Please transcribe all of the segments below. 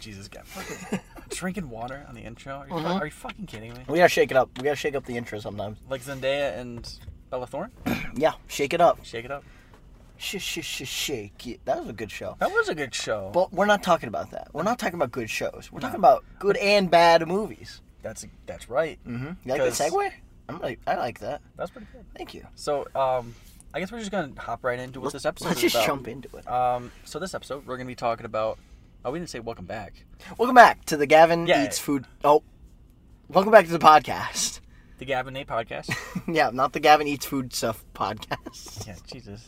Jesus, God, fucking drinking water on the intro? Are you, Uh-huh. fu- are you fucking kidding me? We gotta shake it up. We gotta shake up the intro sometimes. Like Zendaya and Bella Thorne? Yeah, shake it up. Shake it up. Sh- sh- sh- shake it. That was a good show. That was a good show. But we're not talking about that. We're not talking about good shows. We're talking about good and bad movies. That's that's right. Mm-hmm. You like that 'Cause- segue? I'm like, I like that. That's pretty good. Thank you. So, um, I guess we're just gonna hop right into what this episode Let's is just about. jump into it. Um, so this episode we're gonna be talking about. Oh, we didn't say welcome back. Welcome back to the Gavin Yeah. Eats Food. Oh, welcome back to the podcast. The Gavin Nate podcast. yeah, not the Gavin Eats Food Stuff podcast. yeah, Jesus.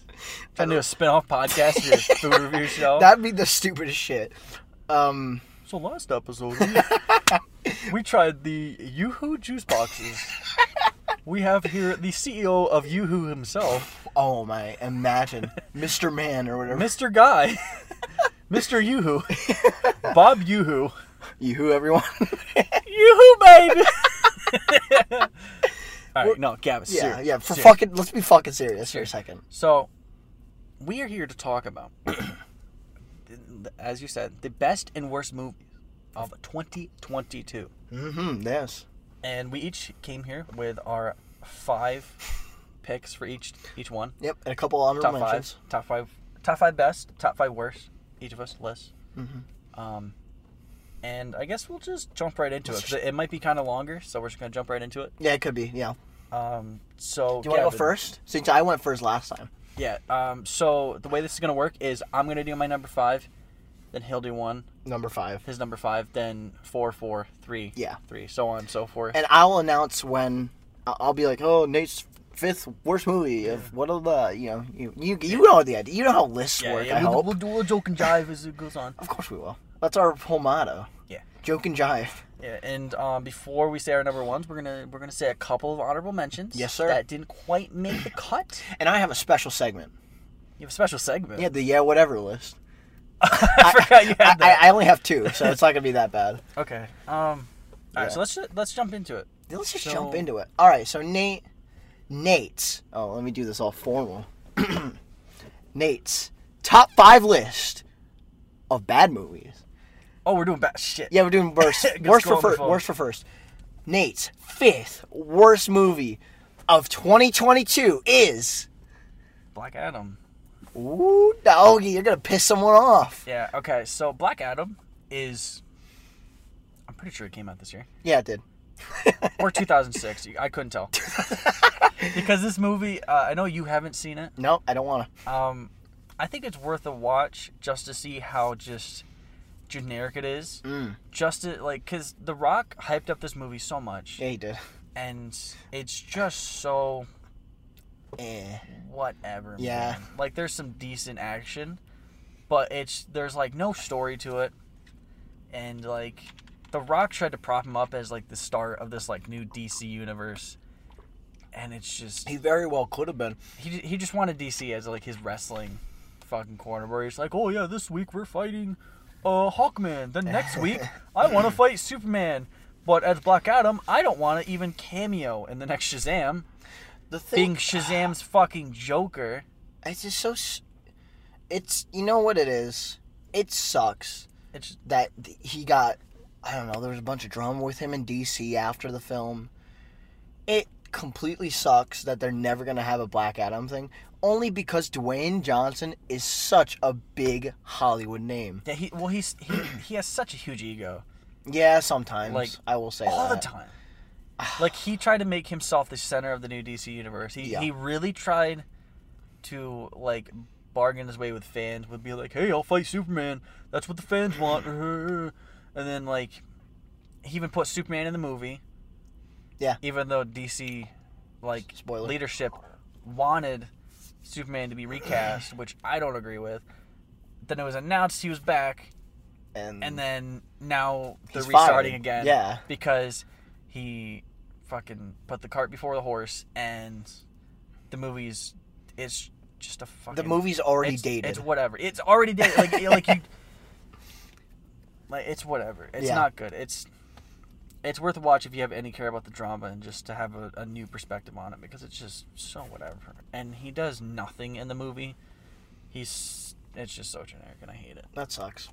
Trying to do a spin-off podcast of your food review show. That'd be the stupidest shit. Um, so last episode, we, we tried the Yoo-Hoo juice boxes. we have here the CEO of Yoo-Hoo himself, oh my, imagine Mr. Man or whatever. Mr. Guy, Mr. Yoo-Hoo, Bob Yoo-Hoo. You who everyone? Yoo-Hoo, baby! All right, no, Gavin, yeah, serious, yeah. For serious. fucking, let's be fucking serious for a second. So, we are here to talk about, as you said, the best and worst movies of 2022. Mm-hmm. Yes. And we each came here with our five picks for each each one. Yep. And a couple honorable Top mentions. five, top five, top five best, top five worst. Each of us lists. Um, and I guess we'll just jump right into it. 'cause It might be kind of longer, so we're just gonna jump right into it. Yeah, it could be. Yeah. Um, so Do you want to go Gavin- first? Since I went first last time. Yeah. Um, so the way this is gonna work is I'm gonna do my number five, then he'll do one, Number five. his number five, then four, four, three, Yeah. three, so on and so forth. And I'll announce when I- I'll be like, "Oh, Nate's fifth worst movie of what of the you know you you, you know the idea. You know how lists yeah, work. yeah, I we'll, hope. we'll do a joke and jive as it goes on. Of course we will. That's our whole motto. Yeah. Joke and jive. Yeah, and um, before we say our number ones, we're gonna we're gonna say a couple of honorable mentions. Yes, sir. That didn't quite make the cut. And I have a special segment. You have a special segment. Yeah, the yeah whatever list. I forgot you I, had that. I, I only have two, so it's not gonna be that bad. okay. Um. All right. Yeah. So let's ju- let's jump into it. Let's just So- jump into it. All right, so Nate, Nate's. Oh, let me do this all formal. Nate's top five list of bad movies. Oh, we're doing bad shit. Yeah, we're doing worst. Just worst for scroll first. before. Worst for first. Nate's fifth worst movie of 2022 is. Black Adam. Ooh, doggy, you're gonna piss someone off. Yeah. Okay. So Black Adam is. I'm pretty sure it came out this year Yeah, it did. or 2006. You- I couldn't tell because this movie. Uh, I know you haven't seen it. No, I don't wanna. Um, I think it's worth a watch just to see how just generic it is. Mm. Just to, like, cause The Rock hyped up this movie so much, Yeah, he did. and it's just so Eh. whatever. Yeah. man. Like, there's some decent action, but it's there's like no story to it, and like, The Rock tried to prop him up as like the start of this like new DC universe. And it's just He very well could have been. he he just wanted DC as like his wrestling fucking corner where he's like, oh yeah, this week we're fighting uh Hawkman. Then next week I want to fight Superman. But as Black Adam, I don't want to even cameo in the next Shazam. The thing. Being Shazam's fucking Joker. it's just so. s- It's you know what it is. It sucks It's that th- he got. I don't know. There was a bunch of drama with him in DC after the film. It completely sucks that they're never gonna have a Black Adam thing. Only because Dwayne Johnson is such a big Hollywood name. yeah, he well he's he, he has such a huge ego Yeah, sometimes Like, I will say all the that. time. Like he tried to make himself the center of the new DC universe. He Yeah. he really tried to like bargain his way with fans would be like, "Hey, I'll fight Superman. That's what the fans want." and then like he even put Superman in the movie. Yeah. Even though DC like Spoiler. leadership wanted Superman to be recast, which I don't agree with. Then it was announced he was back And, and then now they're Mm. He's restarting fired. again. Yeah. Because he fucking put the cart before the horse, and the movie's it's just a fucking. the movie's already it's, dated. It's whatever. It's already dated. Like like you. Like it's whatever. It's Yeah. not good. It's. It's worth a watch if you have any care about the drama and just to have a, a new perspective on it because it's just so whatever. And he does nothing in the movie. He's it's just so generic and I hate it. that sucks.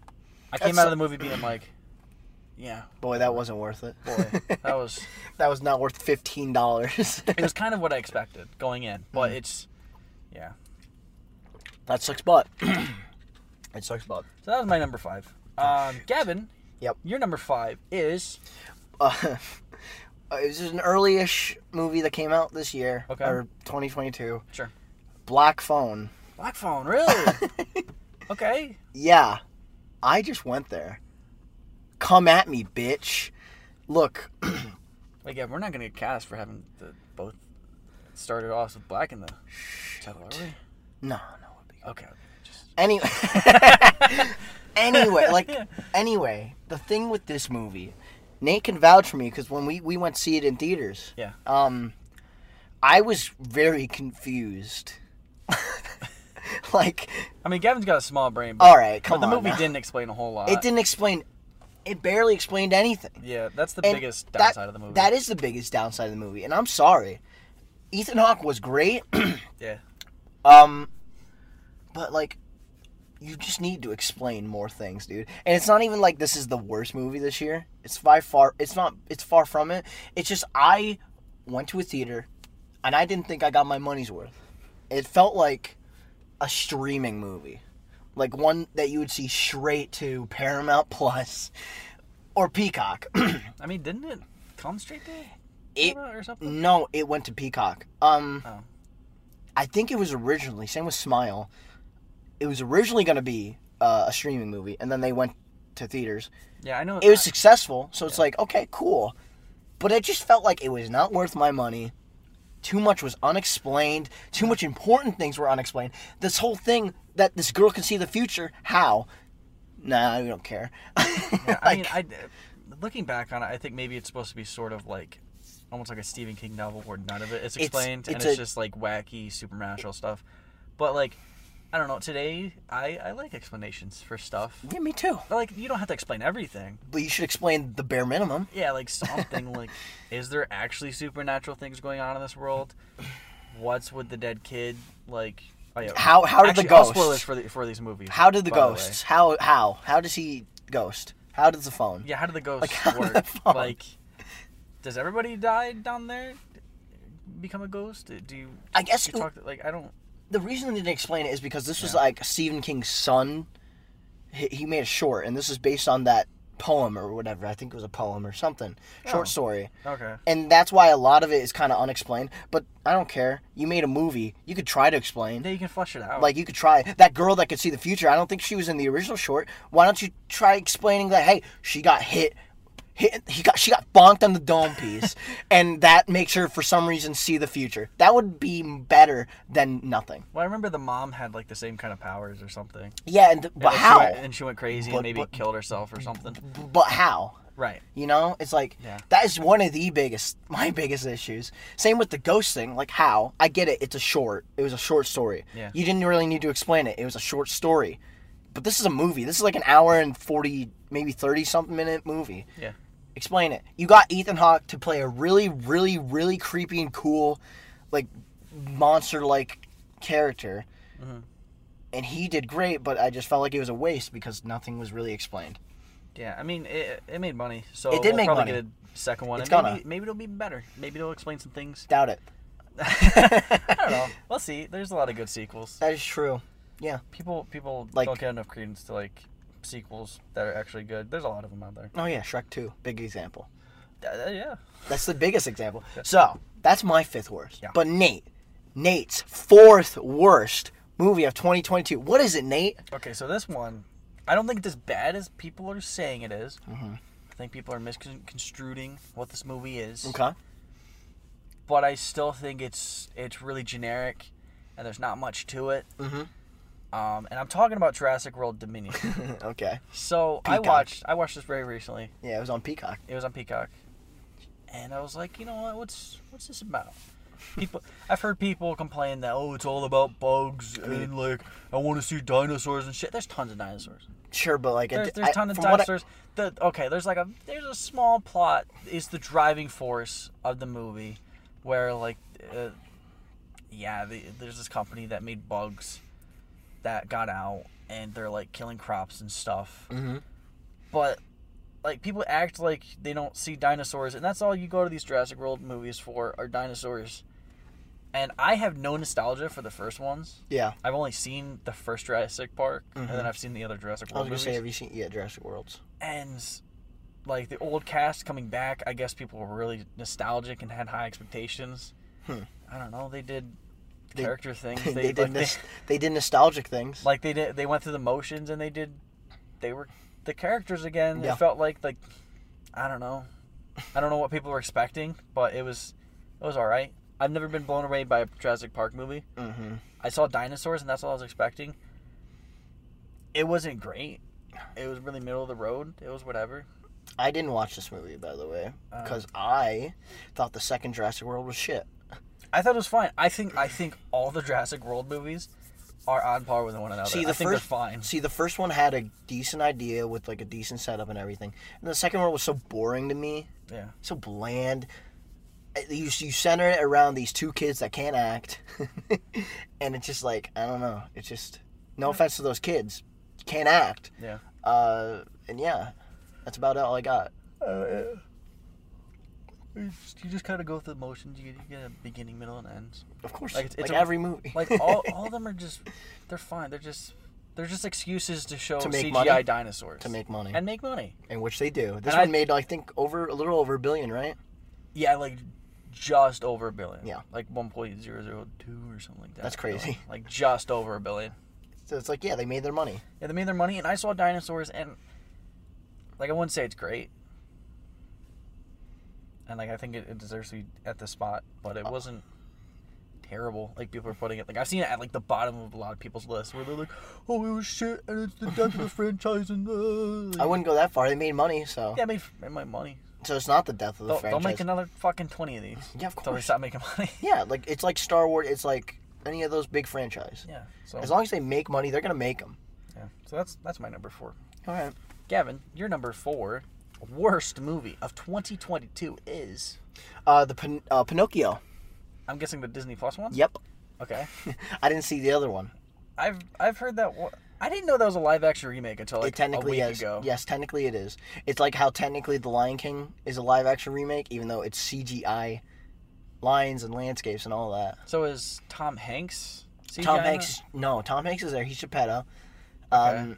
I came That's out so- of the movie being like, Yeah, Boy, that wasn't worth it. boy, that was that was not worth fifteen dollars. it was kind of what I expected going in, but Mm-hmm. it's yeah. that sucks butt. it sucks butt. So that was my number five. Um, Gavin, Oh, Yep. your number five is Uh, this is an early-ish movie that came out this year Okay. or 2022. sure Black Phone. Black Phone. Really? okay. Yeah, I just went there. Come at me, bitch. Look, Like, yeah, we're not gonna get cast for having the both started off with black in the title, are we? no, no. it'd be- Okay. Just, Anyway, anyway, like anyway, the thing with this movie, Nate can vouch for me because when we we went to see it in theaters, yeah. um, I was very confused. like, I mean, Gavin's got a small brain, but, all right, but Oh, come the on. movie now. didn't explain a whole lot. It didn't explain. It barely explained anything. Yeah, that's the And biggest that- downside of the movie. That is the biggest downside of the movie, and I'm sorry. Ethan Hawke was great. yeah. Um, but like, you just need to explain more things, dude. And it's not even like this is the worst movie this year. It's by far. It's not. It's far from it. It's just I went to a theater, and I didn't think I got my money's worth. It felt like a streaming movie, like one that you would see straight to Paramount Plus or Peacock. I mean, didn't it come straight to it Paramount or something? no, it went to Peacock. Um. Oh, I think it was originally same with Smile. It was originally going to be uh, a streaming movie, and then they went to theaters. yeah, I know. It was successful, so it's like okay, cool. But it just felt like it was not worth my money. Too much was unexplained. Too much important things were unexplained. This whole thing that this girl can see the future. How? Nah, we don't care. Yeah, I Like, mean, I, looking back on it, I think maybe it's supposed to be sort of like almost like a Stephen King novel where none of it is It's- explained and it's it's a- just like wacky supernatural stuff. But like, I don't know. Today, I I like explanations for stuff. yeah, me too. Like, you don't have to explain everything. But you should explain the bare minimum. Yeah, like something like, is there actually supernatural things going on in this world? What's with the dead kid? Like, oh, yeah. How? How did Actually, the I'll ghosts? spoil this for the, for these movies. How did the by way. ghosts? how how how does he ghost? How does the phone? yeah, how did the ghosts Like, how did work? the phone- Like, does everybody die down there? Become a ghost? Do you? I guess do it- you talk to, like I don't. The reason they didn't explain it is because this was Yeah. like Stephen King's son. He, he made a short, and this is based on that poem or whatever. I think it was a poem or something, Oh. short story, Okay. and that's why a lot of it is kind of unexplained. But I don't care. You made a movie. You could try to explain. Yeah, you can flush it out. Like you could try that girl that could see the future. I don't think she was in the original short. Why don't you try explaining that? Hey, she got hit. Hit, he got she got bonked on the dome piece, and that makes her for some reason see the future. That would be better than nothing. well, I remember the mom had like the same kind of powers or something. Yeah, and, but And she how? went- and she went crazy But- and maybe but- killed herself or something. but how? Right. You know, it's like Yeah. that is one of the biggest, my biggest issues. Same with the ghost thing. Like how I get it. It's a short. It was a short story. Yeah. You didn't really need to explain it. It was a short story. But this is a movie. This is like an hour and forty, maybe thirty something minute movie. Yeah. Explain it. You got Ethan Hawke to play a really, really, really creepy and cool, like monster like character. Mm-hmm. Mhm. And he did great, but I just felt like it was a waste because nothing was really explained. Yeah, I mean, it, it made money, so It did we'll make probably money. get a second one. It's and gonna. Maybe, maybe it'll be better. Maybe it'll explain some things. Doubt it. I don't know. We'll see. There's a lot of good sequels. That is true. Yeah. People people Like- don't get enough credence to like sequels that are actually good. There's a lot of them out there. Oh yeah, Shrek Two, big example. Uh, yeah. That's the biggest example. So that's my fifth worst. Yeah. But Nate, Nate's fourth worst movie of 2022. What is it, Nate? Okay, so this one, I don't think it's as bad as people are saying it is. Mm-hmm. I think people are misconstruing what this movie is. Okay. But I still think it's it's really generic, and there's not much to it. Mhm. Um, and I'm talking about Jurassic World Dominion. okay. So I Peacock. watched I watched this very recently. Yeah, it was on Peacock. It was on Peacock, and I was like, you know what? What's what's this about? People, I've heard people complain that oh, it's all about bugs and like I want to see dinosaurs and shit. There's tons of dinosaurs. Sure, but like, it- There's, there's I- tons of from what I- dinosaurs. The, okay, there's like a there's a small plot is the driving force of the movie, where like, uh, yeah, the, there's this company that made bugs, Mm-hmm. that got out and they're like killing crops and stuff, Mhm. but like people act like they don't see dinosaurs, and that's all you go to these Jurassic World movies for are dinosaurs. And I have no nostalgia for the first ones. Yeah. I've only seen the first Jurassic Park, and then Mhm. I've seen the other Jurassic I was World gonna movies. say, have you seen yeah Jurassic Worlds? and like the old cast coming back, I guess people were really nostalgic and had high expectations. Hmm. I don't know. They did They- character things. They, They, did like, this. They, did nostalgic things. like they did they went through the motions and they did they were the characters again Yeah. it felt like like i don't know i don't know what people were expecting but it was it was all right i've never been blown away by a jurassic park movie mm-hmm. i saw dinosaurs and that's all i was expecting it wasn't great it was really middle of the road it was whatever I didn't watch this movie by the way Um, because I thought the second Jurassic World was shit. i thought it was fine i think i think all the jurassic world movies are on par with one another See, the i think first- they're fine See, the first one had a decent idea with like a decent setup and everything, and the second one was so boring to me, yeah so bland. Uh, You you center it around these two kids that can't act, and it's just like I don't know. It's just no offense to those kids, can't act. yeah Uh, and yeah, that's about all I got. Uh, you just, you just kind of go through the motions. You get, you get a beginning, middle, and end. Of course, Like, like, it's- it's a- every movie, Like all, all of them are just, they're fine. They're just, they're just excuses to show To make CGI money? dinosaurs to make money, and make money. and which they do. This and I- one made I think over a little over a billion, right? Yeah, like just over a billion. Yeah. like one point zero zero two or something like that. That's I feel like. crazy. Like just over a billion. So it's like yeah, they made their money. Yeah, they made their money, and I saw dinosaurs, and like I wouldn't say it's great. And like I think it, it deserves to be at the spot, but it Oh. wasn't terrible. Like people are putting it. Like I've seen it at like the bottom of a lot of people's lists where they're like, "Oh, it was shit, and it's the death of the franchise." And uh, I wouldn't go that far. They made money, so Yeah, I made, made my money. so it's not the death of the They'll, they'll franchise. make another fucking twenty of these yeah, of until they course. stop making money. Yeah, like it's like Star Wars. It's like any of those big franchise. yeah. So As long as they make money, they're gonna make them. yeah. So that's that's my number four. All right. Gavin, your number four worst movie of 2022 is. Uh, the Pin- uh, Pinocchio. I'm guessing the Disney Plus one. Yep. Okay. I didn't see the other one. I've I've heard that. Wa- I didn't know that was a live action remake until like it technically a week is. ago. Yes, technically it is. It's like how technically The Lion King is a live action remake, even though it's CGI lines and landscapes and all that. So is Tom Hanks? CGI Tom in Hanks. it? No, Tom Hanks is there. He's Geppetto. Um,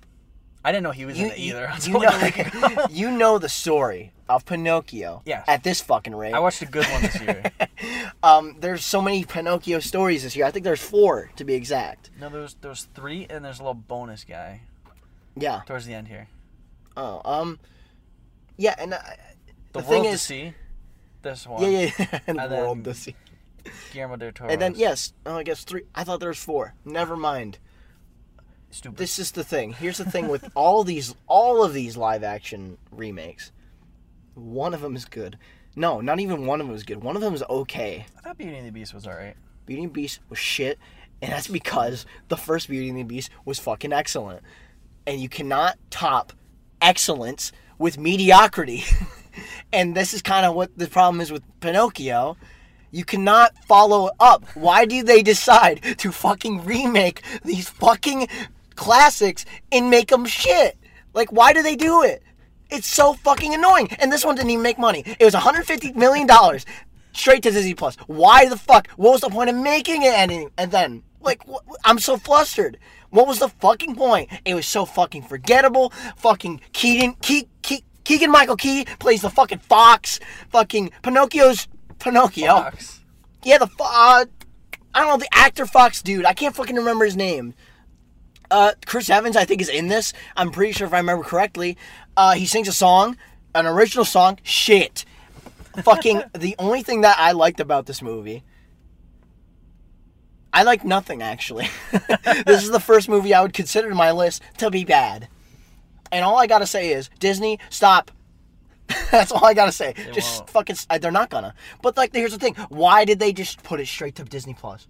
I didn't know he was you, in it either. you, until, you, like, a week know, ago. you know the story of Pinocchio. Yes. At this fucking rate. I watched a good one this year. um, there's so many Pinocchio stories this year. I think there's four to be exact. no, there's there's three and there's a little bonus guy Yeah. towards the end here. Oh. Um. Yeah, and I, The, The thing world is- to see. This one. yeah, yeah, yeah. and, And world then- to see. Guillermo del Toro. And then yes, oh, I guess three. I thought there was four. Never mind. Stupid. This is the thing. Here's the thing with all these, all of these live action remakes. One of them is good. No, not even one of them is good. One of them is okay. I thought Beauty and the Beast was alright. Beauty and the Beast was shit, and that's because the first Beauty and the Beast was fucking excellent. And you cannot top excellence with mediocrity. and this is kind of what the problem is with Pinocchio. You cannot follow up. Why do they decide to fucking remake these fucking classics and make them shit? Like, why do they do it? It's so fucking annoying. And this one didn't even make money. It was 150 million dollars straight to Disney Plus. Why the fuck? What was the point of making it? And and then like wh- wh- I'm so flustered. What was the fucking point? It was so fucking forgettable. Fucking Keaton Ke, Ke, Keegan Michael Key plays the fucking fox. Fucking Pinocchio's Pinocchio. Fox. Yeah, the fo- uh, I don't know the actor Fox dude. I can't fucking remember his name. Uh, Chris Evans, I think, is in this. I'm pretty sure if I remember correctly. Uh, he sings a song, an original song. Shit. Fucking the only thing that I liked about this movie. I like nothing actually. this is the first movie I would consider my list to be bad. And all I gotta say is Disney, stop. That's all I gotta say. just won't. fucking, s- they're not gonna. But like, here's the thing: why did they just put it straight to Disney Plus?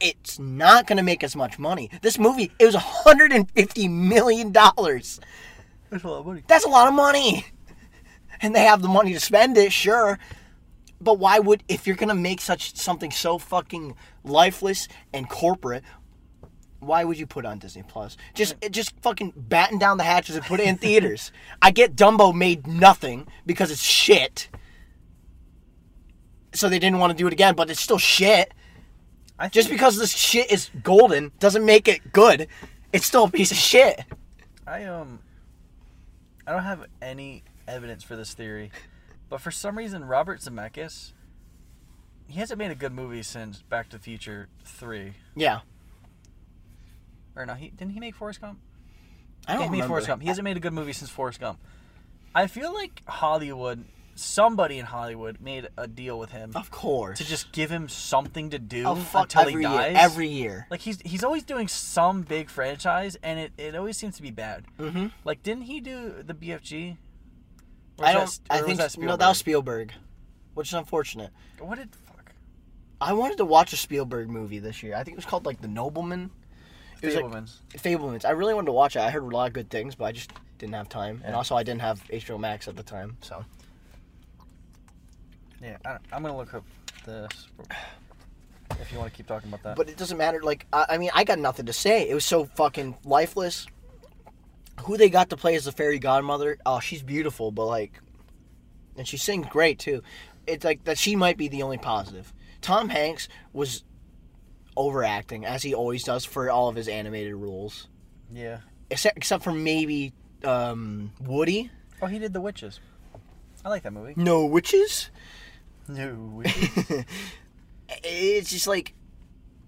It's not gonna make as much money. This movie, it was 150 million dollars. That's a lot of money. That's a lot of money. And they have the money to spend it, sure. But why would if you're gonna make such something so fucking lifeless and corporate, Why would you put it on Disney Plus? Just just fucking batten down the hatches and put it in theaters. I get Dumbo made nothing because it's shit. So they didn't want to do it again, but it's still shit. I think, Just because this shit is golden doesn't make it good. It's still a piece of shit. I um I don't have any evidence for this theory, but for some reason Robert Zemeckis he hasn't made a good movie since Back to the Future Three. Yeah. Or no, he didn't he make Forrest Gump? I he don't made remember. Forrest Gump. He hasn't made a good movie since Forrest Gump. I feel like Hollywood, somebody in Hollywood made a deal with him Of course. to just give him something to do Oh, fuck, until every he year, dies. every year. like he's he's always doing some big franchise, and it, it always seems to be bad. Mm-hmm. Like didn't he do the BFG? Or was that I don't. S- I or was think that no, that was Spielberg, which is unfortunate. Spielberg? What did fuck? I wanted to watch a Spielberg movie this year. I think it was called like The Nobleman. It was like Fablemans. Fablemans. I really wanted to watch it. I heard a lot of good things, but I just didn't have time, and also I didn't have HBO Max at the time. So yeah, I don't, I'm gonna look up this if you want to keep talking about that. But it doesn't matter. Like, I, I mean, I got nothing to say. It was so fucking lifeless. Who they got to play as the fairy godmother? Oh, she's beautiful, but like, and she sings great too. It's like that she might be the only positive. Tom Hanks was overacting as he always does for all of his animated roles, yeah. except except for maybe um, Woody. Oh, he did the witches. I like that movie. No witches. No witches. it's just like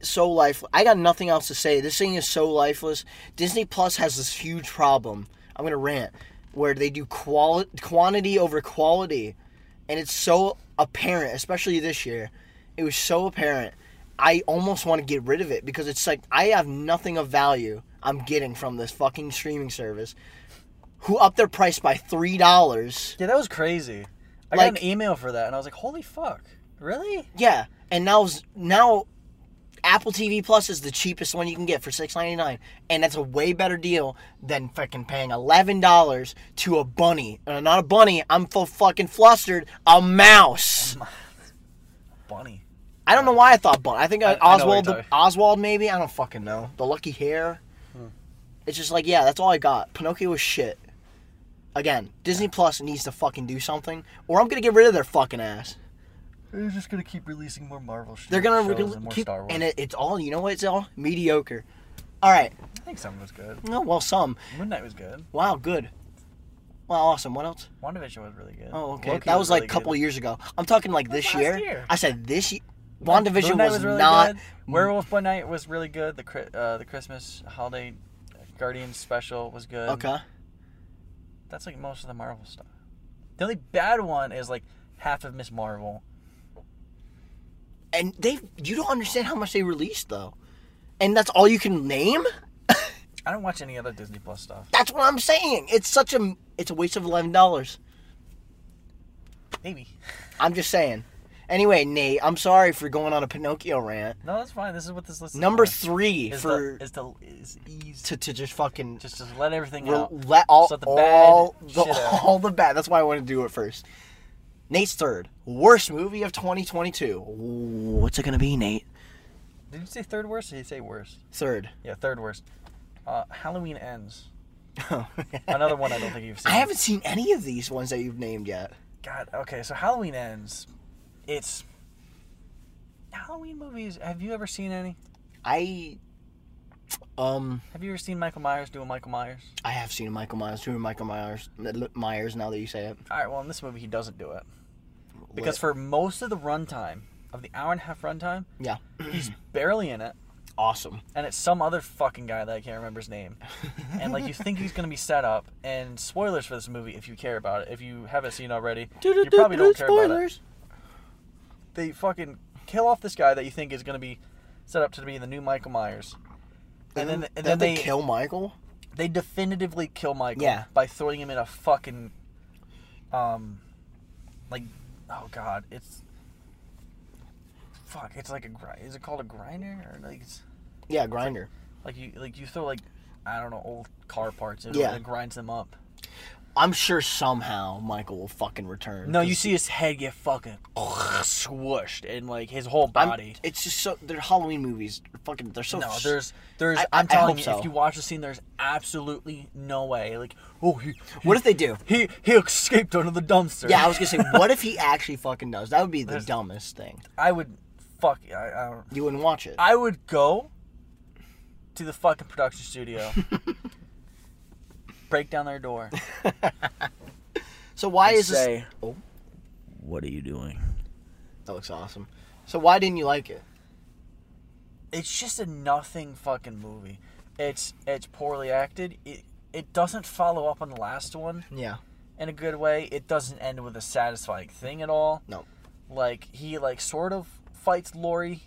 so lifeless. I got nothing else to say. This thing is so lifeless. Disney Plus has this huge problem. I'm gonna rant where they do quali- quantity over quality, and it's so apparent, especially this year. It was so apparent. I almost want to get rid of it because it's like I have nothing of value I'm getting from this fucking streaming service, who upped their price by three dollars. Yeah, that was crazy. I got Like- an email for that, and I was like, "Holy fuck, really?" Yeah, and now now Apple TV Plus is the cheapest one you can get for six ninety nine, and that's a way better deal than fucking paying eleven dollars to a bunny. Uh, not a bunny. I'm full fucking flustered. A mouse. Bunny. I don't know why I thought bunny. I think I uh, know what you're Oswald. talking- Oswald maybe. I don't fucking know. The lucky hair. Hmm. It's just like yeah, that's all I got. Pinocchio was shit. Again, Disney Plus needs to fucking do something, or I'm gonna get rid of their fucking ass. They're just gonna keep releasing more Marvel. Sh- They're gonna shows re- and more keep, Star Wars. and it, it's all you know what it's all mediocre. All right, I think some was good. no, well some. Moon Knight was good. Wow, good. Wow, awesome. What else? WandaVision was really good. Oh, okay. Loki that was, like a really couple good. years ago. I'm talking like this last year. year. I said this year. Moon WandaVision Knight was, not. Good. Werewolf by Night was really good. The Chri- uh, the Christmas holiday uh, Guardians special was good. Okay. That's like most of the Marvel stuff. The only bad one is like half of Miss Marvel. And they, you don't understand how much they released though, and that's all you can name. I don't watch any other Disney Plus stuff. That's what I'm saying. It's such a, it's a waste of eleven dollars. Maybe. I'm just saying. Anyway, Nate, I'm sorry for going on a Pinocchio rant. No, that's fine. This is what this list is Number for. three is for the, is the is ease. to, to just fucking Just just let everything Re- out. let all So the bad all the, shit out. all the bad. That's why I want to do it first. Nate's third worst movie of 2022. Ooh, What's it gonna be, Nate? Did you say third worst? Or did you say worst? Third. Yeah, third worst. Uh, Halloween ends. I Another one I don't think you've seen. haven't seen any of these ones that you've named yet. God. Okay, so Halloween ends. It's Halloween movies. Have you ever seen any? I um Have you ever seen Michael Myers doing Michael Myers? I have seen Michael Myers doing Michael Myers Myers. Now that you say it, All right. Well, in this movie, he doesn't do it because for most of the runtime of the hour and a half runtime, yeah, he's barely in it. awesome. and it's some other fucking guy that I can't remember his name. and like you think he's gonna be set up, and spoilers for this movie if you care about it. If you haven't seen already, you probably don't care about it. They fucking kill off this guy that you think is gonna be set up to be the new Michael Myers. And then, and then they they kill Michael. they definitively kill Michael Yeah. by throwing him in a fucking um like oh god, it's fuck, it's like a grind. Is it called a grinder or like it's Yeah, grinder. like you like you throw like I don't know old car parts and Yeah. it grinds them up. I'm sure somehow Michael will fucking return. No, 'cause you see his head get fucking swooshed and like his whole I'm- body. It's just so they're Halloween movies. They're fucking they're so no, s- there's there's I- I, I- am I hope telling you, so. if you watch the scene, there's absolutely no way. Like, oh he, he What if they do? he he escaped under the dumpster. Yeah, I was gonna say, what if he actually fucking does? That would be the There's- dumbest thing. I would fuck I, I don't You wouldn't watch it. I would go to the fucking production studio. break down their door. So why and is this? say- Oh, What are you doing? that looks awesome. So why didn't you like it? It's just a nothing fucking movie. It's it's poorly acted. It it doesn't follow up on the last one Yeah. in a good way. It doesn't end with a satisfying thing at all. No. Like he like sort of fights Lori,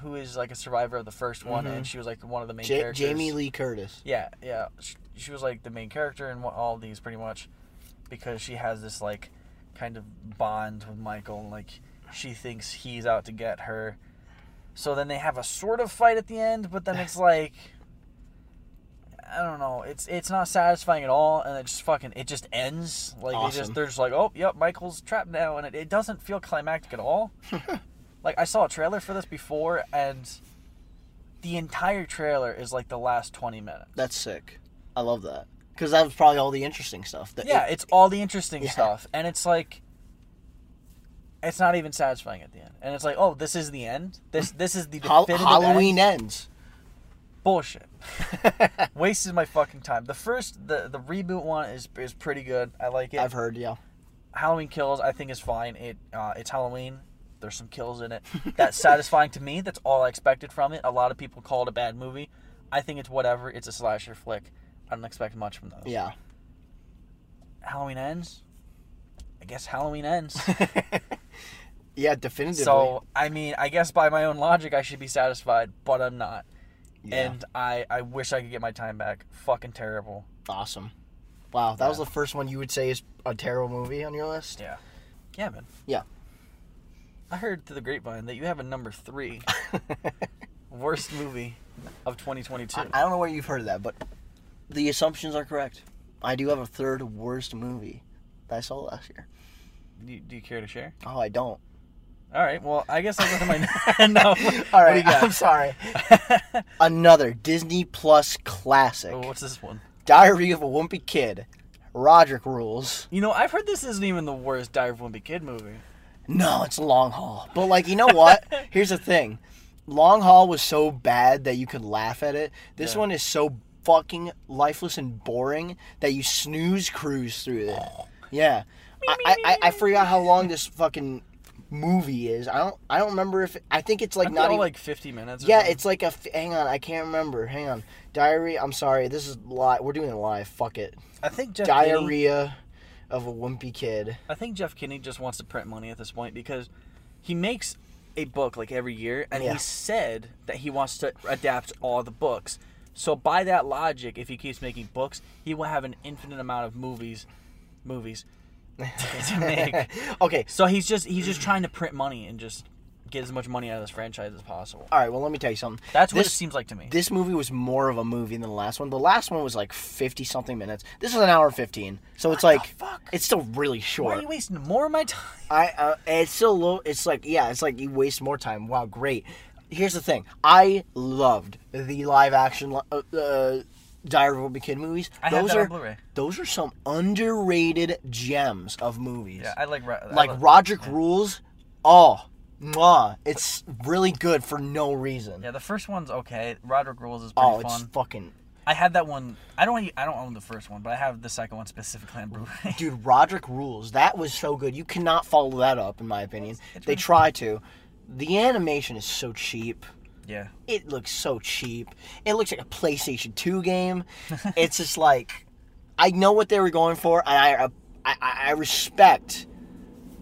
who is like a survivor of the 1st one, and she was like one of the main Mm-hmm. Ja- characters. Jamie Lee Curtis. Yeah, yeah. She, she was like the main character in wha- all these pretty much because she has this like kind of bond with Michael. Like she thinks he's out to get her. So then they have a sort of fight at the end, but then it's like I don't know. It's it's not satisfying at all, and it just fucking it just ends. Like they Awesome. just they're just like, oh yep, Michael's trapped now, and it, it doesn't feel climactic at all. like I saw a trailer for this before, and the entire trailer is like the last twenty minutes. That's sick. I love that because that was probably all the interesting stuff. That Yeah, it- it's all the interesting Yeah. stuff, and it's like, it's not even satisfying at the end. And it's like, oh, this is the end. This this is the Hal- definitive Halloween e- end? ends. bullshit. Wasted my fucking time. The first the the reboot one is is pretty good. I like it. I've heard. Yeah. Halloween Kills I think is fine. It uh, it's Halloween. There's some kills in it. That's satisfying to me. That's all I expected from it. A lot of people call it a bad movie. I think it's whatever. It's a slasher flick. I don't expect much from those. Yeah. Halloween ends. I guess Halloween ends. Yeah. Definitively. so I mean, I guess by my own logic, I should be satisfied, but I'm not. Yeah. And I I wish I could get my time back. Fucking terrible. Awesome. Wow, that was the first one you would say is a terrible movie on your list. Yeah. Yeah, man. Yeah. I heard through the grapevine that you have a number three worst movie of 2022. I, I don't know where you've heard of that, but the assumptions are correct. I do have a third worst movie that I saw last year. do, you, do you care to share? Oh, I don't. All right. Well, I guess I'll go to my no. All What do right, you got? I'm sorry. Another Disney Plus classic, Oh, what's this one? Diary of a Wimpy Kid, Roderick Rules. You know, I've heard this isn't even the worst Diary of a Wimpy Kid movie. No, it's Long Haul. But like, you know what? Here's the thing. Long Haul was so bad that you could laugh at it. This Yeah. one is so fucking lifeless and boring that you snooze cruise through it. Yeah. I, I, I, I forgot how long this fucking movie is. I don't I don't remember if I think it's like Aren't they not all even like 50 minutes. Or yeah, something? it's like a. f- Hang on, I can't remember. Hang on, diarrhea. I'm sorry, this is live. We're doing it live. Fuck it. I think Jeff Kinney- Diarrhea of a wimpy kid. I think Jeff Kinney just wants to print money at this point because he makes a book like every year, and Yeah. he said that he wants to adapt all the books. So by that logic, if he keeps making books, he will have an infinite amount of movies, movies to make. okay, So he's just he's just trying to print money and just get as much money out of this franchise as possible. all right. Well, let me tell you something. That's what This- it seems like to me. This movie was more of a movie than the last one. The last one was like fifty something minutes. This is an hour and fifteen, so it's like fuck? it's still really short. Why are you wasting more of my time? I uh, it's still low. It's like yeah, it's like you waste more time. Wow, great. Here's the thing. I loved the live action li- uh, uh, Diary of a Wimpy Kid movies. I have those that are on Blu-ray. those are some underrated gems of movies. I like like Roderick Rules. Oh, mwah. It's really good for no reason. Yeah, the first one's okay. Roderick Rules is pretty oh, fun. it's fucking I had that one. I don't. I don't own the first one, but I have the second one specifically on Blu-ray. dude. Roderick Rules. That was so good. You cannot follow that up, in my opinion. it's they really try to. The animation is so cheap. yeah. it looks so cheap. It looks like a PlayStation 2 game. it's just like I know what they were going for, and I I, I, I respect.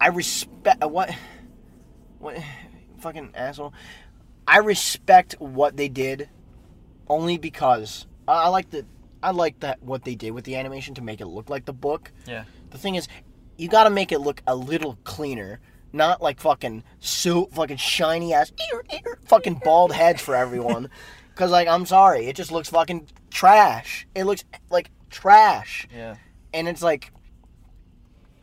I respect uh, what what fucking asshole. I respect what they did, only because I, I like the I like that what they did with the animation to make it look like the book. Yeah. The thing is, you gotta make it look a little cleaner, not like fucking so fucking shiny ass ear, ear, fucking bald heads for everyone. Cause like I'm sorry, it just looks fucking trash. It looks like trash, Yeah. and it's like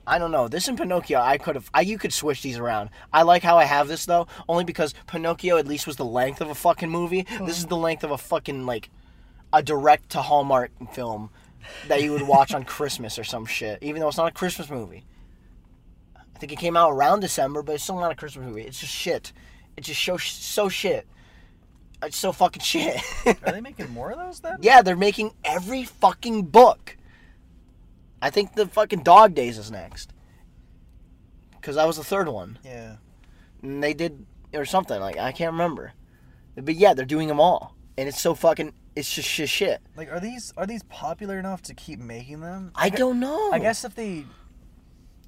I don't know. This and Pinocchio, I could have. I you could switch these around. I like how I have this though, only because Pinocchio at least was the length of a fucking movie. This is the length of a fucking like a direct to Hallmark film that you would watch on Christmas or some shit. Even though it's not a Christmas movie. I think it came out around December, but it's still not a Christmas movie. It's just shit. It's just so so shit. It's so fucking shit. Are they making more of those then? Yeah, they're making every fucking book. I think the fucking Dog Days is next. Because that was the third one. Yeah. And they did, or something, like, I can't remember. But yeah, they're doing them all. And it's so fucking, it's just shit. shit. Like, are these are these popular enough to keep making them? I don't know. I guess if they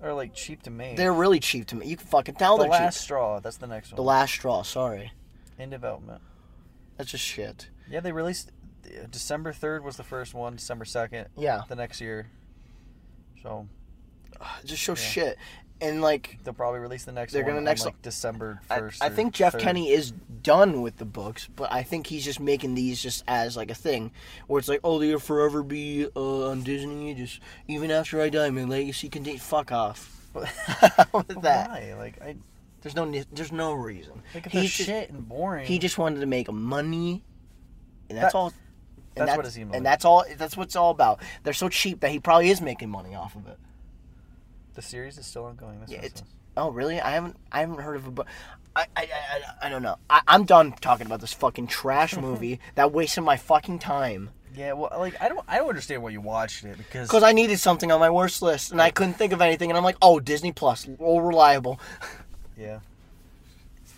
are like cheap to make. They're really cheap to me. You can fucking tell the they're last cheap. straw. That's the next one. The last straw, sorry. in development. That's just shit. Yeah, they released uh, December third was the first one. December second. Yeah. The next year. So It's just so shit. And like, they'll probably release the next. They're one gonna on, next- like December I, first. I think Jeff Kenny is done with the books, but I think he's just making these just as like a thing where it's like, oh, they'll forever be uh, on Disney. Just even after I die, my legacy can Fuck off. with that, Oh, Why? Like I there's no ne- there's no reason. think of He the just, shit and boring. he just wanted to make money, and that's That- all. And that's what it seemed like. And that's all. That's what it's all about. They're so cheap that he probably is making money off of it. the series is still ongoing. That's Yeah, what it it's- says. Oh really? I haven't I haven't heard of a book. I I, I, I- I don't know. I, I'm done talking about this fucking trash movie that wasted my fucking time. yeah. Well, like I don't I don't understand why you watched it because Because I needed something on my worst list and I couldn't think of anything and I'm like, oh Disney Plus, all reliable. yeah.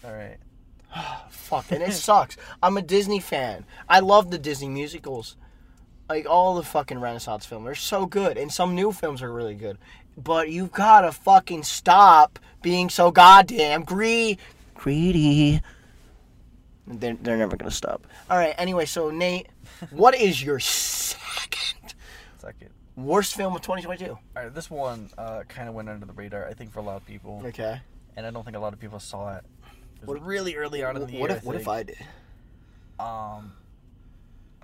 All right. Fuck and it sucks. I'm a Disney fan. I love the Disney musicals. Like all the fucking Renaissance films. They're so good. And some new films are really good. But you gotta fucking stop being so goddamn greedy greedy. They're, they're never gonna stop. All right. Anyway, so Nate, what is your second Second. worst film of 2022? All right. This one uh, kind of went under the radar. I think for a lot of people. Okay. and I don't think a lot of people saw it. It was What- really early on in the year. What if What if think. I did? Um,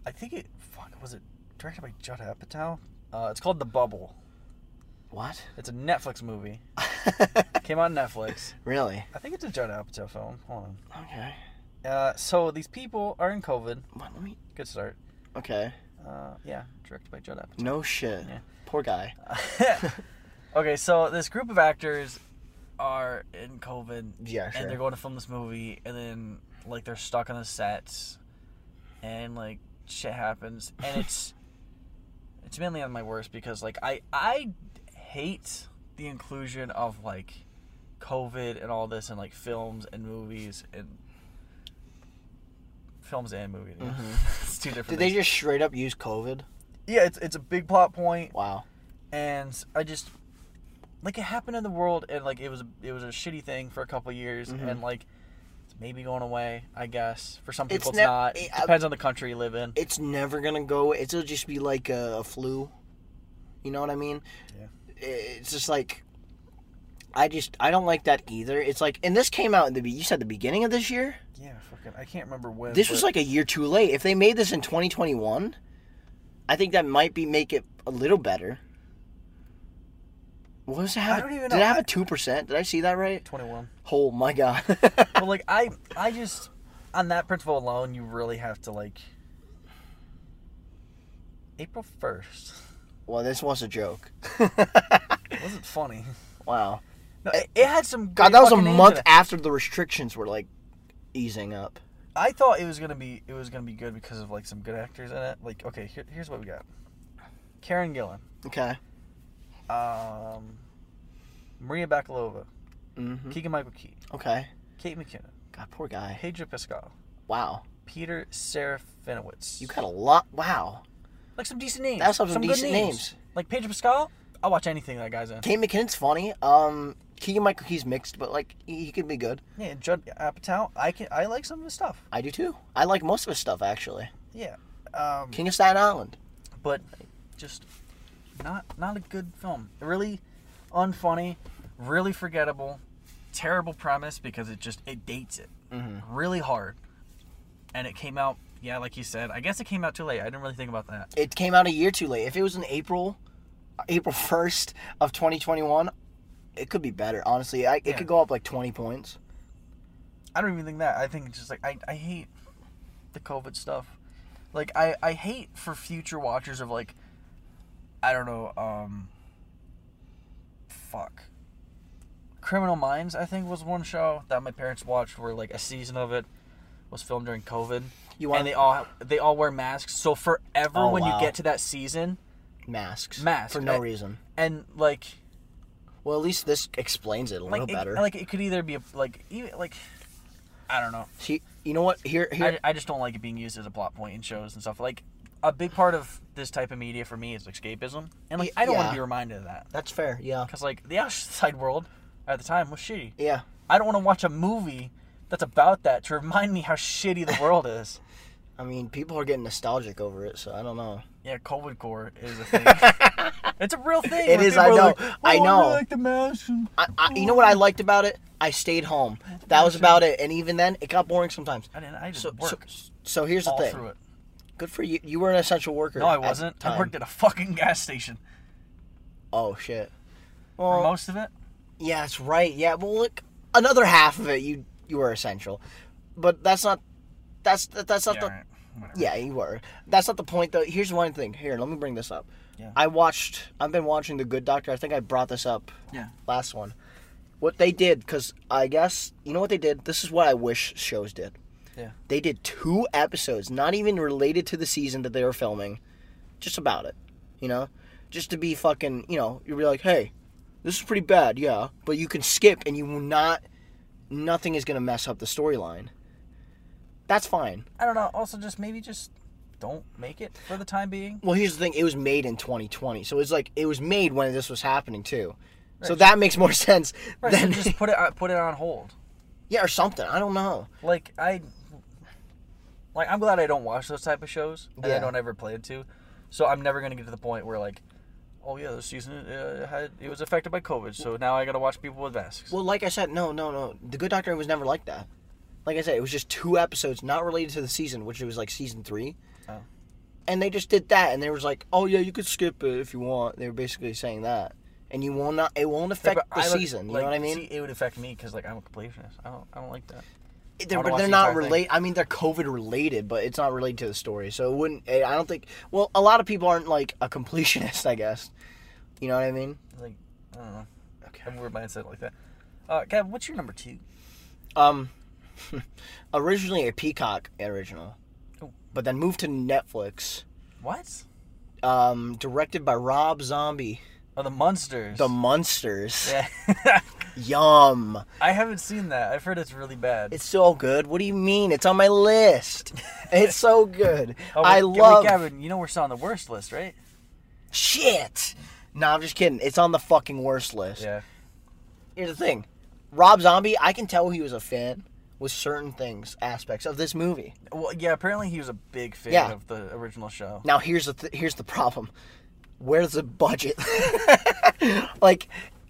I think it. Fuck, was it directed by Judd Apatow? Uh, it's called The Bubble. What? It's a Netflix movie. Came on Netflix. really? I think it's a Judd Apatow film. Hold on. Okay. Uh, so these people are in COVID. What, let me. Good start. Okay. Uh, yeah, directed by Judd Apatow. No shit. Yeah. Poor guy. okay, so this group of actors are in COVID. Yeah, sure. And they're going to film this movie, and then like they're stuck on the sets, and like shit happens, and it's it's mainly on my worst because like I I hate the inclusion of like COVID and all this and like films and movies and films and movies. it's two different. Mm-hmm. Did they things. just straight up use COVID? yeah, it's it's a big plot point Wow. and I just like it happened in the world and like it was it was a shitty thing for a couple years and like it's maybe going away I guess for some It's people it's, nev- not it, it- I- depends on the country you live in It's never gonna go. It'll just be like a, a flu. You know what I mean? Yeah. I- It's just like. I just I don't like that either. It's like and this came out in the be- you said the beginning of this year. yeah fucking I can't remember when This was but like a year too late. If they made this in 2021, I think that might be make it a little better. What does it have? I don't even did know. it have I- a two percent? Did I see that right? 21 Oh my god! but like I I just on that principle alone you really have to like April 1st well, this was a joke. it wasn't funny wow. no, it, it had some great God, that was a fucking names in month it. after the restrictions were like easing up. I thought it was gonna be it was gonna be good because of like some good actors in it. Like, okay, here, here's what we got: Karen Gillan, Okay. um, Maria Bakalova, hmm Keegan Michael Key, Okay. Kate McKinnon, God, poor guy. Pedro Pascal, Wow. Peter Serafinowicz. You got a lot. Wow. like some decent names. That's some good decent names. Like Pedro Pascal, I'll watch anything that guy's in. Kate McKinnon's funny. Um, Keegan Michael Key's mixed, but like he, he could be good. Yeah, Judd Apatow. I can I like some of his stuff. I do too. I like most of his stuff actually. Yeah, um, King of Staten Island. but just not not a good film. Really unfunny, really forgettable, terrible premise because it just it dates it really hard, and it came out yeah like you said. I guess it came out too late. I didn't really think about that. uh, It came out a year too late. If it was in April, April first of 2021, it could be better. Honestly, I, it Yeah. could go up like twenty points. I don't even think that. I think it's just like I, I hate the COVID stuff. Like I, I hate for future watchers of like I don't know, um fuck. Criminal Minds, I think, was one show that my parents watched where like a season of it was filmed during COVID. You want and they all they all wear masks. So forever Oh, when wow. you get to that season masks? Masks, for no I- reason. and like Well, at least this explains it a little like it, better. like it could either be a, like even like I don't know. See, you know what? Here, here. I, I just don't like it being used as a plot point in shows and stuff. Like a big part of this type of media for me is escapism, and like I don't want Yeah. to be reminded of that that's fair. Yeah. because like the outside world at the time was shitty. Yeah. I don't want to watch a movie that's about that to remind me how shitty the world is. I mean, people are getting nostalgic over it, so I don't know. Yeah, COVID core is a thing. it's a real thing. It where is, I people are know, like, I "Oh, really know." like the mask and- I, I, you know what I liked about it? I stayed home. That was about it. And even then, it got boring sometimes. I didn't. I just So, so, worked so here's the all thing. through it. Good for you. You were an essential worker. No, I at the wasn't. I time. worked at a fucking gas station Oh shit. for Well, most of it. yeah, that's right. Yeah, well, look, another half of it, you you were essential, but that's not. That's that, that's not Yeah, the. all right, whatever. Yeah, you were. That's not the point, though. Here's one thing. Here, let me bring this up. Yeah. I watched. I've been watching The Good Doctor. I think I brought this up yeah. last one. What they did, because I guess you know what they did. This is what I wish shows did. Yeah. They did two episodes, not even related to the season that they were filming, just about it. You know, just to be fucking. You know, you'd be like, hey, this is pretty bad, yeah, but you can skip and you will not. Nothing is gonna mess up the storyline. That's fine. I don't know. Also, just maybe just don't make it for the time being. Well, here's the thing: it was made in 2020, so it's like it was made when this was happening too. So that makes more sense Right, so than just put it uh, put it on hold. yeah, or something. I don't know. Like I, like I'm glad I don't watch those type of shows, and Yeah. I don't ever play it too. So I'm never gonna get to the point where like, oh yeah, this season uh, had it was affected by COVID, so now I gotta watch people with masks. Well, like I said, no, no, no. The Good Doctor was never like that. Like I said, it was just two episodes, not related to the season, which it was like season three. Oh. And they just did that, and they was like, "Oh yeah, you could skip it if you want." They were basically saying that, and you will not. It won't Yeah, affect but the I would- season. You like, know what I mean? see, it would affect me because like I'm a completionist. I don't I don't like that. they're, I wanna watch they're the not entire thing. related. I mean, they're COVID related, but it's not related to the story. So it wouldn't. eh, I I don't think. Well, a lot of people aren't like a completionist, I guess. You know what I mean? Like I don't know. Okay. I have a weird mindset like that. Uh, Gab, what's your number two? Um, originally a Peacock original, Oh. but then moved to Netflix. What? Um, directed by Rob Zombie. Oh, the monsters. The Munsters. yeah. Yum. I haven't seen that. I've heard it's really bad. It's so good. What do you mean? It's on my list. it's so good. Oh, I wait, wait, love Gavin, you know we're still on the worst list, right? shit. No, I'm just kidding. It's on the fucking worst list. Yeah. here's the thing rob zombie i can tell he was a fan with certain things aspects of this movie Well, yeah. Apparently, he was a big fan Yeah. of the original show. now here's the th- here's the problem where's the budget like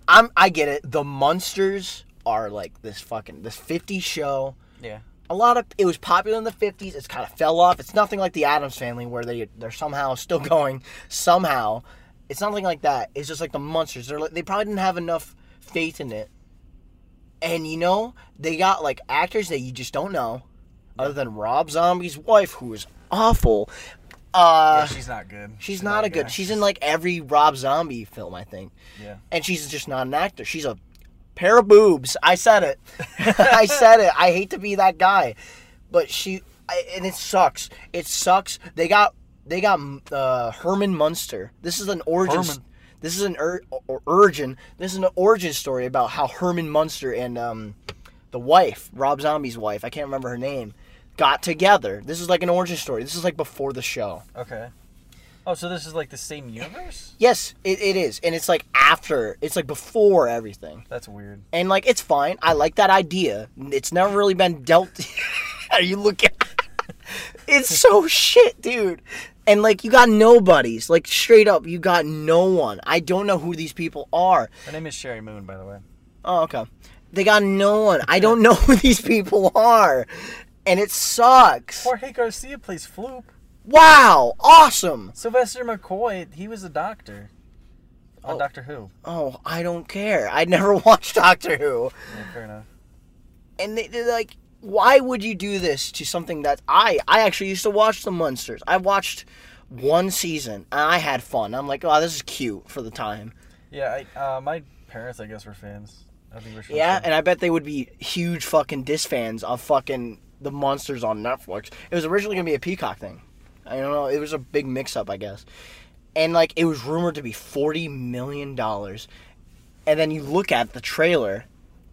i'm i get it the monsters are like this fucking this 50 show Yeah. a lot of it was popular in the 50s it's kind of fell off it's nothing like the adams family where they they're somehow still going somehow it's nothing like that it's just like the monsters they're like, they probably didn't have enough faith in it and you know they got like actors that you just don't know other than rob zombie's wife who is awful uh Yeah, she's not good. she's, not, a good actress. she's in like every rob zombie film i think Yeah. and she's just not an actor. She's a pair of boobs. I said it. I said it. I hate to be that guy, but she I, and it sucks. It sucks. They got they got uh, Herman Munster. This is an origin. Herman. This is an or, or, origin. This is an origin story about how Herman Munster and um, the wife, Rob Zombie's wife, I can't remember her name, got together. This is like an origin story. This is like before the show. Okay. Oh, so this is like the same universe? Yes, it, it is, and it's like after. It's like before everything. That's weird. and like it's fine. I like that idea. It's never really been dealt. Are you looking? it's so shit, dude. And like you got nobodies. Like straight up, you got no one. I don't know who these people are. Her name is Sherry Moon, by the way. Oh, okay. They got no one. I don't know who these people are, and it sucks. Jorge Garcia plays Floop. Wow, awesome. Sylvester McCoy, he was a doctor. on Oh. Doctor Who. Oh, I don't care. I never watched Doctor Who. Yeah, Oh, fair enough. and they, they're like why would you do this to something that i i actually used to watch the munsters i watched one season and i had fun i'm like oh this is cute for the time Yeah, I, uh, my parents, I guess, were fans. of the original yeah show. and i bet they would be huge fucking dis fans of fucking the monsters on netflix it was originally gonna be a peacock thing i don't know it was a big mix up i guess and like it was rumored to be 40 million dollars and then you look at the trailer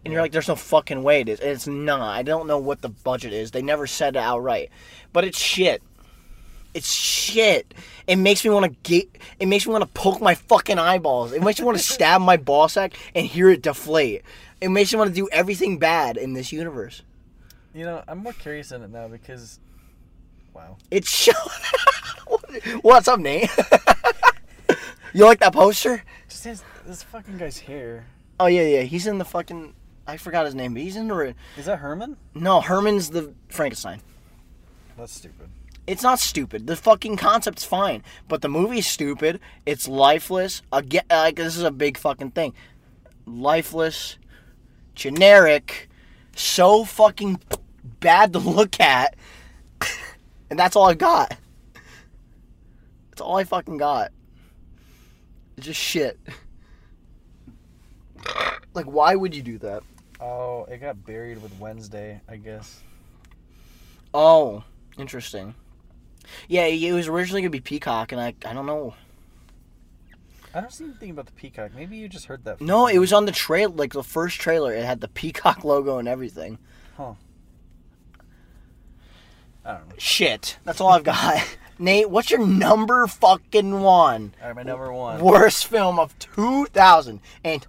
and you're like there's no fucking way it is and it's not i don't know what the budget is they never said it outright but it's shit it's shit it makes me want to get it makes me want to poke my fucking eyeballs it makes me want to stab my ball sack and hear it deflate it makes me want to do everything bad in this universe You know, I'm more curious in it now because, wow. it's shit what's up nate you like that poster Just his, this fucking guy's hair. oh yeah yeah he's in the fucking i forgot his name but he's in the re- Is that Herman? No, Herman's the Frankenstein. That's stupid. It's not stupid. The fucking concept's fine, but the movie's stupid. It's lifeless. Again, like this is a big fucking thing. Lifeless, generic, so fucking bad to look at. and that's all I got. That's all I fucking got. It's just shit. Like, why would you do that? Oh, it got buried with Wednesday, I guess. Oh, interesting. Yeah, it was originally gonna be Peacock, and I I don't know. I don't see anything about the peacock. Maybe you just heard that. from No, me. it was on the trail, like the first trailer. It had the Peacock logo and everything. I don't know. Shit, that's all I've got. Nate, what's your number fucking one All right, my number one. worst film of two thousand and?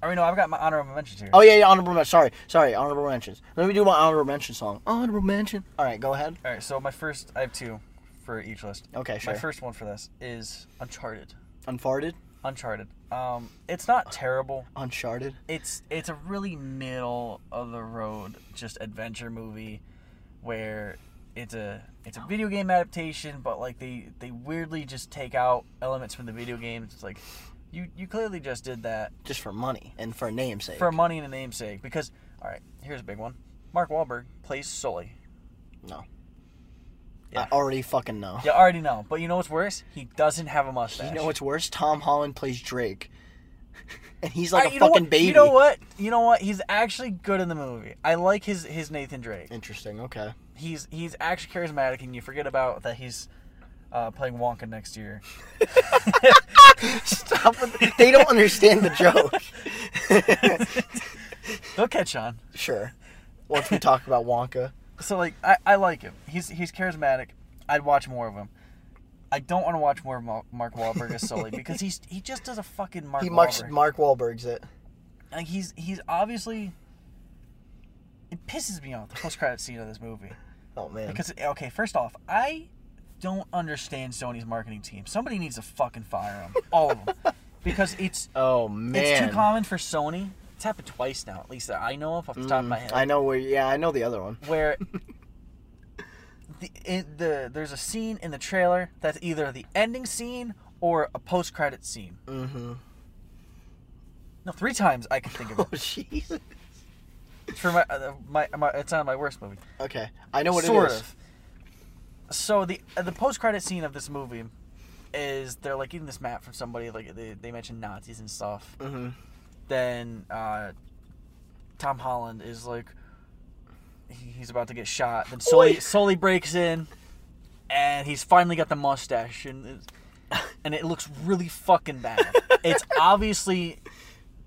I mean, no, I've got my honorable mentions here. Oh yeah, yeah, honorable mention. Sorry, sorry, honorable mentions. Let me do my honorable mention song. Honorable mention. All right, go ahead. All right, so my first, I have two for each list. Okay, Oh, sure. My first one for this is Uncharted. Unfarted, Uncharted. Um, it's not terrible. uncharted. It's it's a really middle of the road just adventure movie, where it's a it's a video game adaptation, but like they they weirdly just take out elements from the video games. It's like, you you clearly just did that Just for money and for namesake. for money and a namesake. Because all right, here's a big one. Mark Wahlberg plays Sully. no. Yeah. I already fucking know. You already know, but you know what's worse? He doesn't have a mustache. You know what's worse? Tom Holland plays Drake, and he's I- like a you know fucking what, baby. You know what? You know what? He's actually good in the movie. I like his his Nathan Drake. Interesting. Okay. He's he's actually charismatic, and you forget about that he's uh, playing Wonka next year. Stop. With, they don't understand the joke. They'll catch on. sure. Once we talk about Wonka, So like, I, I like him. He's he's charismatic. I'd watch more of him. I don't want to watch more of Ma- Mark Wahlberg as Sully because he's he just does a fucking Mark he marks Wahlberg. Mark Wahlberg's it. like he's he's obviously. It pisses me off the post credit scene of this movie. Oh man. Because okay, first off, I don't understand Sony's marketing team. Somebody needs to fucking fire them, all of them, because it's oh man. it's too common for Sony. It's happened twice now, at least that I know of off the top of my head. Mm, I know where. Yeah, I know the other one. Where the it, the there's a scene in the trailer that's either the ending scene or a post credit scene. Mm-hmm. No, three times I can think of Oh it. jeez. It's for my, uh, my my it's on my worst movie. Okay. I know what sort it is. of. So the uh, the post credit scene of this movie is they're like eating this map from somebody like they they mention Nazis and stuff. Mm-hmm. Then uh, Tom Holland is like he, he's about to get shot. Then Sully Oi. Sully breaks in, and he's finally got the mustache and. It's, and it looks really fucking bad. it's obviously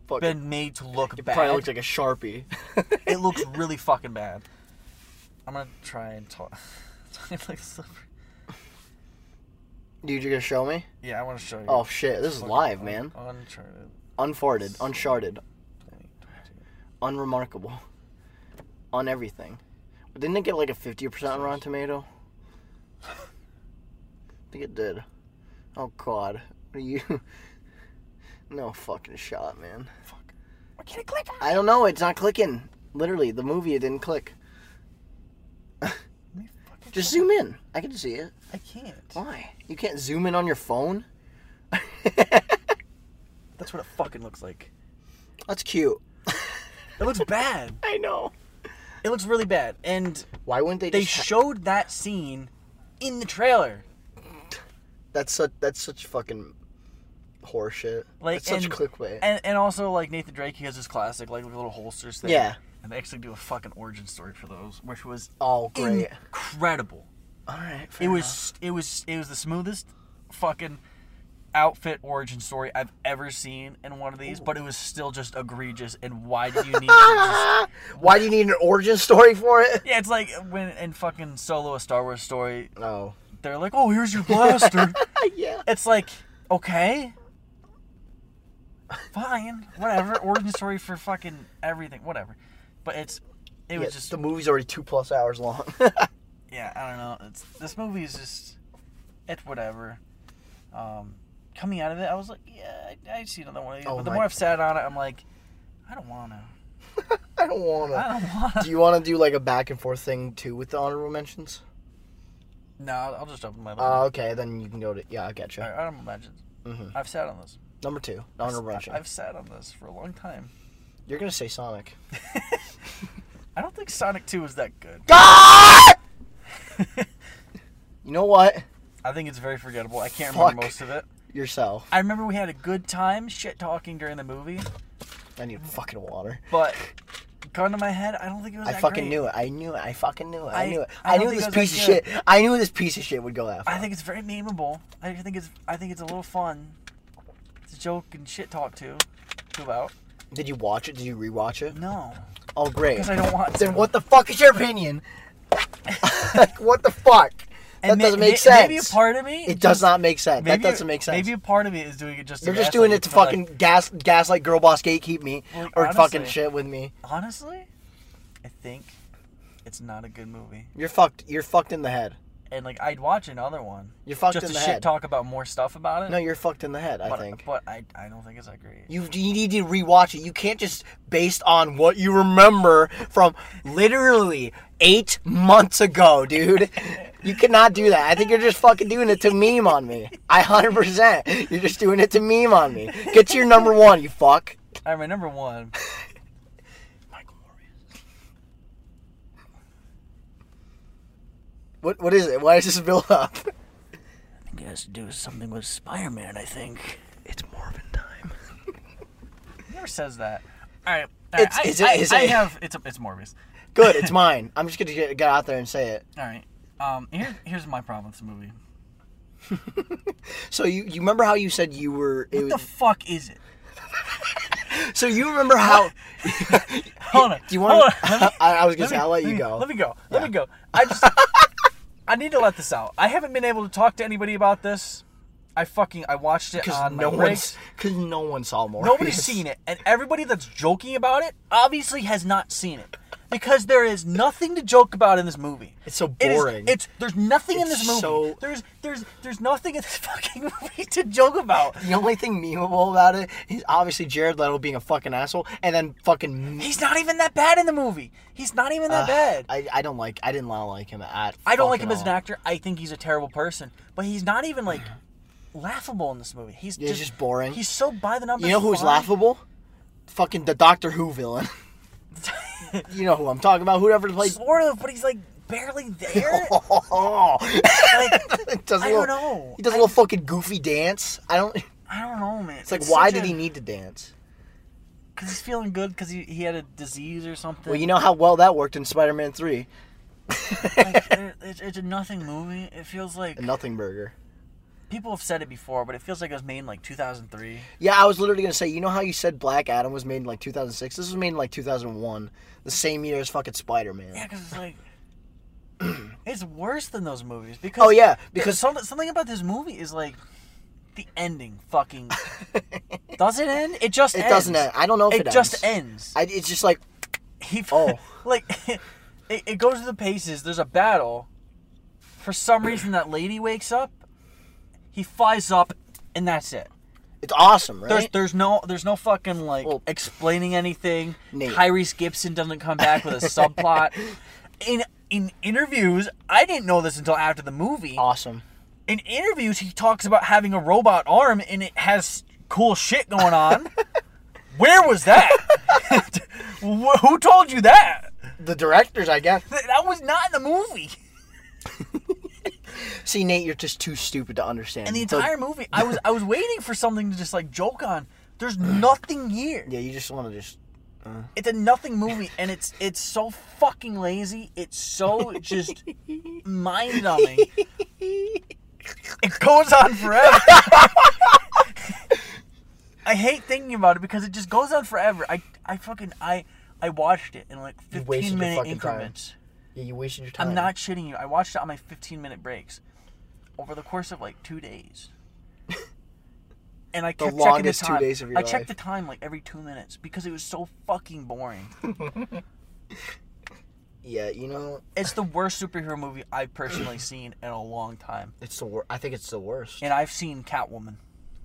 Fuck. it. been made to look It bad probably looks like a sharpie. it looks really fucking bad. I'm gonna try and talk. talk like this. Dude, you're gonna show me? Yeah, I want to show you. Oh shit! This is Fucking live, un- man. Uncharted. Unfarted, uncharted, 2022. unremarkable on everything. But didn't it get like a 50% on Rotten Tomato? I think it did. Oh god. What are you? No fucking shot, man. Fuck. Why can't it click? I don't know, it's not clicking. Literally, the movie it didn't click. Let me fucking Just click. zoom in. I can see it. I can't. Why? You can't zoom in on your phone? That's what it fucking looks like. That's cute. It looks bad. I know. It looks really bad. And Why wouldn't they? they just ha- showed that scene in the trailer. that's such that's such fucking horseshit. Like that's such and, clickbait. And and also like Nathan Drake, he has his classic like little holsters thing. Yeah. And they actually do a fucking origin story for those, which was oh great. incredible. All right. fair It enough. was it was it was the smoothest fucking outfit origin story I've ever seen in one of these, but it was still just egregious. And why do you need? to just- Ah! Why do you need an origin story for it? yeah, it's like when in fucking Solo, a Star Wars story, No. they're like, "Oh, here's your blaster." yeah. it's like, okay, fine, whatever. origin story for fucking everything, whatever. But it's it was Yeah, just the movie's already two plus hours long. yeah, I don't know. It's this movie is just it's whatever. Um, coming out of it, I was like, yeah, I, I see another one of these. Oh but the my- more I've sat on it, I'm like, I don't wanna. I don't wanna. I don't wanna. do you wanna do like a back and forth thing too with the honorable mentions? no, I'll I'll just open my. Uh, okay, then you can go to yeah, I get you. I don't imagine. Mhm. I've sat on this. Number two, honorable mention. I've sat on this for a long time. You're gonna say Sonic. I don't think Sonic Two is that good. God! you know what? I think it's very forgettable. I can't Fuck. remember most of it. Yourself. I remember we had a good time shit talking during the movie, I need fucking water. but gun to my head, I don't think it was. I that fucking great. knew it. I knew it. I fucking knew it. I, I- knew it. I I, don't knew think it this was piece of that shit. I knew this piece of shit would go after. I think it's very memeable. I think it's I think it's a little fun to joke and shit talk to to about. Did you watch it? Did you rewatch it? No, Oh, great. because I don't want. Then to. what the fuck is your opinion? like, what the fuck? That And ma- doesn't ma- make sense. Maybe a part of me. it does not make sense. Maybe, that doesn't make sense. Maybe a part of me is doing it just. They're just doing it to gaslight me, but, fucking like, gas, gaslight girl boss gatekeep me Well, or fucking honestly- shit with me. honestly, I think it's not a good movie. You're fucked. You're fucked in the head. And like I'd watch another one You're fucked just in to the shit head. talk about more stuff about it. No, you're fucked in the head. I but, think But I, I don't think it's that great. you you need to rewatch it. You can't just based on what you remember from literally eight months ago, dude. You cannot do that. I think you're just fucking doing it to meme on me. I hundred percent. You're just doing it to meme on me. Get to your number one, you fuck. All right, my number one. Michael Morbius. What what is it? Why is this build up? I think it has to do with something with Spider-Man. I think it's Morbin time. Never says that. All right. all right, It's- is I, it- I, is I it- have it's it's Morbius. Good, it's mine. I'm just gonna get, get out there and say it. All right. Um. Here, here's my problem with this movie. So you, you remember how you said you were? It What the was, fuck is it? so you remember how? Hold on. Do you want? hold on, I, I was gonna let say me- I'll let let you me- go. Let me go. Let me go. I just I need to let this out. I haven't been able to talk to anybody about this. I fucking I watched it Because on no my one's breaks. because no one saw more. Nobody's seen it, and everybody that's joking about it obviously has not seen it because there is nothing to joke about in this movie. It's so It is- boring. it's there's nothing in It's this movie. so- There's there's there's nothing in this fucking movie to joke about. The only thing memeable about it is obviously Jared Leto being a fucking asshole, and then fucking. He's not even that bad in the movie. He's not even that bad. I, I, I don't like. I didn't like him at. don't like him fucking as an all. actor. I think he's a terrible person, but he's not even like laughable in this movie. He's Yeah, just, just boring. He's so by the numbers. You know who's fun. laughable? Fucking the Doctor Who villain. you know who I'm talking about? Whoever played. Sort of, but he's like barely there. Like, Oh, does a I little, don't know. He does a little fucking goofy dance. I don't. I don't know, man. It's like, why did he need to dance? Because he's feeling good because he, he had a disease or something. Well, you know how well that worked in Spider-Man Three, like, it- it's, it's a nothing movie. It feels like a Nothing Burger. people have said it before, but it feels like it was made in like 2003. Yeah, I was literally gonna say, you know how you said Black Adam was made in like 2006. This was made in like 2001, the same year as fucking Spider-Man. Yeah, because it's like it's worse than those movies. Because Oh yeah, because because some, something about this movie is like the ending. Fucking does it end? It just it ends. doesn't end. I don't know if It, it, just ends. ends. I, it's just like He Oh. like it, it goes to the paces. There's a battle. For some reason, that lady wakes up. He flies up, and that's it. it's awesome, right? There's there's no there's no fucking like Well- explaining anything. Nate. Tyrese Gibson doesn't come back with a subplot. In in interviews, I didn't know this until Uh. after the movie. awesome. In interviews, he talks about having a robot arm, and it has cool shit going on. Where was that? Wh- Who told you that? The directors, I guess. Th- That was not in the movie. See, Nate, you're just too stupid to understand. And the So- entire movie, I was I was waiting for something to just like joke on. There's nothing here. yeah, you just want to just. It's a nothing movie, and it's it's so fucking lazy. It's so just mind numbing. It goes on forever. I hate thinking about it because it just goes on forever. I I fucking I I watched it in like wasted fifteen your minute fucking time. increments. Yeah, you wasted your time. I'm not shitting you. I watched it on my 15 minute breaks over the course of like two days. And I kept checking the longest two time. days of your I checked life. the time like every two minutes because it was so fucking boring. Yeah, you know, It's the worst superhero movie I've personally seen in a long time, it's the wor- I think it's the worst. and I've seen Catwoman.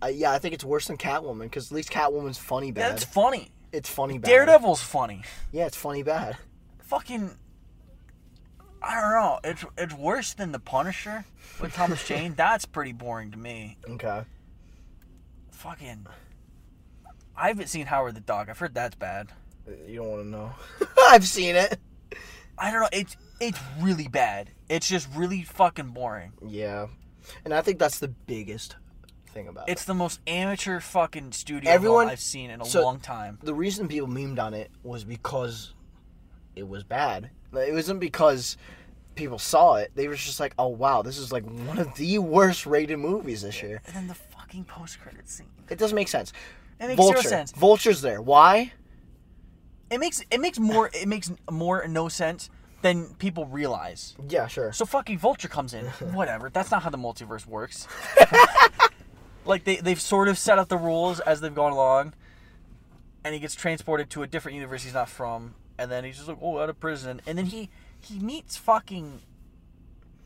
Uh, yeah, I think it's worse than Catwoman because at least Catwoman's funny bad. That's funny. it's funny bad. Daredevil's funny. Yeah, it's funny bad. Fucking, I don't know. It's it's worse than the Punisher with Thomas Jane. That's pretty boring to me. Okay. Fucking, I haven't seen Howard the Dog. I've heard that's bad. You don't want to know. I've seen it. I don't know. It's it's really bad. It's just really fucking boring. Yeah, and I think that's the biggest thing about it. It's the most amateur fucking studio Everyone- Everyone, I've seen in a so- long time. The reason people memed on it was because it was bad. Like, It wasn't because people saw it. They were just like, "Oh wow, this is like one of the worst rated movies this year." And then the fucking post credit scene. It doesn't make sense. It makes Vulture. zero sense. Vulture's there. Why? It makes it makes more it makes more no sense than people realize. Yeah, sure. So fucking Vulture comes in. Whatever. That's not how the multiverse works. like they they've sort of set up the rules as they've gone along, and he gets transported to a different universe he's not from, and then he's just like, oh, out of prison, and then he he meets fucking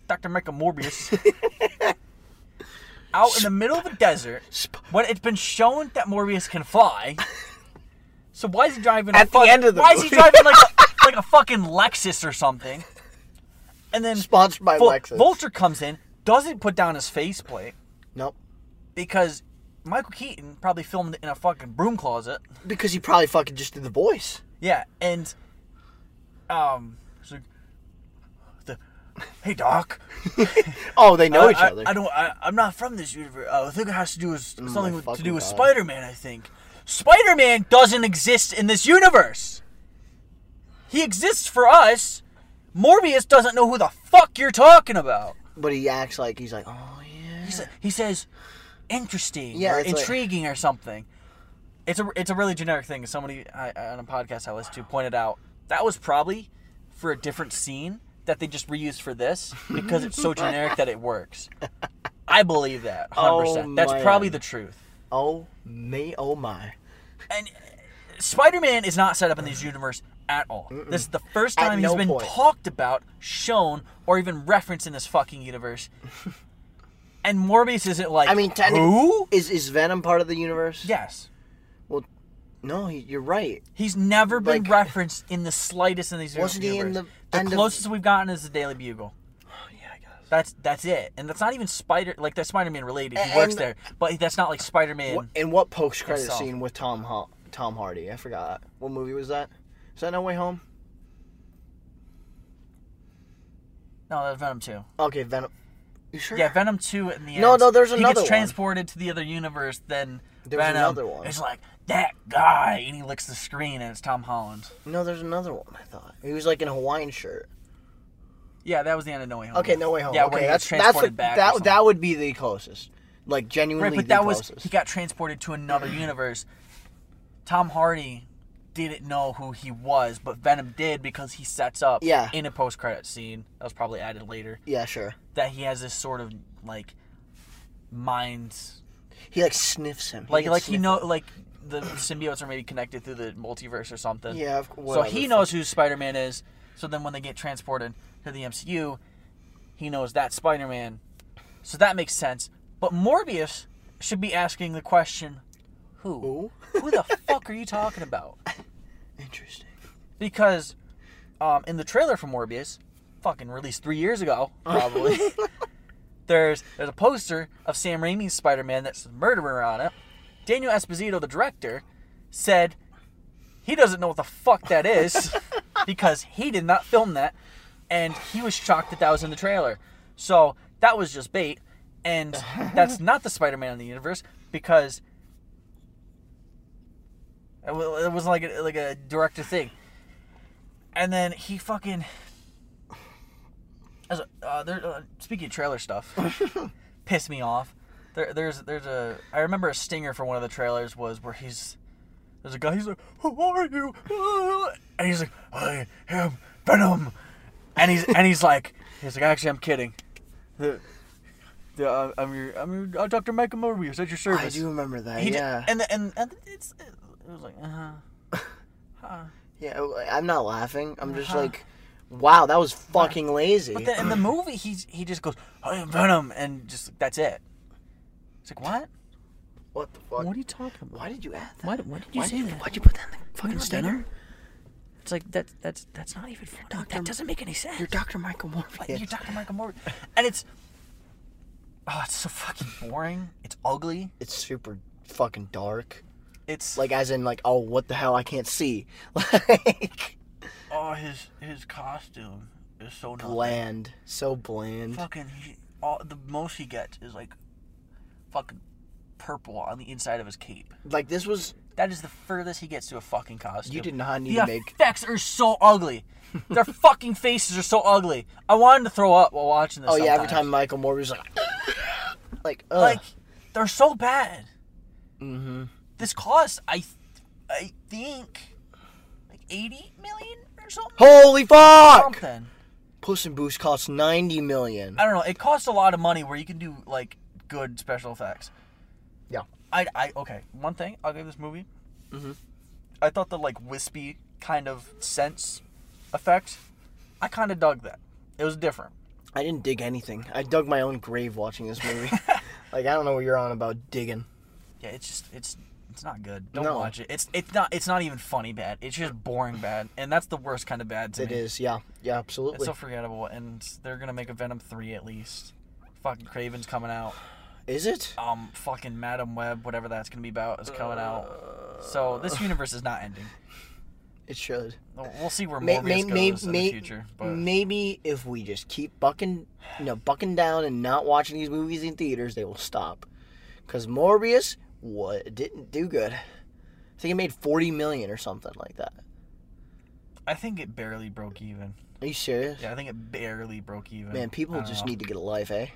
Dr. Michael Morbius. Out in the middle of a desert, when it's been shown that Morbius can fly, so why is he driving? a At the fuck- end of the why is he movie. driving like a, like a fucking Lexus or something? And then Sponsored by Vul- Lexus. Vulture comes in, doesn't put down his faceplate nope. because Michael Keaton probably filmed it in a fucking broom closet. Because he probably fucking just did the voice. Yeah, and um, so the hey doc, Oh, they know I- each I, other. Mm, I don't. I, I'm not from this universe. Uh, I think it has to do with something with, to fucking do with God. Spider-Man. I think Spider-Man doesn't exist in this universe. He exists for us. Morbius doesn't know who the fuck you're talking about. but he acts like he's like, oh yeah. He sa- He says, interesting Yeah, or it's like- intriguing or something. It's a it's a really generic thing. Somebody I, I- on a podcast I listened to pointed out that was probably for a different scene that they just reused for this because it's so generic that it works. I believe that 100%. Oh, That's probably man. the truth. Oh me, oh my. And uh, Spider-Man is not set up in this universe at all. This is the first At time no he's been point. talked about, shown, or even referenced in this fucking universe. And Morbius isn't like I mean, technic- who? Is is Venom part of the universe? Yes. Well, no, he, you're right. He's never been Like- referenced in the slightest in these Wasn't he in universe. the end of- closest we've gotten is the Daily Bugle. Oh yeah, I guess. That's that's it, and that's not even Spider like that's Spider Man related. He And- works there, but that's not like Spider Man. And what post credit Himself. scene with Tom Ho- Tom Hardy? I forgot. What movie was that? Is that No Way Home? No, that's Venom two. Okay, Venom. You sure? Yeah, Venom two in the end. No, no, there's He another gets one. transported to the other universe. Then There's Venom another one. is like that guy, and he licks the screen, and it's Tom Holland. No, there's another one. I thought he was like in a Hawaiian shirt. Yeah, that was the end of No Way Home. Okay, No Way Home. Yeah, okay, when he that's gets transported back. or that's what, that something. that would be the closest. Like Right, genuinely but the that was closest. he got transported to another universe. Tom Hardy didn't know who he was, but Venom did because he sets up Yeah. in a post credit scene that was probably added later yeah, sure. that he has this sort of like mind He like sniffs him. like gets like he sniffed. know like the symbiotes are maybe connected through the multiverse or something. Yeah, of- So whatever, he knows who Spider Man is. So then when they get transported to the MCU, he knows that Spider Man. So that makes sense. But Morbius should be asking the question, who? Who, the fuck are you talking about? Interesting. Because um, in the trailer for Morbius, fucking released three years ago, probably. there's there's a poster of Sam Raimi's Spider Man that's murderer on it. Daniel Esposito, the director, said he doesn't know what the fuck that is because he did not film that, and he was shocked that that was in the trailer. So that was just bait, and that's not the Spider-Man in the universe because it wa- it wasn't like a, like a director thing. And then he fucking. As a- uh, there, uh, speaking of trailer stuff, pissed me off. There, there's there's a I remember a stinger for one of the trailers was where he's there's a guy he's like who are you Ah," and he's like I am Venom and he's and he's like he's like actually I'm kidding the, the uh, I'm your I'm your uh, Dr. Michael Morbius at your service I do remember that. he ju- Uh, yeah. and, and and it's it was like uh huh yeah. I'm not laughing. I'm just Uh-huh. like, wow, that was fucking lazy. But then in the movie, he's he just goes, "I am Venom," and just that's it. It's like what? what the fuck? are you talking about? Why did you add that? Why, why did you Why say did you, that? why'd you put that in the fucking not stinger? It's like that that's that's not even funny. Dr. That doesn't make any sense. You're Dr. Michael Like, Morpheus. you're Dr. Michael Morgan, and it's oh, it's so fucking boring. It's ugly. it's super fucking dark. It's Like, as in, like, oh, what the hell? I can't see. Like, oh, his his costume is so nothing. bland. So bland. Fucking he, all the most he gets is like fucking purple on the inside of his cape. Like, this was. That is the furthest he gets to a fucking costume. You did not need the to make. effects are so ugly. Their fucking faces are so ugly. I wanted to throw up while watching this. Oh, yeah, every time sometimes. Michael Morbius, like, like, ugh. like they're so bad. mm-hmm. This cost I, th- I think, like eighty million or something. Holy fuck! Something. Puss in Boots costs 90 million. I don't know. It costs a lot of money where you can do like good special effects. Yeah. I, I okay. One thing I'll give this movie. Mm-hmm. I thought the like wispy kind of sense effect. I kind of dug that. It was different. I didn't dig anything. I dug my own grave watching this movie. like, I don't know what you're on about digging. Yeah, it's just it's it's not good. Don't No. watch it. It's it's not it's not even funny bad. It's just boring bad, and that's the worst kind of bad to It me. is, yeah. Yeah, It's absolutely. so forgettable, and they're gonna make a Venom three at least. Fucking Craven's coming out. is it? Um, fucking Madam Web, whatever that's gonna be about, is coming out. So this universe is not ending. It should. We'll we'll see where May, Morbius may, goes may, in may- the future. But Maybe if we just keep bucking, you know, bucking down and not watching these movies in theaters, they will stop. Because Morbius what, didn't do good. I think it made 40 million or something like that. I think it barely broke even. Are you serious? Yeah, I think it barely broke even. Man, I people don't just know. need to get a life, eh?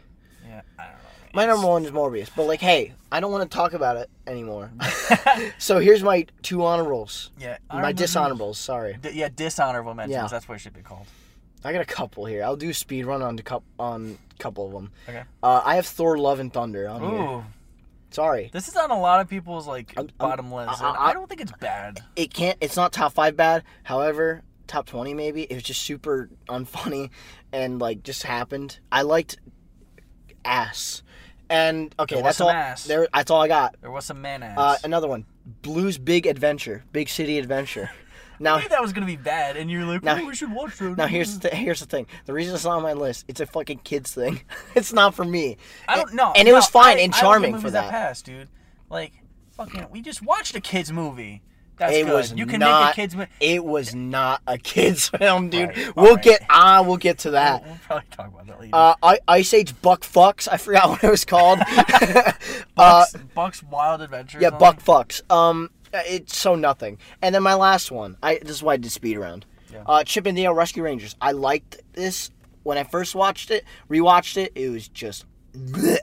Yeah, I don't know. My number one is Morbius, but like, hey, I don't want to talk about it anymore. so here's my two honorables, Yeah, my honorable mentions. dishonorables. Sorry, D- yeah, dishonorable mentions. Yeah. That's what it should be called. I got a couple here. I'll do a speed run on a couple on a couple of them. Okay. Uh, I have Thor: Love and Thunder on here. Ooh, Sorry, this is on a lot of people's like I'm- I'm- bottom list. I- and I- I don't think it's bad. it can't. It's not top five bad. However, top twenty maybe. It was just super unfunny, and like just happened. I liked ass, and okay, There was that's some all. ass. There, that's all I got. There was some man ass. Uh, another one, Blue's Big Adventure, Big City Adventure. Now I knew that was gonna be bad, and you're like, Now- "Oh, we should watch that." Now here's the here's the thing. The reason it's not on my list, it's a fucking kids thing. it's not for me. I don't know. And it was No, fine I- and I don't charming give for movies that. pass, dude. Like, fucking, we just watched a kids movie. That's It good. was you can not. make a kids movie. It was not a kids film, dude. Alright, we'll alright. get ah, we'll get to that. We'll probably talk about that later. Uh, I, Ice Age Buck Fucks. I forgot what it was called. uh, Buck's, Buck's Wild Adventure. or yeah, something? Buck Fucks. Um, it's so nothing. And then my last one. I this is why I did speed round. Yeah. Uh, Chip and Dale Rescue Rangers. I liked this when I first watched it. Rewatched it. It was just. bleh.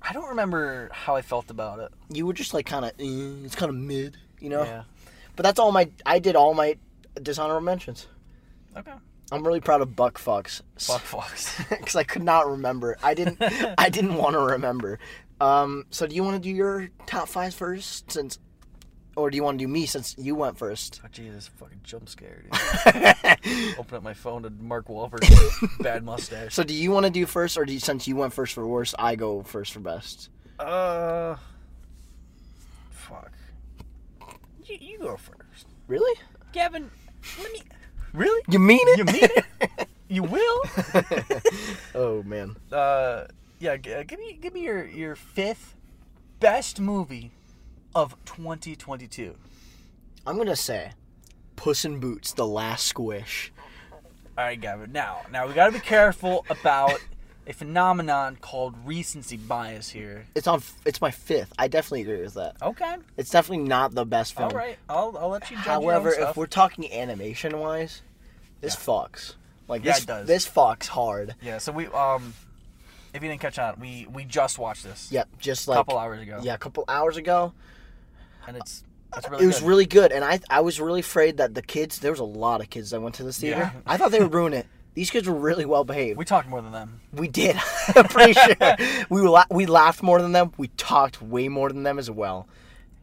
I don't remember how I felt about it. You were just like kind of. it's kind of mid. You know. Yeah. But that's all my. I did all my dishonorable mentions. Okay. I'm really proud of Buck Fucks Buck Fox. because I could not remember. I didn't. I didn't want to remember. Um, so do you want to do your top five first, since, or do you want to do me since you went first? Oh, Jesus, fucking jump scare, dude. Open up my phone to Mark Wahlberg's bad mustache. So do you want to do first, or do you, since you went first for worst, I go first for best? Uh. Fuck. You, you go first. Really? Gavin, let me. Really? You mean it? You mean it? You will? oh man. Uh, yeah, g- give me give me your, your fifth best movie of 2022. I'm gonna say, Puss in Boots: The Last Squish. All right, Gavin. Now, now we got to be careful about a phenomenon called recency bias here. It's on. It's my fifth. I definitely agree with that. Okay. It's definitely not the best All film. right. I'll, I'll let you judge Oh. However, your own if stuff. we're talking animation wise, this fucks. Like Yeah, this, it does. this fucks hard. Yeah, so we um if you didn't catch on, we we just watched this. Yep, just A like couple hours ago. yeah, a couple hours ago. And it's it's really it was good. really good, and I I was really afraid that the kids. There was a lot of kids that went to this theater. Yeah. I thought they would ruin it. These kids were really well behaved. we talked more than them. We did. I'm pretty sure. We, la- we laughed more than them. We talked way more than them as well.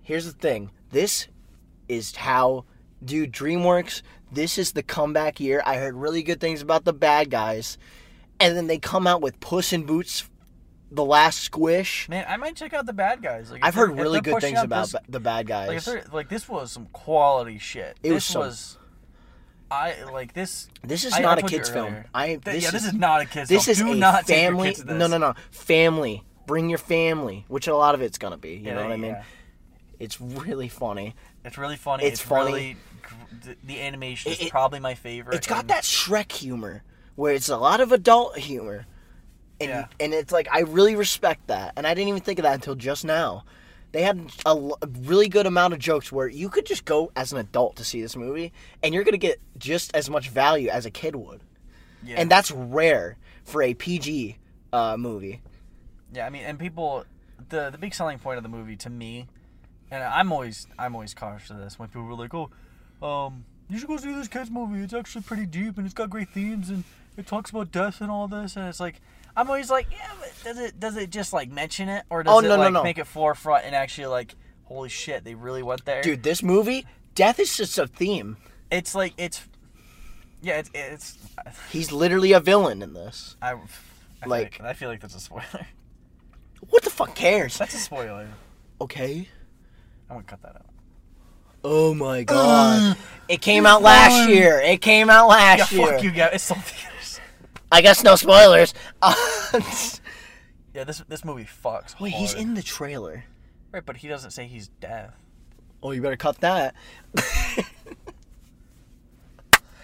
Here's the thing this is how, dude, DreamWorks, this is the comeback year. I heard really good things about the bad guys. And then they come out with Puss in Boots, The Last Squish. Man, I might check out the bad guys. Like if I've heard they're- if really they're good pushing things out about this, ba- the bad like if guys. they're, like this was some quality shit. It this was some- was I like this This is I- I not a told you kids' film. earlier. I Th- this yeah, this is is not a kids this film. is Do a not family. take your kids to this. No, no, no. Family. Bring your family, which a lot of it's gonna be. You Yeah, know what I mean? yeah. It's really funny. It's really funny. It's It's, funny. really gr- the, the animation is It- it- probably my favorite. It's got and- that Shrek humor where it's a lot of adult humor. And Yeah. and it's like I really respect that. And I didn't even think of that until just now. They had a, l- a really good amount of jokes where you could just go as an adult to see this movie and you're going to get just as much value as a kid would. yeah. And that's rare for a PG uh, movie. Yeah, I mean, and people, the the big selling point of the movie to me, and I'm always I'm always cautious of this when people were like, oh, um, you should go see this kids movie. It's actually pretty deep and it's got great themes and it talks about death and all this. And it's like, I'm always like, yeah, but does it does it just like mention it or does Oh, it no, no, like no. make it forefront and actually like, holy shit, they really went there, Dude, this movie, death is just a theme. It's like it's, yeah, it's it's. He's literally a villain in this. I, I feel Like- like, I feel like that's a spoiler. What the fuck cares? That's a spoiler. Okay. I'm gonna cut that out. Oh my god. it came out last wrong. year. It came out Yeah, last year. fuck you, guys. It's still theaters. I guess no spoilers. Yeah, this this movie fucks. Wait, he's hard. in the trailer. Right, but he doesn't say he's deaf. Oh, you better cut that.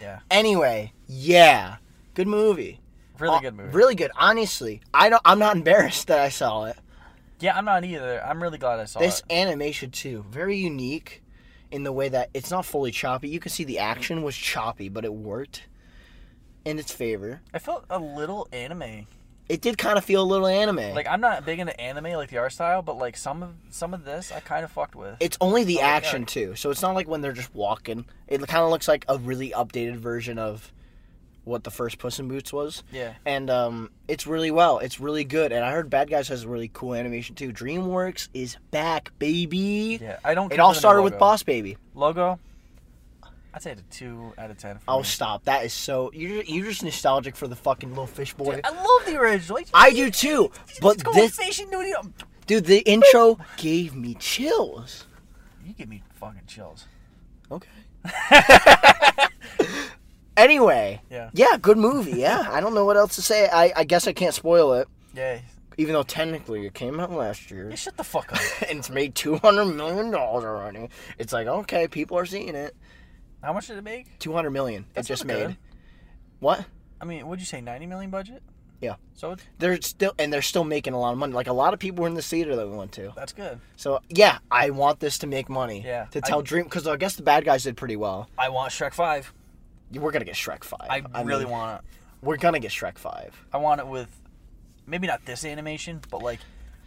Yeah, Anyway, yeah. Good movie. really Uh, good movie. Really good. Honestly, I don't I'm not embarrassed that I saw it. Yeah, I'm not either. I'm really glad I saw This it. animation too, very unique in the way that it's not fully choppy. You can see the action was choppy, but it worked in its favor. I felt a little anime. It did kind of feel a little anime. Like I'm not big into anime, like the art style, but like some of some of this, I kind of fucked with. It's only the Oh, yeah. action too, so it's not like when they're just walking. It kind of looks like a really updated version of what the first Puss in Boots was, yeah, and um, it's really well. It's really good, and I heard Bad Guys has really cool animation too. DreamWorks is back, baby. yeah. I don't. It care all for the new started with logo. Boss Baby. logo. I'd say it's a two out of ten. For Oh, me. stop! That is so you're you're just nostalgic for the fucking little fish boy. Dude, I love the original. Like, I do too, Uh, but it's going this fish and doing it. dude, the intro gave me chills. You give me fucking chills. Okay. anyway. Yeah. Yeah, good movie. Yeah, I don't know what else to say. I, I guess I can't spoil it, Yeah. even though technically it came out last year yeah shut the fuck up. and it's made two hundred million dollars already. It's like okay, people are seeing it. How much did it make? Two hundred million. That's it just not made. good. What? I mean, would you say 90 million budget? Yeah. So it's, They're still and they're still making a lot of money. Like a lot of people were in the theater that we went to. that's good. So yeah, I want this to make money. Yeah, To I- tell Dream because I guess the bad guys did pretty well. I want Shrek 5. We're gonna get Shrek Five. I, really mean, want it. We're gonna get Shrek Five. I want it with maybe not this animation, but like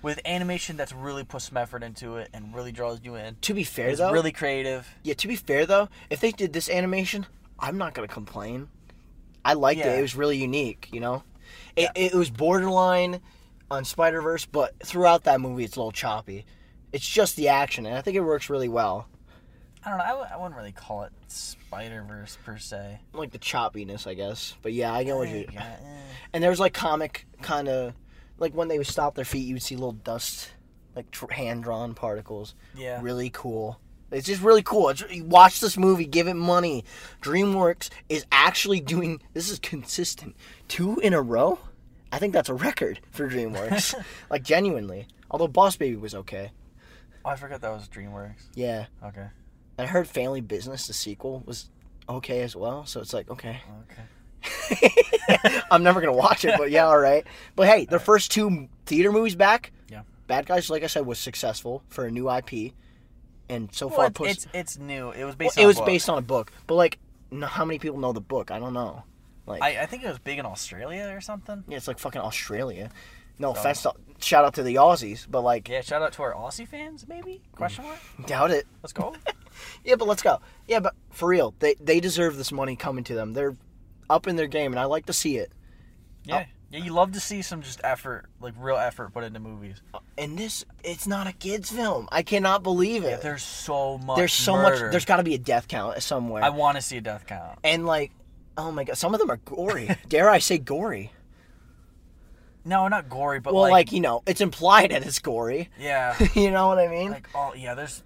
with animation that's really put some effort into it and really draws you in. To be fair It's though, really creative. Yeah, to be fair though, if they did this animation, I'm not gonna complain. I liked it. Yeah. It was really unique, you know. It, it was borderline on Spider Verse, but throughout that movie, it's a little choppy. It's just the action, and I think it works really well. I don't know. I, w- I wouldn't really call it Spider Verse per se. Like the choppiness, I guess. But yeah, I know what you. Yeah, eh. And there was like comic kind of, like when they would stop their feet, you would see little dust, like tr- hand drawn particles. Yeah. Really cool. It's just really cool. It's, you watch this movie, give it money. DreamWorks is actually doing this is consistent. Two in a row? I think that's a record for DreamWorks. like genuinely. Although Boss Baby was okay. Oh, I forgot that was DreamWorks. Yeah. Okay. And I heard Family Business, the sequel, was okay as well. So it's like, okay. Okay. I'm never going to watch it, but yeah, all right. But hey, their first two theater movies back. Yeah. Bad Guys, like I said, was successful for a new IP. And so Well, far, it's, pushed. it's it's new. It was Well, based. on it a was book. based on a book, but like, no, how many people know the book? I don't know. Like, I, I think it was big in Australia or something. yeah, it's like fucking Australia. No So- offense. To, shout out to the Aussies, but like, Yeah. Shout out to our Aussie fans, maybe? Question mark. doubt it. Let's go. Yeah, but let's go. Yeah, but for real, they they deserve this money coming to them. They're up in their game, and I like to see it. Yeah. Oh. Yeah. You love to see some just effort, like real effort, put into movies. And this, it's not a kids' film. I cannot believe it. Yeah, there's so much. there's so murder. much. There's got to be a death count somewhere. I want to see a death count. and like, oh my god, some of them are gory. Dare I say gory? No, not gory, but Well, like, like, you know, it's implied that it's gory. yeah, you know what I mean? like oh yeah, there's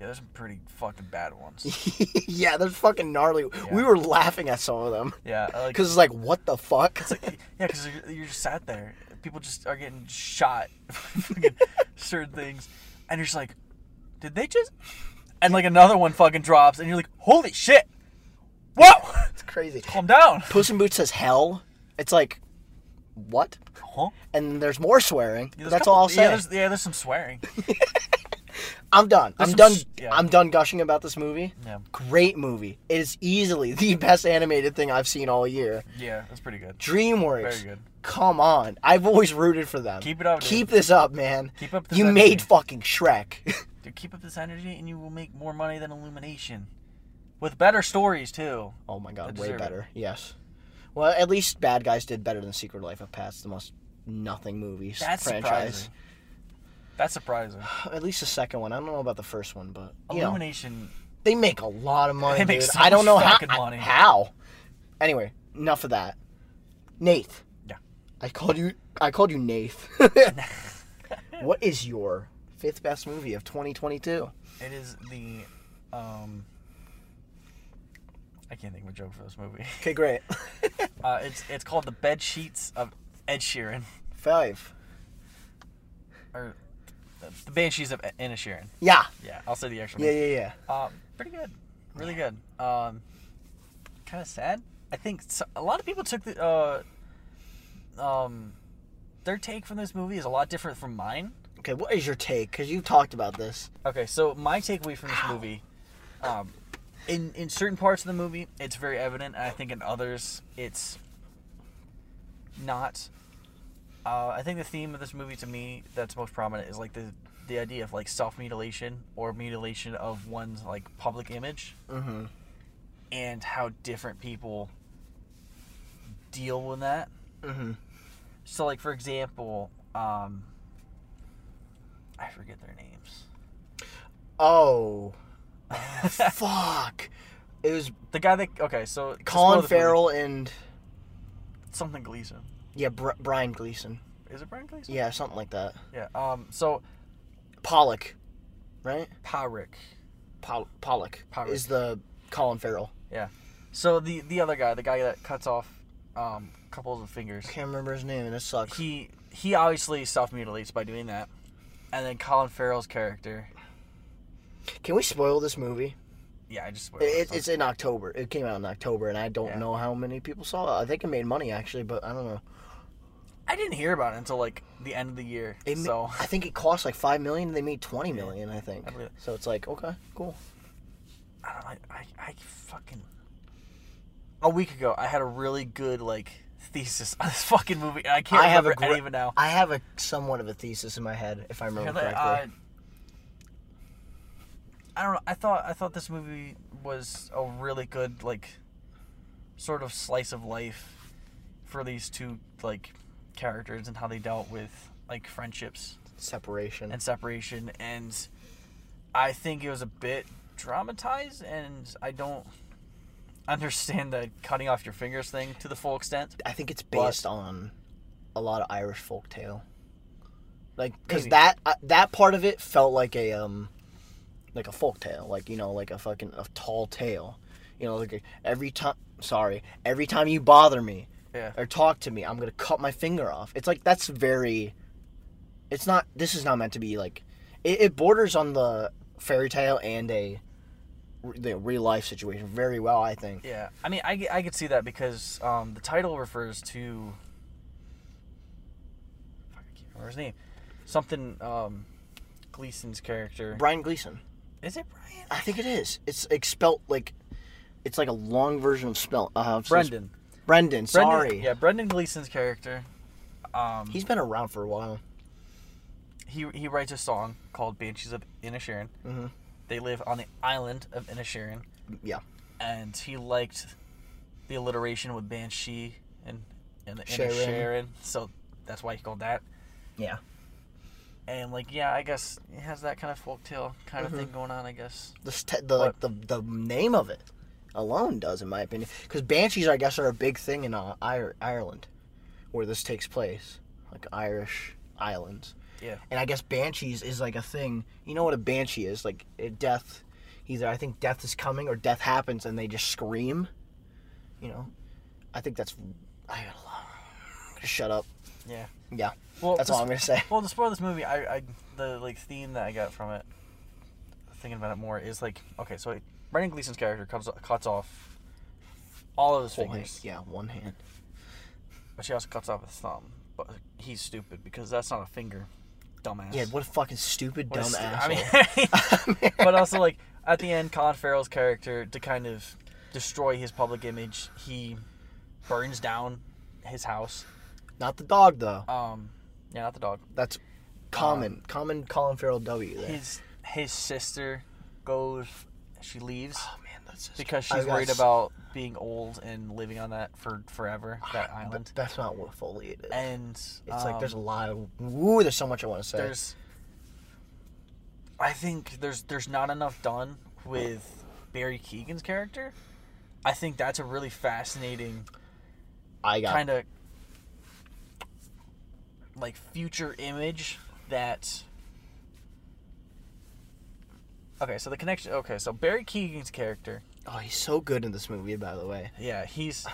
yeah, there's some pretty fucking bad ones. yeah, they're fucking gnarly. We were laughing at some of them Yeah, uh, like because it's like, what the fuck? yeah, because you're, you're just sat there. People just are getting shot, fucking certain things, and you're just like, did they just? And like another one fucking drops, and you're like, holy shit, whoa, It's crazy. calm down, Puss in Boots says hell. It's like, what? huh? And there's more swearing. Yeah, there's That's couple- all I'll Yeah, say. there's, yeah, there's some swearing. I'm done. I'm some done. s- yeah. I'm done gushing about this movie. Yeah. Great movie. It is easily the best animated thing I've seen all year. Yeah, that's pretty good. Very DreamWorks. good. Come on. I've always rooted for them. Keep it up, dude. Keep this up, man. Keep up this You energy. made fucking Shrek. Dude, keep up this energy, and you will make more money than Illumination, with better stories too. Oh my god, They way deserve it. better. Yes. Well, at least Bad Guys did better than Secret Life of Pets, the most nothing movies That's franchise. surprising. That's surprising. At least the second one. I don't know about the first one, but you know, Illumination. they make a lot of money. They make dude. so I don't know much how. fucking money. How? Anyway, enough of that. Nate. Yeah. I called you. I called you Nate. what is your fifth best movie of 2022? It is the. Um, I can't think of a joke for this movie. Okay, great. Uh, it's it's called the bed sheets of Ed Sheeran Five. or the, the Banshees of Anna Sheeran. Yeah. Yeah, I'll say the extra. Yeah, yeah, yeah. Uh, pretty good, really good. Um, kind of sad. I think so, a lot of people took the. Uh, um, their take from this movie is a lot different from mine. Okay, what is your take? Because you've talked about this. Okay, so my takeaway from this movie, um, in in certain parts of the movie, it's very evident, and I think in others, it's not. Uh, I think the theme of this movie, to me, that's most prominent is like the the idea of like self mutilation or mutilation of one's like public image, Mm-hmm. and how different people deal with that. Mm-hmm. So, like for example, um, I forget their names. Oh, fuck! It was The guy that okay, so Colin spoil the movie. Farrell and something Gleason. yeah, Br- Brian Gleason. Is it Brian Gleason? Yeah, something like that. Yeah. Um. So Pollock, right? Pyrick. Pol- Pollock Pollock. is the Colin Farrell. Yeah. So the the other guy, the guy that cuts off um couples of fingers, I can't remember his name, and it sucks. he he obviously self mutilates by doing that, and then Colin Farrell's character. Can we spoil this movie? Yeah, I just swear. It, it's in October. It came out in October, and I don't Yeah. know how many people saw it. I think it made money actually, but I don't know. I didn't hear about it until like the end of the year. It ma- so I think it cost like five million. They made twenty million, I think. I believe it. So it's like okay, cool. I don't know, I, I, I fucking. A week ago, I had a really good like thesis on this fucking movie, and I can't I have a remember any gre- of it now. I have a somewhat of a thesis in my head, if I Yeah, remember that, correctly. uh, I don't know. I thought I thought this movie was a really good like sort of slice of life for these two like characters and how they dealt with like friendships Separation. and separation and I think it was a bit dramatized and I don't understand the cutting off your fingers thing to the full extent. I think it's But- based on a lot of Irish folktale. Like, cause Maybe. that uh, that part of it felt like a um, like a folktale, like you know, like a fucking a tall tale. You know, like a, every time, sorry, every time you bother me Yeah. or talk to me, I'm gonna cut my finger off. It's like that's very. It's not. This is not meant to be like It, it borders on the fairy tale and a r- the real life situation very well, I think. Yeah, I mean, I, I could see that because um, the title refers to. Fuck, I can't remember his name. Something um, Gleason's character. Brian Gleason. Is it Brian? I think it is. It's like spelt like it's like a long version of spell. Uh, so it's- Brendan. Brendan. Sorry. Brendan, yeah, Brendan Gleason's character. Um, He's been around for a while. he he writes a song called Banshees of Inisherin. Mhm. They live on the island of Inisherin, Yeah. and he liked the alliteration with Banshee and and the Sharon. Inisherin, so that's why he called that. Yeah. And like, yeah, I guess it has that kind of folktale kind of thing Mm-hmm. going on. I guess. The st- the like the the name of it alone does, in my opinion, because banshees, I guess, are a big thing in uh, Ir- Ireland, where this takes place, like Irish islands. Yeah. And I guess banshees is like a thing. You know what a banshee is? Like a death. Either I think death is coming or death happens, and they just scream. You know, I think that's. I gotta shut up. Yeah. Yeah, Well, that's all I'm gonna say. Well, to spoil this movie, I, I the like theme that I got from it, thinking about it more, is like okay, so Brendan Gleason's character cuts cuts off all of his Whole hand. fingers, Yeah, one hand. but she also cuts off his thumb. But he's stupid because that's not a finger, dumbass. Yeah, what a fucking stupid What a dumb stu- ass. I mean, but also like at the end, Colin Farrell's character to kind of destroy his public image, he burns down his house. Not the dog though. Um, yeah, not the dog. That's common. common Colin Farrell W there. His his sister goes. She leaves. oh man, that's just because I she's got worried s- about being old and living on that for forever that Th- island That's not what foliate is. and it's like there's a um, lot of ooh, there's so much I want to say. there's i think there's there's not enough done with barry keegan's character i think that's a really fascinating I got kind of like future image that okay so the connection okay so barry keegan's character Oh, he's so good in this movie by the way. Yeah, he's.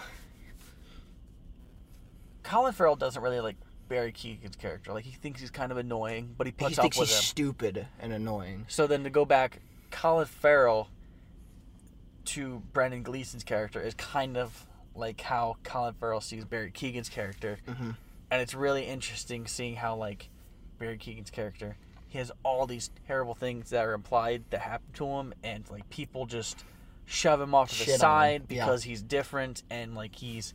Colin Farrell doesn't really like Barry Keegan's character. Like he thinks he's kind of annoying, but he he puts up thinks with he's him. stupid and annoying. So then to go back, Colin Farrell to Brendan Gleason's character is kind of like how Colin Farrell sees Barry Keegan's character, Mhm. and it's really interesting seeing how like Barry Keegan's character he has all these terrible things that are implied that happen to him, and like people just shove him off to the Shit on him, side yeah. because he's different and like he's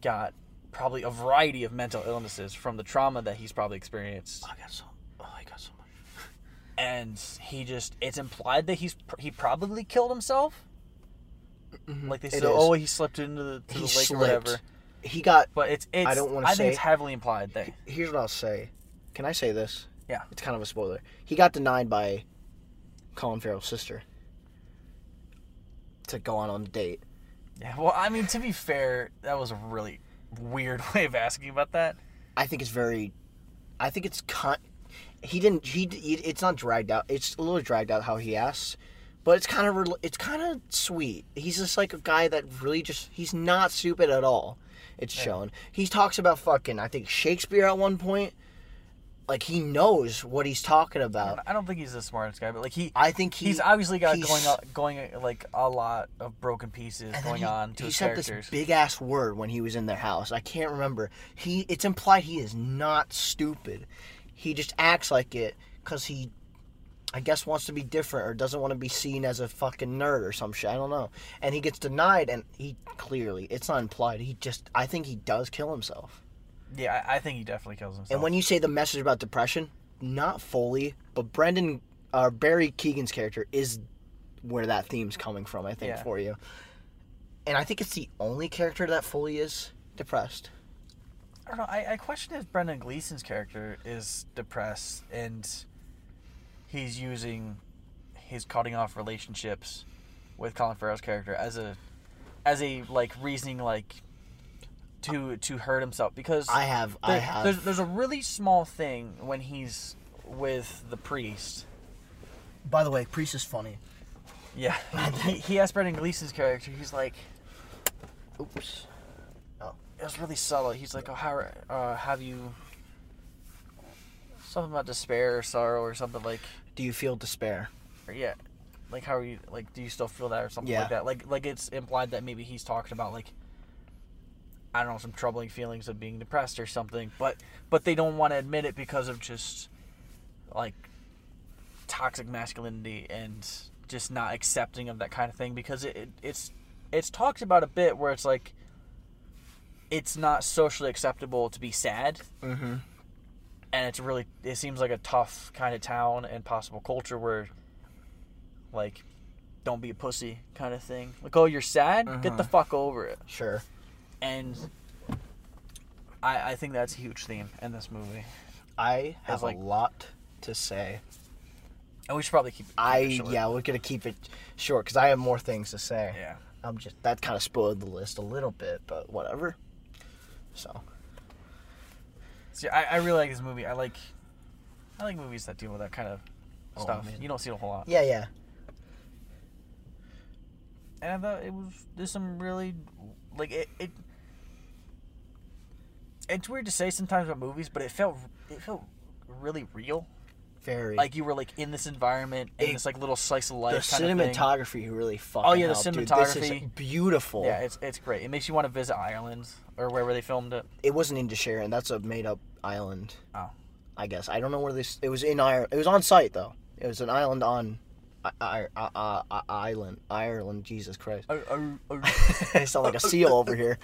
got probably a variety of mental illnesses from the trauma that he's probably experienced I got so oh I got so much. and he just it's implied that he's pr- he probably killed himself like they Mm-hmm. It said is. oh he slipped into the, to the He lake slipped. or whatever He got but it's it's don't wanna i think say- it's heavily implied that here's what I'll say. Can I say this? Yeah. It's kind of a spoiler. He got denied by Colin Farrell's sister to go on on a date. yeah well i mean to be fair that was a really weird way of asking about that I think it's very. I think it's con. He didn't. He. d- it- It's not dragged out. It's a little dragged out how he asks, but it's kind of. rel- It's kind of sweet. He's just like a guy that really just. He's not stupid at all. It's shown. He talks about fucking. I think Shakespeare at one point. Like he knows what he's talking about. i don't think he's the smartest guy but like he I think he, he's obviously got he's- going up, going uh, like a lot of broken pieces and then going he- on to He his said characters this big ass word when he was in their house. I can't remember. He it's implied he is not stupid. He just acts like it because he, I guess, wants to be different or doesn't want to be seen as a fucking nerd or some shit. I don't know. And he gets denied, and he clearly it's not implied. He just I think he does kill himself. yeah I, I think he definitely kills himself And when you say the message about depression, not fully, but Brendan uh, Barry Keegan's character is where that theme's coming from, I think, Yeah. for you. And I think it's the only character that fully is depressed. I don't know. I, I question if Brendan Gleason's character is depressed and he's using his cutting off relationships with Colin Farrell's character as a as a like reasoning like to to hurt himself because I have, I there- have. There's, there's a really small thing when he's with the priest. By the way, Priest is funny. Yeah, he, he asked Brendan Gleason's character. He's like, Oops. it was really subtle. He's like, oh, how uh, have you? something about despair or sorrow or something like Do you feel despair? or yeah like how are you like do you still feel that or something Yeah. like that like like it's implied that maybe he's talking about like i don't know some troubling feelings of being depressed or something but but they don't want to admit it because of just like toxic masculinity and just not accepting of that kind of thing because it, it it's it's talked about a bit where it's like it's not socially acceptable to be sad Mm-hmm. and it's really it seems like a tough kind of town and possible culture where like don't be a pussy kind of thing like oh you're sad get Uh-huh. the fuck over it Sure. and i i think that's a huge theme in this movie I have like- a lot to say. and we should probably keep, keep it I short. yeah, we're gonna keep it short because I have more things to say. yeah I'm just that kind of spoiled the list a little bit, but whatever. So see i, I really like this movie i like i like movies that deal with that kind of Oh, stuff man. you don't see it a whole lot yeah, yeah, and I thought it was there's some really like it, it it's weird to say sometimes about movies, but it felt it felt really real. very Like you were like in this environment in It- this like little slice of life. the kind of thing. Oh, cinematography really fucking. yeah, the helped, dude. This is cinematography. beautiful. Yeah, it's it's great. It makes you want to visit Ireland or wherever they filmed it. it wasn't in Desharon. That's a made up island. Oh. I guess I don't know where this. It was in Ireland. It was on site though. It was an island on, I, I, I, I, Ireland, Ireland. Jesus Christ! Oh, oh, oh. I sound like a seal over here.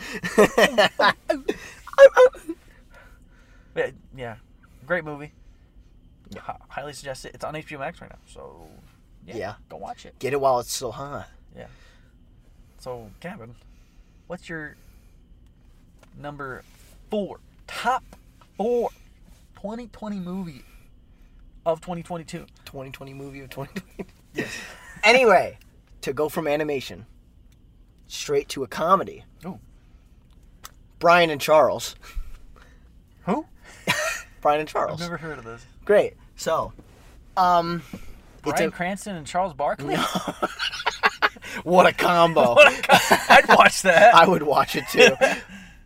yeah, yeah. great movie. Yeah. Hi- highly suggest it. It's on HBO Max right now, so Yeah. go watch it. Get it while it's still hot. Yeah. So, Gavin, what's your number four, top four 2020 movie of 2022? 2020 movie of 2020. Yes. anyway, to go from animation straight to a comedy. Ooh. Brian and Charles. Who? Brian and I've Charles. never heard of this. Great. So, um, it's Brian a, Cranston and Charles Barkley? what a combo. I'd watch that. I would watch it too.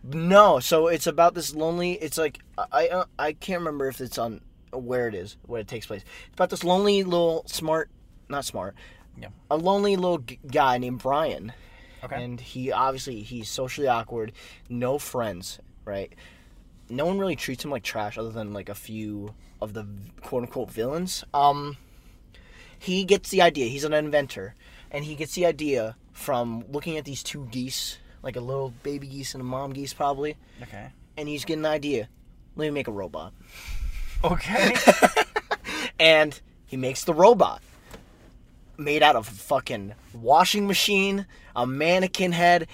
no, so it's about this lonely. It's like I I, I can't remember if it's on where it is, where it takes place. It's about this lonely little smart, not smart, Yeah. a lonely little g- guy named Brian, Okay. and he obviously he's socially awkward, no friends, right? No one really treats him like trash, other than like a few of the quote unquote villains. Um, he gets the idea. He's an inventor, and he gets the idea from looking at these two geese, like a little baby geese and a mom geese probably, okay. and he's getting an idea. Let me make a robot, Okay. and he makes the robot made out of a fucking washing machine, a mannequin head.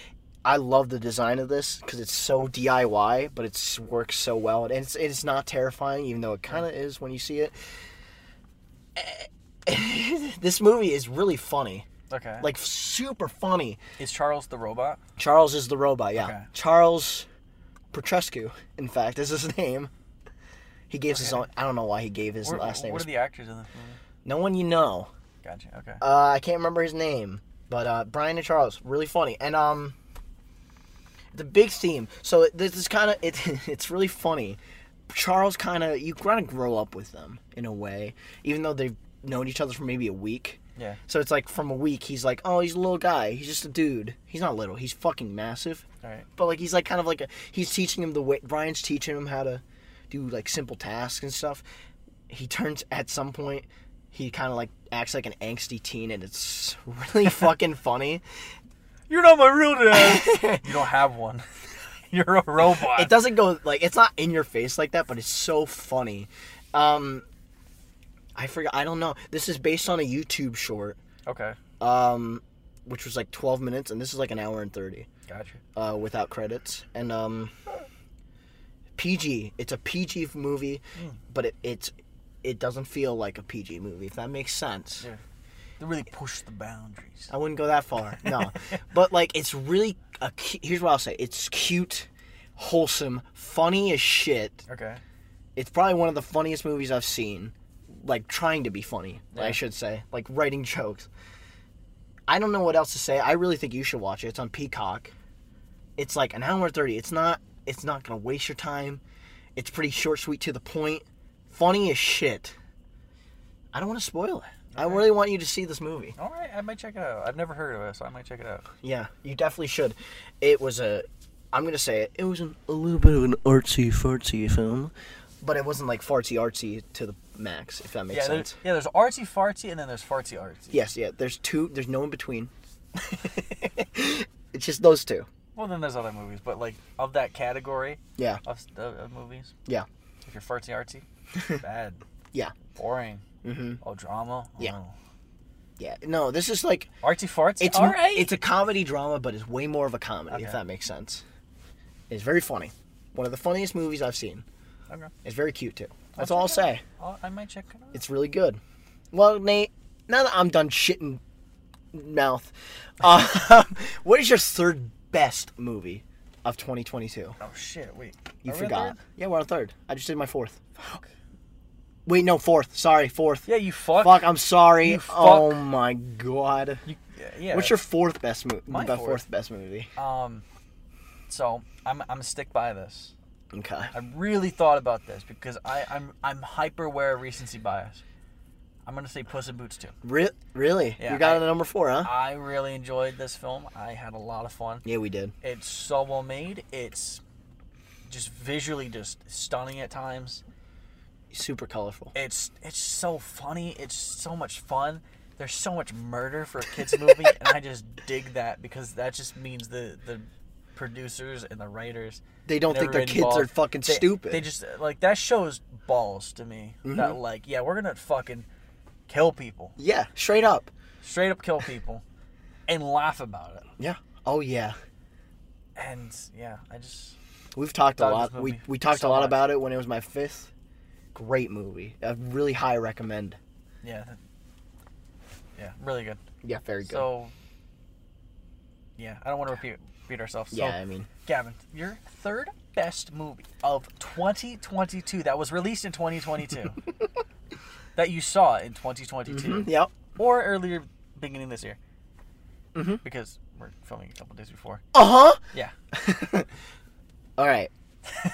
I love the design of this because it's so DIY, but it works so well, and it's it's not terrifying, even though it kind of is when you see it. this movie is really funny. okay. like super funny. is Charles the robot? Charles is the robot, yeah. Okay. Charles Petrescu, in fact, is his name. He gave his own. I don't know why he gave his What, last name. what are the actors in this movie? no one you know. Gotcha. Okay. Uh, I can't remember his name, but uh, Brian and Charles, really funny. And um, the big theme. So this is kind of it. It's really funny. Charles kind of you kind of grow up with them in a way, even though they've known each other for maybe a week. Yeah. So it's like from a week, he's like, oh, he's a little guy. He's just a dude. He's not little. He's fucking massive. All right. But like he's like kind of like a he's teaching him the way Brian's teaching him how to do like simple tasks and stuff. He turns at some point he kind of like acts like an angsty teen and it's really fucking funny. You're not my real dad. you don't have one. You're a robot. It doesn't go like it's not in your face like that, but it's so funny. Um I forgot I don't know. This is based on a YouTube short okay. um which was like 12 minutes and this is like an hour and 30. Gotcha. uh, without credits. And um, PG, it's a PG movie, but it, it's it doesn't feel like a PG movie. If that makes sense, Yeah. They really push the boundaries. I wouldn't go that far. No, but like it's really a. cu- Here's what I'll say: it's cute, wholesome, funny as shit. Okay. It's probably one of the funniest movies I've seen. Like trying to be funny, Yeah. I should say. Like writing jokes. I don't know what else to say. I really think you should watch it. It's on Peacock. It's like an hour and thirty. It's not. It's not gonna waste your time. It's pretty short, sweet, to the point. funny as shit. I don't want to spoil it. I Okay. really want you to see this movie. All right, I might check it out. I've never heard of it, so I might check it out. Yeah, you definitely should. It was a, I'm gonna say it. It was an, a little bit of an artsy fartsy film, but it wasn't like fartsy artsy to the max. If that makes yeah, sense. there's, yeah, there's artsy fartsy, and then there's fartsy artsy. Yes, yeah. There's two. There's no in between. it's just those two. Well, then there's other movies, but like of that category Yeah, of, of, of movies, yeah, if you're fartsy artsy, bad, yeah, boring, mm-hmm. oh drama, Yeah. oh. yeah. No, this is like artsy fartsy. it's all right. it's a comedy drama, but it's way more of a comedy. If Okay. that makes sense. It's very funny. One of the funniest movies I've seen. okay. It's very cute too. That's I'll all I'll check it say. I'll, I might check it out. It's really good. Well, Nate, now that I'm done shitting mouth, uh, what is your third best movie of 2022? Oh shit! Wait, Are we You at forgot. third? Yeah, we're on third. I just did my fourth. Wait, no, fourth. Sorry, fourth. Yeah, you fuck. Fuck, I'm sorry. You fuck. Oh my god. You, yeah. What's your fourth best movie? My fourth. fourth. best movie. um? So I'm I'm stick by this. Okay. I really thought about this because I I'm I'm hyper aware of recency bias. I'm gonna say Puss in Boots too. Re- really? Yeah, you got I- it at number four, huh? I really enjoyed this film. I had a lot of fun. yeah, we did. It's so well made. It's just visually just stunning at times. Super colorful. It's it's so funny. It's so much fun. There's so much murder for a kids movie, and I just dig that because that just means the the producers and the writers They don't and think their everybody kids are involved, fucking they- stupid. Mm-hmm. They just like that shows balls to me. That like yeah, we're gonna fucking kill people, yeah, straight up. straight up kill people, and laugh about it. Yeah. Oh yeah. And yeah, I just We've talked a Dog lot. this We movie we talked so a lot much. about it when it was my fifth. Great movie. A really high recommend. yeah, that, yeah, really good. Yeah, very good. So yeah, I don't want to repeat repeat ourselves. So, yeah, I mean, Gavin, your third best movie of 2022 that was released in 2022 that you saw in 2022 yep. or earlier beginning this year Mm-hmm. because we're filming a couple days before. Uh huh. Yeah, All right.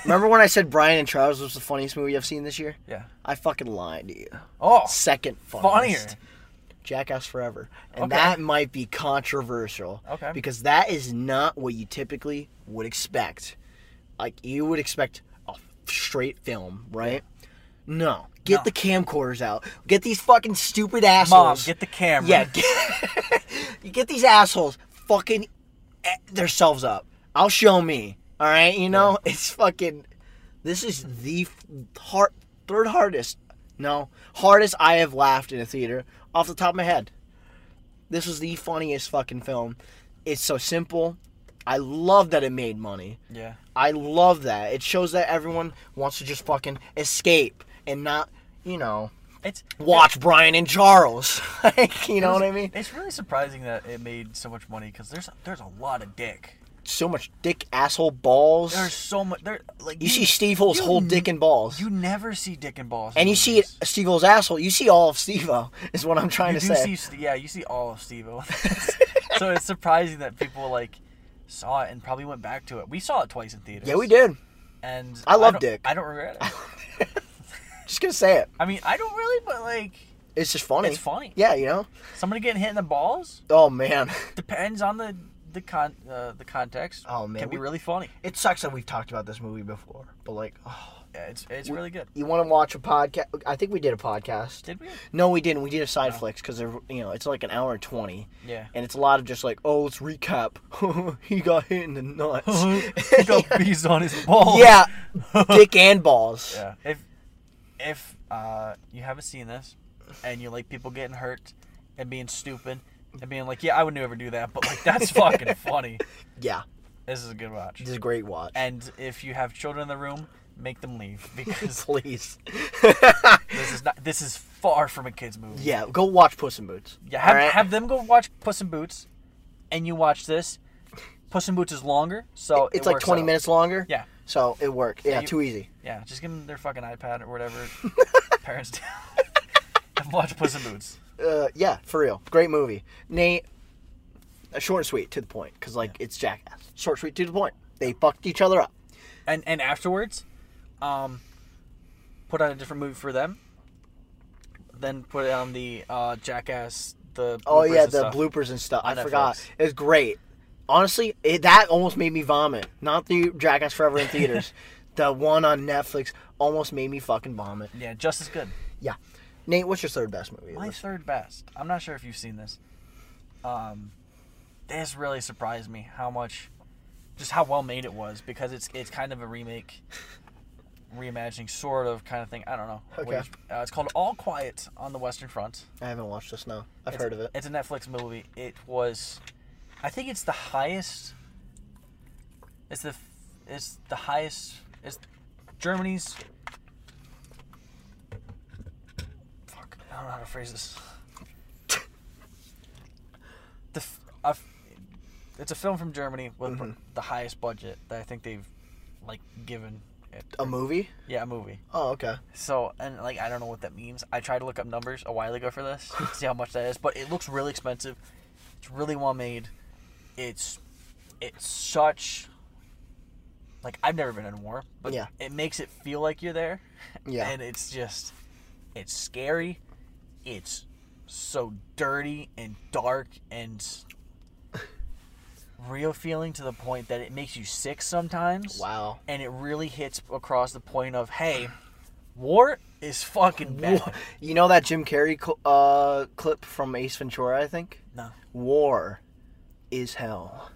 Remember when I said Brian and Charles was the funniest movie I've seen this year? yeah. I fucking lied to you. Oh, Second funnier. funniest. Jackass Forever. And Okay. that might be controversial. Okay. Because that is not what you typically would expect. Like, you would expect a straight film, right? No. Get No. the camcorders out. Get these fucking stupid assholes. Mom, get the camera. Yeah, get, you get these assholes fucking eh, themselves up. I'll show me. All right, you know it's fucking. This is the f- hard, third hardest, no hardest I have laughed in a theater off the top of my head. This was the funniest fucking film. It's so simple. I love that it made money. yeah. I love that. It shows that everyone wants to just fucking escape and not, you know, It's watch Brian and Charles. like, you know what I mean? It's really surprising that it made so much money because there's there's a lot of dick. so much dick, asshole, balls. There's so much. There like you see Steve Ho's you whole n- dick and balls. You never see dick and balls. in and you see it, movies. Steve Ho's asshole. You see all of Steve O, is what I'm trying You to do say. see, Ste- yeah, you see all of Steve so it's surprising that people like saw it and probably went back to it. We saw it twice in theaters. yeah, we did. And I love don't- dick. I don't regret it. Just gonna say it. I mean, I don't really, but like, It's just funny. it's funny. Yeah, you know? Somebody getting hit in the balls Oh, man. depends on the the con uh, the context. Oh, man, can be we- really funny. It sucks that we've talked about this movie before, but like, oh. Yeah, it's it's really good. you want to watch a podcast? I think we did a podcast. Did we? No, we didn't. We did a side flicks because they're, you know, it's like an hour and 20. Yeah. And it's a lot of just like, oh, let's recap. he got hit in the nuts. he got bees on his balls. yeah, dick and balls. Oh. Yeah. If if uh, you haven't seen this and you like people getting hurt and being stupid and being like, yeah, I would never do that, but like that's fucking funny. Yeah, This is a good watch. this is a great watch. And if you have children in the room, make them leave because Please. this is not this is far from a kids movie. yeah, go watch Puss in Boots. Yeah, have, alright? have them go watch Puss in Boots, and you watch this. Puss in Boots is longer, so it's it like works 20 out. minutes longer. Yeah. So it worked. Yeah, you- too easy. Yeah, just give them their fucking iPad or whatever parents do, and watch Puss in Boots. Uh, yeah, for real. Great movie. Nate, uh, short and sweet to the point, because like it's jackass. Short, sweet to the point. They fucked each other up. And and afterwards, um, put on a different movie for them, then put it on the uh, Jackass. The Oh bloopers yeah, and the stuff. bloopers and stuff. I On forgot. Netflix. It's great. Honestly, it, that almost made me vomit. Not the Jackass Forever in theaters. the one on Netflix almost made me fucking vomit. Yeah, just as good. Yeah. Nate, what's your third best movie? of My this? third best. I'm not sure if you've seen this. Um, this really surprised me how much, just how well made it was because it's it's kind of a remake, reimagining sort of kind of thing. I don't know. what Okay. you- uh, it's called All Quiet on the Western Front. I haven't watched this. No, I've It's- heard of it. It's a Netflix movie. It was, I think it's the highest. It's the, f- it's the highest. It's Germany's. Fuck! I don't know how to phrase this. The, f- a f- it's a film from Germany with Mm-hmm. pr- the highest budget that I think they've, like, given. It. A movie? Yeah, a movie. Oh, okay. So and like I don't know what that means. I tried to look up numbers a while ago for this, to see how much that is, but it looks really expensive. It's really well made. It's it's such like I've never been in war, but Yeah. it makes it feel like you're there. Yeah. And it's just it's scary. It's so dirty and dark and real feeling to the point that it makes you sick sometimes Wow. and it really hits across the point of hey, war is fucking bad. You know that Jim Carrey cl- uh, clip from Ace Ventura? I think. No. War is hell.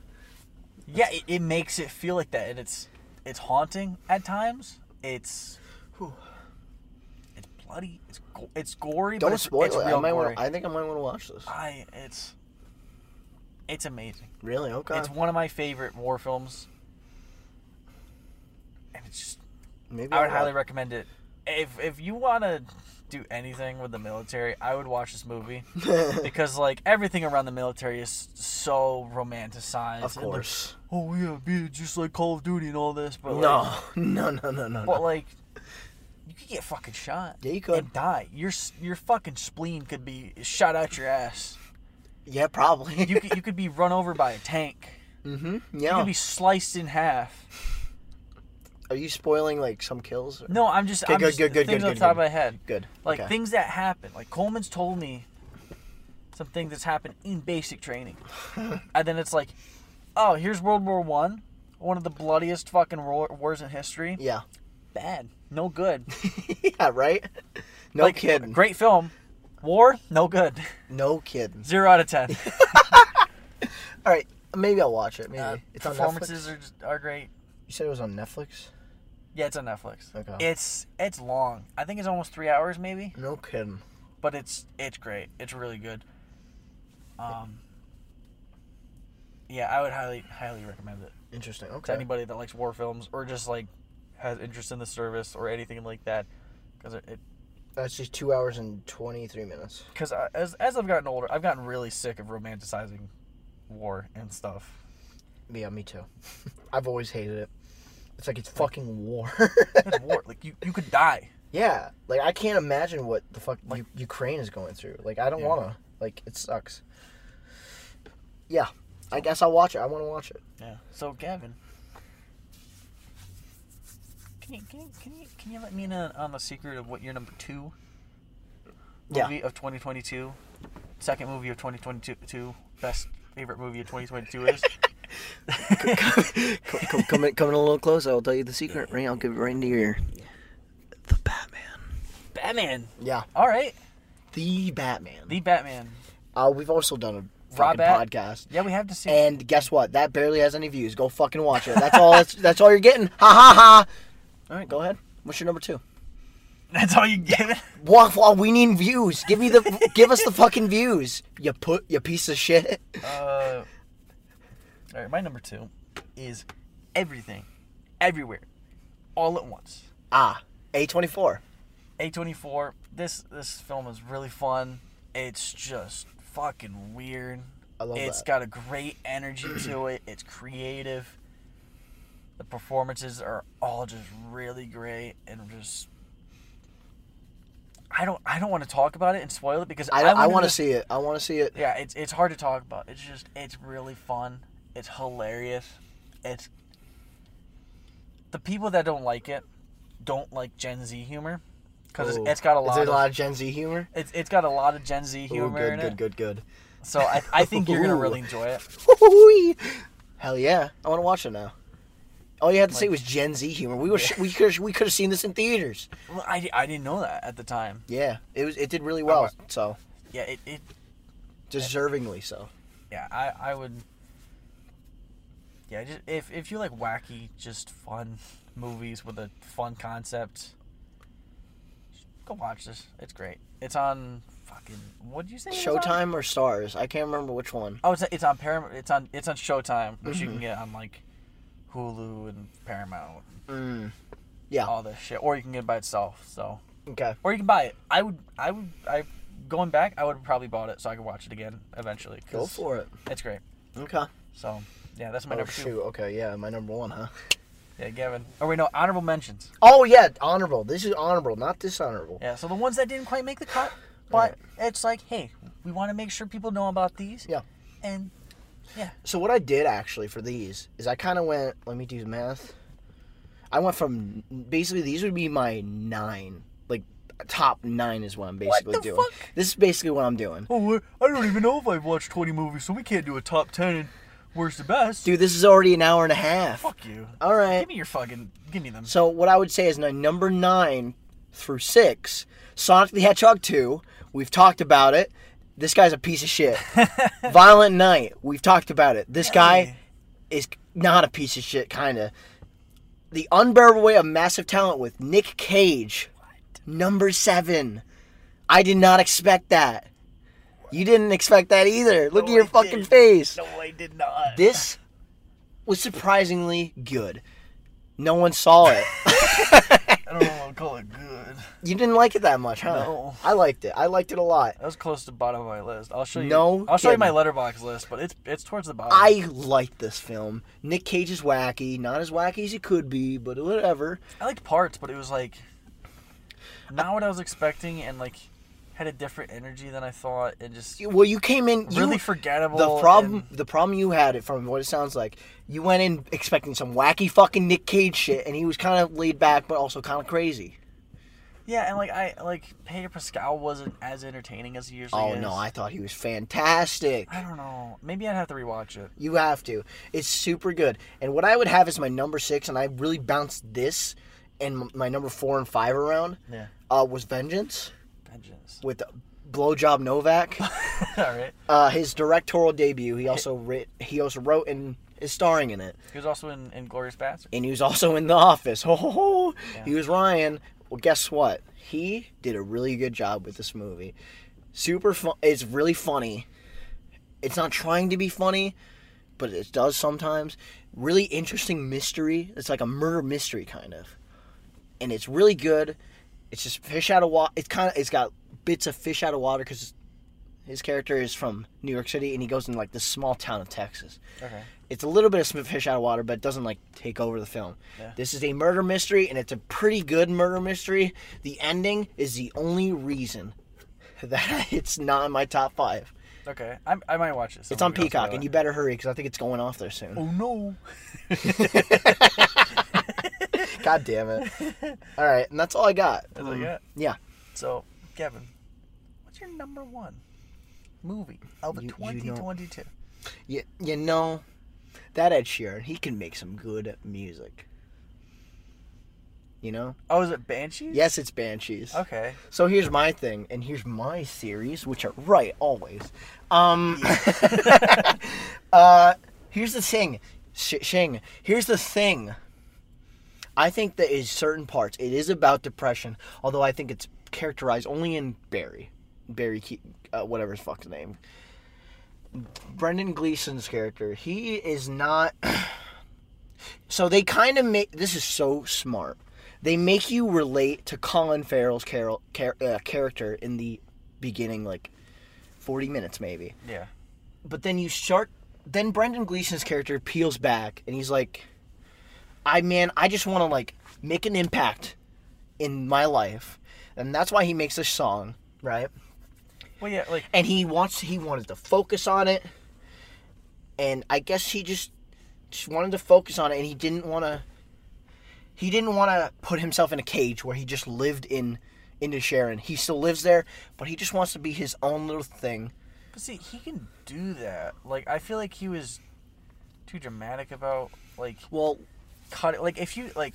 Yeah, it, it makes it feel like that, and it's it's haunting at times. It's Whew. it's bloody. It's go- it's gory. but Don't it's, spoil it's it. I real might gory. want. I think I might want to watch this. I it's it's amazing. Really? Okay. It's one of my favorite war films, and it's just Maybe I would I'll- highly recommend it. If if you want to do anything with the military, I would watch this movie because like everything around the military is so romanticized. Of and, like, course. oh yeah, be it just like Call of Duty and all this, but like, No, no, no, no, no. but no. like you could get fucking shot. Yeah, you could. and die. Your s- your fucking spleen could be shot out your ass. Yeah, probably. You could, you could be run over by a tank. hmm You Yeah. could be sliced in half. Are you spoiling like some kills? Or... No, I'm just Okay, I'm good, just, good, good, things good, on good, top good. of my head. Good. like okay. things that happen. Like Coleman's told me some things that's happened in basic training, and then it's like, oh, here's World War One, one of the bloodiest fucking war- wars in history. Yeah. Bad, no good. yeah. Right. No like, kidding. Great film, war, no good. No kidding. Zero out of ten. All right. Maybe I'll watch it. Maybe Uh, it's on Netflix. performances are just, are great. You said it was on Netflix. Yeah, it's on Netflix. Okay. It's it's long. I think it's almost three hours, maybe. No kidding. But it's it's great. It's really good. Um. Yeah, I would highly highly recommend it. Interesting. to Okay. anybody that likes war films or just like has interest in the service or anything like that because it That's Uh, just two hours and twenty three minutes. because as, as i've gotten older i've gotten really sick of romanticizing war and stuff Yeah, me too. I've always hated it. It's like it's fucking war. it's war like you, you could die yeah, like I can't imagine what the fuck Like- U- Ukraine is going through. Like I don't Yeah. wanna. Like it sucks. Yeah, I guess I'll watch it. I want to watch it. yeah so gavin can you, can you, can you, can you let me in on, on the secret of what your number two Yeah. movie of 2022 second movie of 2022 best favorite movie of 2022 is come, come, come, in, come in a little close. I'll tell you the secret. Right, I'll give it right into your ear. The Batman. batman Yeah, all right the Batman. the batman uh, we've also done a Rob fucking Bat- podcast. yeah we have to see And guess what? That barely has any views. Go fucking watch it. That's all. That's, that's all you're getting. Ha ha ha. All right, go ahead. What's your number two? that's all you get it Wah, wah, we need views. Give me the, give us the fucking views. You put, you piece of shit. Uh, all right, my number two is everything, everywhere, all at once. Ah, a twenty four. A twenty four. This this film is really fun. It's just fucking weird. I love It's that. got a great energy to it. It's creative. The performances are all just really great and just. I don't. I don't want to talk about it and spoil it because I, went I, into want to this- see it. I want to see it. yeah, it's it's hard to talk about. It's just it's really fun. It's hilarious. It's the people that don't like it don't like Gen Z humor. because Ooh. it's got a Is lot. there Of, a lot of Gen Z humor? It's, it's got a lot of Gen Z humor Ooh, good, in good, it. good, good, So I, I think you're gonna Ooh. really enjoy it. Hoo-wee. Hell yeah! I want to watch it now. All you had to say was Gen Z humor. We were we could we could have seen this in theaters. Well, I, di- I didn't know that at the time. Yeah, it was it did really well. So Yeah, it, it deservingly so. yeah I, I would. Yeah, just, if if you like wacky, just fun movies with a fun concept, just go watch this. It's great. It's on fucking what did you say? it was on? Showtime or Stars? I can't remember which one. Oh, it's, it's on Paramount. It's on it's on Showtime, which Mm-hmm. you can get on like Hulu and Paramount, Mm. Yeah. all this shit, or you can get it by itself. So, Okay. or you can buy it. I would, I would, I going back, I would have probably bought it so I could watch it again eventually. 'cause Go for it. It's great. Okay. So, yeah, that's my Oh number two. shoot. Okay. Yeah, my number one, huh? Yeah, Gavin. Oh wait, no, honorable mentions. Oh yeah, honorable. This is honorable, not dishonorable. Yeah, so the ones that didn't quite make the cut, but it's like, hey, we want to make sure people know about these. Yeah. And So what I did actually for these is I kind of went. Let me do the math. I went from basically these would be my nine, like top nine is what I'm basically the doing. fuck? This is basically what I'm doing. oh, I don't even know if I've watched twenty movies, so we can't do a top ten and worst to best. Dude, this is already an hour and a half. Fuck you. All right. Give me your fucking. Give me them. So what I would say is my number nine through six, Sonic the Hedgehog two. We've talked about it. This guy's a piece of shit. Violent Night. We've talked about it. This guy Hey. is not a piece of shit. Kinda. The unbearable weight of massive talent with Nick Cage, number seven. I did not expect that. You didn't expect that either. Look No, at your I fucking didn't. face. No, I did not. This was surprisingly good. No one saw it. I don't know if I'll call it good. You didn't like it that much, huh? No. I liked it. I liked it a lot. That was close to the bottom of my list. I'll show you. No I'll show you my kidding. letterbox list, but it's it's towards the bottom. I liked this film. Nick Cage is wacky, not as wacky as he could be, but whatever. I liked parts, but it was like not what I was expecting, and like had a different energy than I thought, and just Well, you came in you- really forgettable. The problem, and- the problem you had it from what it sounds like, you went in expecting some wacky fucking Nick Cage shit, and he was kind of laid back, but also kind of crazy. yeah, and like I like Pedro Pascal wasn't as entertaining as he usually Oh is. no, I thought he was fantastic. I don't know. Maybe I'd have to rewatch it. You have to. It's super good. And what I would have is my number six, and I really bounced this and m- my number four and five around. Yeah. Uh, was Vengeance. Vengeance. with Blowjob Novak. All right. uh, his directorial debut. He also writ, he also wrote and is starring in it. He was also in Inglorious Bastards. And he was also in The Office. Ho ho ho! He Yeah. was Ryan. Well, guess what? He did a really good job with this movie. Super fun. It's really funny. It's not trying to be funny, but it does sometimes. Really interesting mystery. It's like a murder mystery kind of, and it's really good. It's just fish out of water. It's kind of it's got bits of fish out of water because his character is from New York City and he goes in like this small town of Texas Okay. it's a little bit of Smith Fish Out of Water, but it doesn't like take over the film. Yeah. This is a murder mystery, and it's a pretty good murder mystery. The ending is the only reason that it's not in my top five. Okay. I, I might watch this. It's on Peacock, and you better hurry because I think it's going off there soon. Oh no. God damn it! All right, and that's all I got. That's all you Mm, got? Yeah, So, Kevin, what's your number one movie of You- you know- 2022? you, you know that Ed Sheeran, he can make some good music. You know? Oh, is it Banshees? Yes, it's Banshees. Okay. So here's my thing, and here's my theories, which are right always. Um, uh, here's the thing, Sh- Shing. Here's the thing. I think that is certain parts. It is about depression, although I think it's characterized only in Barry, Barry, Ke- uh, whatever his fuck's name. Brendan Gleeson's character. He is not. so they kind of make this is so smart. They make you relate to Colin Farrell's carol, char, uh, character in the beginning, like forty minutes maybe Yeah. but then you start then Brendan Gleeson's character peels back and he's like I man, I just want to like make an impact in my life. And that's why he makes this song, right? Well, yeah, like, And he wants he wanted to focus on it. And I guess he just just wanted to focus on it and he didn't want to he didn't want to put himself in a cage where he just lived in into Sharon. He still lives there, but he just wants to be his own little thing. But see, he can do that. Like I feel like he was too dramatic about like Well, cut it. Like if you like,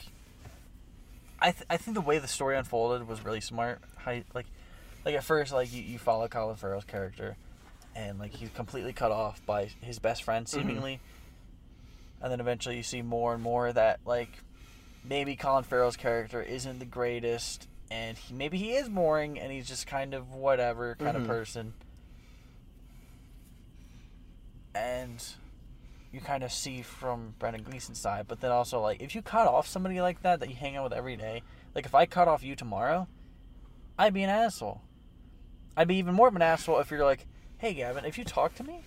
I th- I think the way the story unfolded was really smart. How you- like like at first like you, you follow Colin Farrell's character, and like he's completely cut off by his best friend seemingly, and then eventually you see more and more that like maybe Colin Farrell's character isn't the greatest, and he, maybe he is boring, and he's just kind of whatever kind Mhm. of person, and you kind of see from Brendan Gleason's side, but then also like if you cut off somebody like that that you hang out with every day, like if I cut off you tomorrow, I'd be an asshole. I'd be even more of an asshole if you're like, hey Gavin, if you talk to me,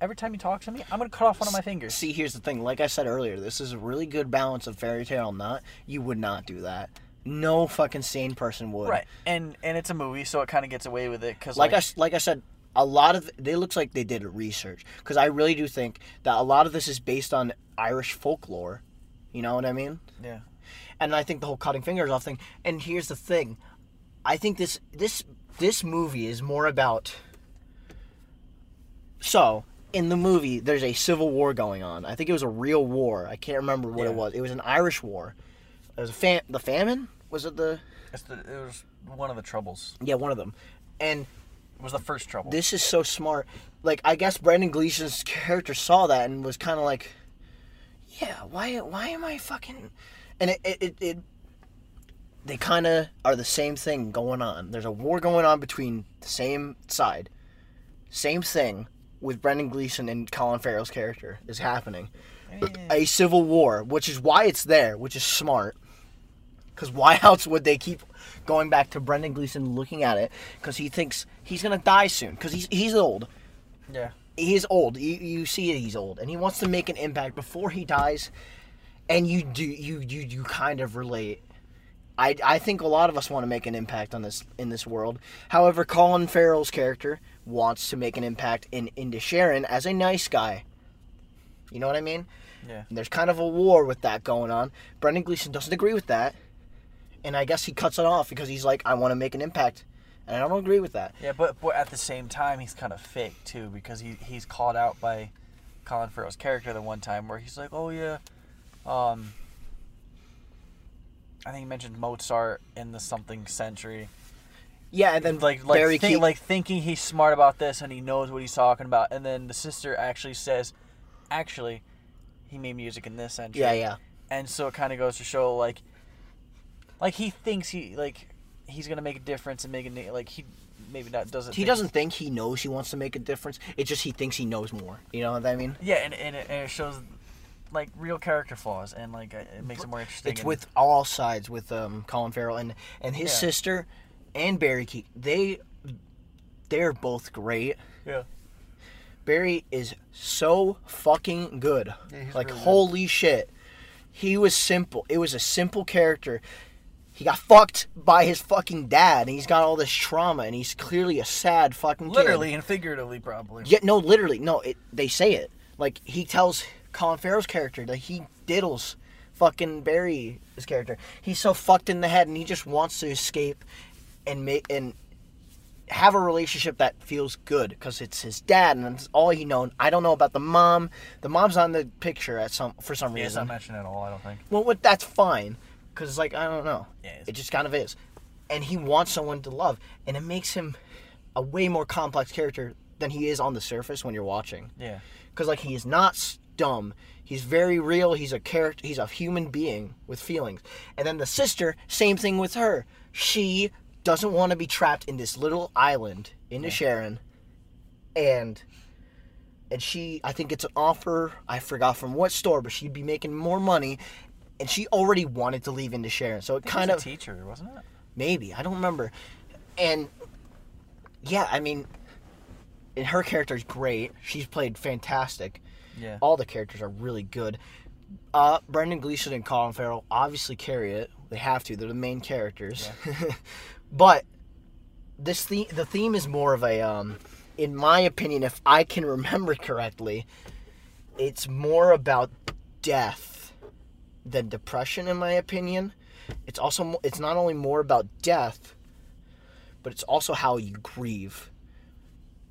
every time you talk to me, I'm gonna cut off one of my fingers. see, here's the thing. Like I said earlier, this is a really good balance of fairy tale and not. You would not do that. No fucking sane person would. Right, and and it's a movie, so it kind of gets away with it because like like, I s- like I said, a lot of they looks like they did research because I really do think that a lot of this is based on Irish folklore. You know what I mean? yeah, And I think the whole cutting fingers off thing. And here's the thing, I think this this this movie is more about. So in the movie, there's a civil war going on. I think it was a real war. I can't remember what Yeah. it was. It was an Irish war. It was a fam- the famine. Was it the it's the, it was one of the troubles. yeah one of them, and It was the first trouble. this is so smart. Like I guess Brandon Gleason's character saw that and was kind of like, yeah, why why am I fucking? And it it, it, it they kind of are the same thing going on. There's a war going on between the same side, same thing with Brendan Gleeson and Colin Farrell's character is happening. A civil war, which is why it's there, which is smart. Because why else would they keep going back to Brendan Gleeson looking at it? Because he thinks he's gonna die soon. Because he's he's old. yeah, He's old. You, you see it. He's old, and he wants to make an impact before he dies. And you do you you you kind of relate. I I think a lot of us want to make an impact on this in this world. However, Colin Farrell's character wants to make an impact in into Sharon as a nice guy. You know what I mean? yeah, And there's kind of a war with that going on. Brendan Gleeson doesn't agree with that. And I guess he cuts it off because he's like, I want to make an impact. And I don't agree with that. yeah. But but at the same time, he's kind of fake too because he he's called out by Colin Farrell's character the one time where he's like, oh yeah, um, I think he mentioned Mozart in the something century. Yeah, and then like like Barry thi- Keoghan- like thinking he's smart about this and he knows what he's talking about, and then the sister actually says, "Actually, he made music in this century." Yeah, yeah. And so it kind of goes to show like, like he thinks he like he's gonna make a difference and make a na- like he maybe not doesn't. He think- doesn't think he knows he wants to make a difference. It's just he thinks he knows more. You know what I mean? Yeah, and and it, and it shows like real character flaws and like it it makes it more interesting. It's and- with all sides with um, Colin Farrell and and his Yeah. sister and Barry Keegan. They they're both great. yeah. Barry is so fucking good. Yeah, he's like really good. holy shit. He was simple. It was a simple character. He got fucked by his fucking dad and he's got all this trauma and he's clearly a sad fucking kid. Literally and figuratively, probably. Yeah, no, literally. No, it, they say it. Like he tells Colin Farrell's character that he diddles fucking Barry his character. He's so fucked in the head and he just wants to escape and make and have a relationship that feels good because it's his dad and it's all he known. I don't know about the mom. The mom's on the picture at some for some Yeah, it's not reason. mentioned at all. I don't think. well, what that's fine because like I don't know. Yeah, it's- it just kind of is, and he wants someone to love, and it makes him a way more complex character than he is on the surface when you're watching Yeah. because like he is not s- dumb he's very real he's a character he's a human being with feelings and then the sister same thing with her she doesn't want to be trapped in this little island into sharon and and she i think it's an offer i forgot from what store but she'd be making more money and she already wanted to leave into sharon so it kind Kind of of teacher, wasn't it? maybe I don't remember. And yeah, I mean, and her character's great. She's played fantastic. Yeah. All the characters are really good. Uh, Brendan Gleeson and Colin Farrell obviously carry it. They have to. They're the main characters. but this the the theme is more of a um, in my opinion, if I can remember correctly, it's more about death than depression in my opinion it's also mo- it's not only more about death but it's also how you grieve.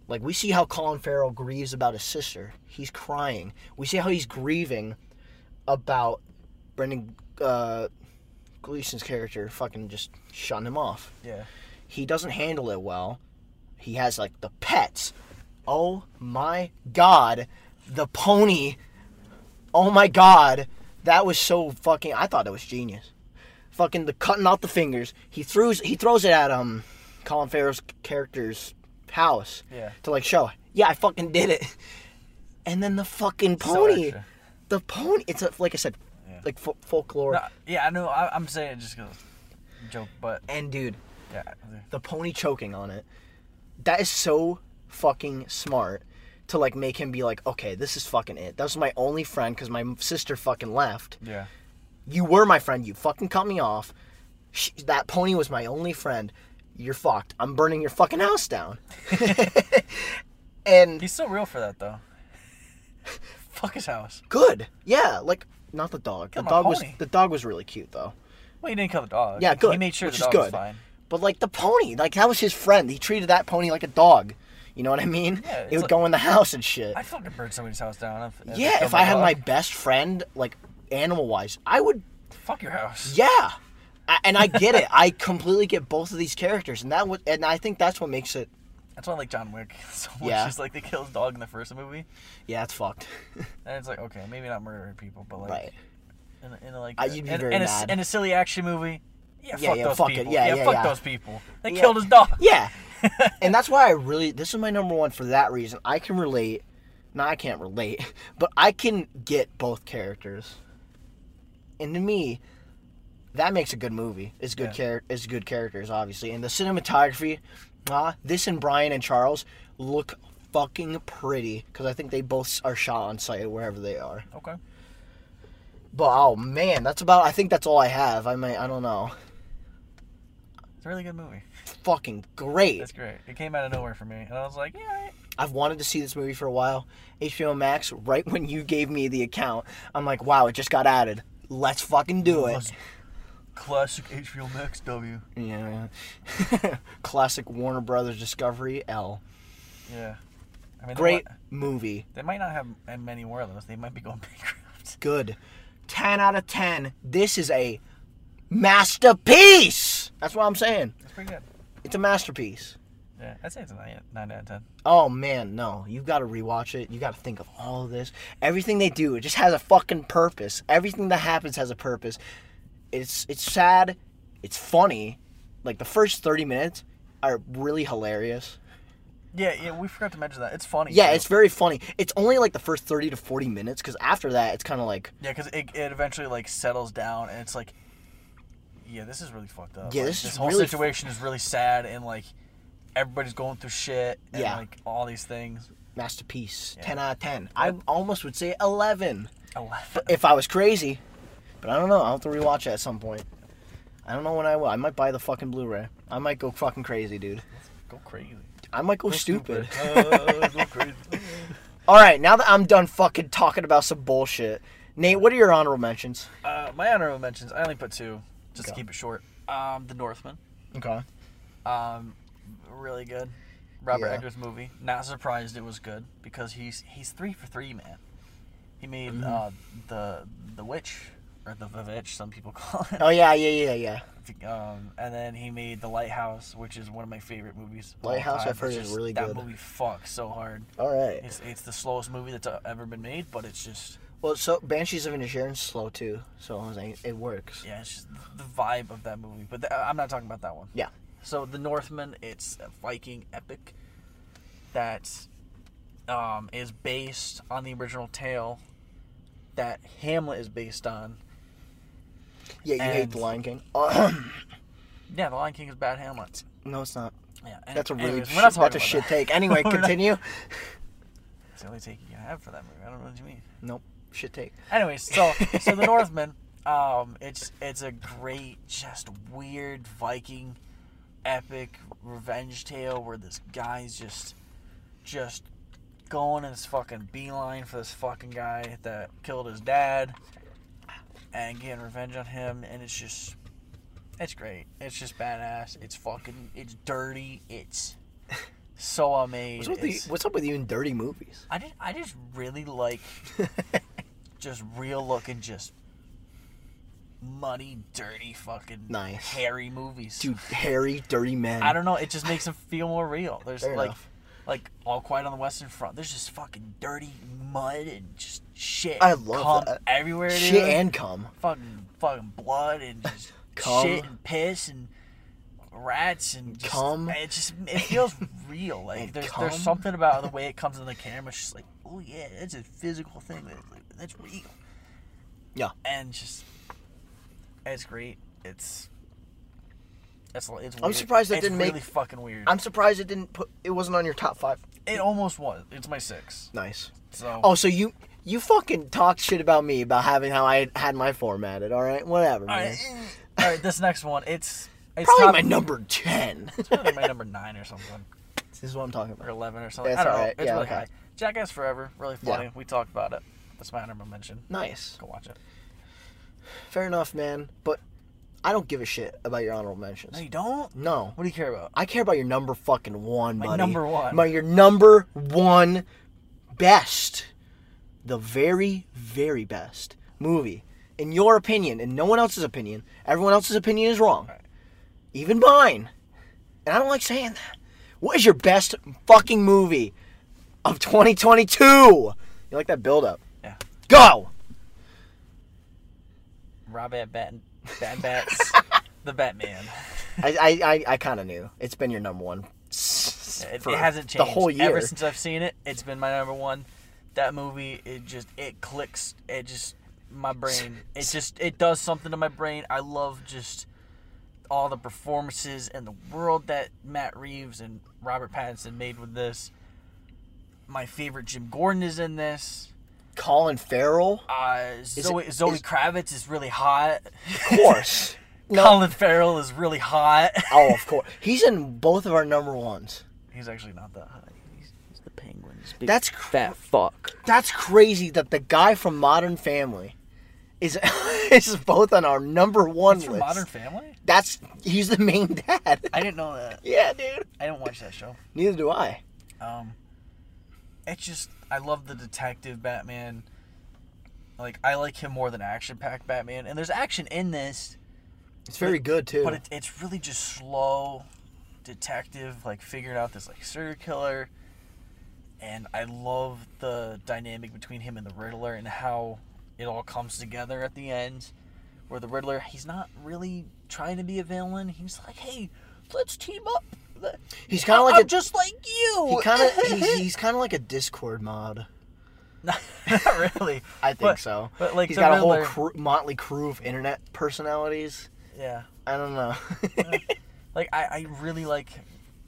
Like we see how Colin Farrell grieves about his sister. He's crying. We see how he's grieving about Brendan uh, Gleason's character fucking just shutting him off. Yeah. He doesn't handle it well. He has like the pets. Oh my god, the pony. Oh my god, that was so fucking. I thought that was genius. Fucking the cutting out the fingers. He throws he throws it at um Colin Farrell's character's house Yeah. to like show. Yeah, I fucking did it. And then the fucking So pony, extra. the pony. It's a, like I said, Yeah. like fol- folklore. No, uh, yeah, I know. I, I'm saying it just 'cause joke, but And dude, yeah, the pony choking on it. That is so fucking smart to like make him be like, okay, this is fucking it. That was my only friend because my m- sister fucking left. yeah, You were my friend. You fucking cut me off. Sh that pony was my only friend. You're fucked. I'm burning your fucking house down. and he's so real for that though. Fuck his house. good, yeah. Like not the dog. The Come on, dog was pony. the dog was really cute though. Well, he didn't kill the dog. Yeah, good. He made sure which the dog is was good. fine. But like the pony, like that was his friend. He treated that pony like a dog. You know what I mean? Yeah, it it's would like- go in the house and shit. I fucking burned somebody's house down. If, they yeah, killed if I had dog. my best friend, like animal wise, I would. fuck your house. Yeah, I, and I get it. I completely get both of these characters, and that would, and I think that's what makes it. That's why I like John Wick so much. Yeah. Just like they kill his dog in the first movie, Yeah, it's fucked. and it's like okay, maybe not murdering people, but like right. in, a- in a, like Uh, you'd be in, very in a, mad. in a silly action movie. Yeah, Yeah, fuck yeah, those fuck it. people. Yeah, yeah, fuck yeah. those people. They Yeah. killed his dog. Yeah. and that's why I really this is my number one for that reason. I can relate. No, I can't relate, but I can get both characters. And to me, that makes a good movie. It's good Yeah. char- it's good characters, obviously. And the cinematography, ah, this and Brian and Charles look fucking pretty because I think they both are shot on site wherever they are. Okay. But oh man, that's about. I think that's all I have. I might. I don't know. It's a really good movie. Fucking great. It's great. It came out of nowhere for me, and I was like, yeah, all right. I've wanted to see this movie for a while. HBO Max, right when you gave me the account, I'm like, wow, it just got added. Let's fucking do it. Let's- classic HBO Max W. Yeah. Classic Warner Brothers Discovery L. Yeah. I mean, they Great might- movie. They might not have and many more of those. They might be going bankrupt. Good. 10 out of 10. This is a masterpiece. That's what I'm saying. That's pretty good. It's a masterpiece. Yeah, I'd say it's a nine, nine out of ten. Oh man, no. You've got to rewatch it. You got to think of all of this. Everything they do, it just has a fucking purpose. Everything that happens has a purpose. It's it's sad, it's funny. Like the first 30 minutes are really hilarious. Yeah, yeah, we forgot to mention that. It's funny. Yeah, too. it's very funny. It's only like the first 30 to 40 minutes cuz after that it's kind of like yeah, because it, it eventually like settles down, and it's like, yeah, this is really fucked up. Yeah, Like, this is whole really fu- situation is really sad, and like everybody's going through shit, and Yeah. like all these things. masterpiece. Yeah. 10 out of 10. I almost would say 11 I laugh. if I was crazy. But I don't know. I'll have to rewatch it at some point. I don't know when I will. I might buy the fucking Blu-ray. I might go fucking crazy, dude. Go crazy. I might go Go stupid. Uh, go crazy. All right, now that I'm done fucking talking about some bullshit, Nate, what are your honorable mentions? Uh, my honorable mentions. I only put two, just Go. to keep it short. Um, The Northman. Okay. Um, really good. Robert Yeah. Eggers movie. Not surprised it was good because he's he's three for three, man. He made Mm-hmm. uh, the the witch or the the witch, some people call it. Oh yeah, yeah, yeah, yeah. Um, and then he made the Lighthouse, which is one of my favorite movies. of all Lighthouse, time. I've heard, It's is just- really that good. movie fucks so hard. All right. It's it's the slowest movie that's uh, ever been made, but it's just Well, so Banshees of Inisherin slow too, so I was like, it works. yeah, it's just the vibe of that movie. But th- I'm not talking about that one. Yeah. So the Northman, it's a Viking epic that um, is based on the original tale that Hamlet is based on. Yeah, you hate And- the Lion King. Oh, Yeah, The Lion King is about Hamlet. no, it's not. Yeah, and- That's a really anyways, shit, we're not talking that's a about shit that. take. Anyway, We're not- continue. It's the only take you can have for that movie. I don't know what you mean. Nope, shit take. Anyways, so so the Northmen, um, it's it's a great, just weird Viking epic revenge tale where this guy's just just going in his fucking beeline for this fucking guy that killed his dad and getting revenge on him and it's just It's great. It's just badass. It's fucking. It's dirty. It's so amazing. What's up, with you, what's up with you in dirty movies? I just, I just really like just real looking, just muddy, dirty, fucking Nice. hairy movies. Dude, hairy, dirty men. I don't know. It just makes them feel more real. There's Fair like, enough. like all quiet on the Western Front. There's just fucking dirty mud and just shit. I and love cum that. everywhere. Dude. Shit and cum. fucking fucking blood and just Cum. shit and piss and rats and just, Cum. It just it feels real. Like And there's there's cum. something about the way it comes in the camera. It's just like oh yeah, that's a physical thing. That's, like, that's real. Yeah. And just it's great. It's it's it's. Weird. I'm surprised that it's didn't really make- fucking weird. I'm surprised it didn't put. It wasn't on your top five. It almost was. It's my six. Nice. So Oh, so you you fucking talked shit about me about having how I had my formatted. All right, whatever. all Man. right, all right. This next one, it's it's Probably top, my number ten. probably my number nine or something. this is what I'm talking or about. 11 or something. That's I don't know. alright. It's Yeah, really okay. high. Jackass Forever, really Yeah. funny. We talked about it. That's my honorable mention. Nice. Go watch it. Fair enough, man. But I don't give a shit about your honorable mentions. No, you don't? No. What do you care about? I care about your number fucking one, My buddy. number one. My your number one best, the very very best movie in your opinion, in no one else's opinion. Everyone else's opinion is wrong, Right. even mine. And I don't like saying that. What is your best fucking movie of 2022? You like that build up? Yeah. Go. Robert Bat Bat Bats. the Batman. I I, I, I kind of knew it's been your number one. It, it for hasn't the changed. whole year. Ever since I've seen it, it's been my number one. That movie, it just it clicks. It just my brain. It just it does something to my brain. I love just all the performances and the world that Matt Reeves and Robert Pattinson made with this. My favorite Jim Gordon is in this. Colin Farrell. Uh, Zoe it- Zoe is- Kravitz is really hot. Of course. Colin Farrell is really hot. Oh, of course. He's in both of our number ones. He's actually not that hot. He's, he's the penguin. He's big, That's cr- fat fuck. that's crazy that the guy from Modern Family is is both on our number one He's from list. Modern Family. that's he's the main dad. I didn't know that. yeah, dude. I didn't watch that show. Neither do I. Um, it's just I love the detective Batman. Like I like him more than action packed Batman, and there's action in this, It's very good too. but it, it's really just slow detective, like figuring out this like serial killer. And I love the dynamic between him and the Riddler and how it all comes together at the end, where the Riddler he's not really trying to be a villain. He's like, hey, let's team up. Let- he's kind of I'm like a just like you. he kind of he's, he's kind of like a Discord mod. not not really. I think But- so. But like he's the got a whole Riddler- crew, motley crew of internet personalities. yeah. I don't know. Like I, I really like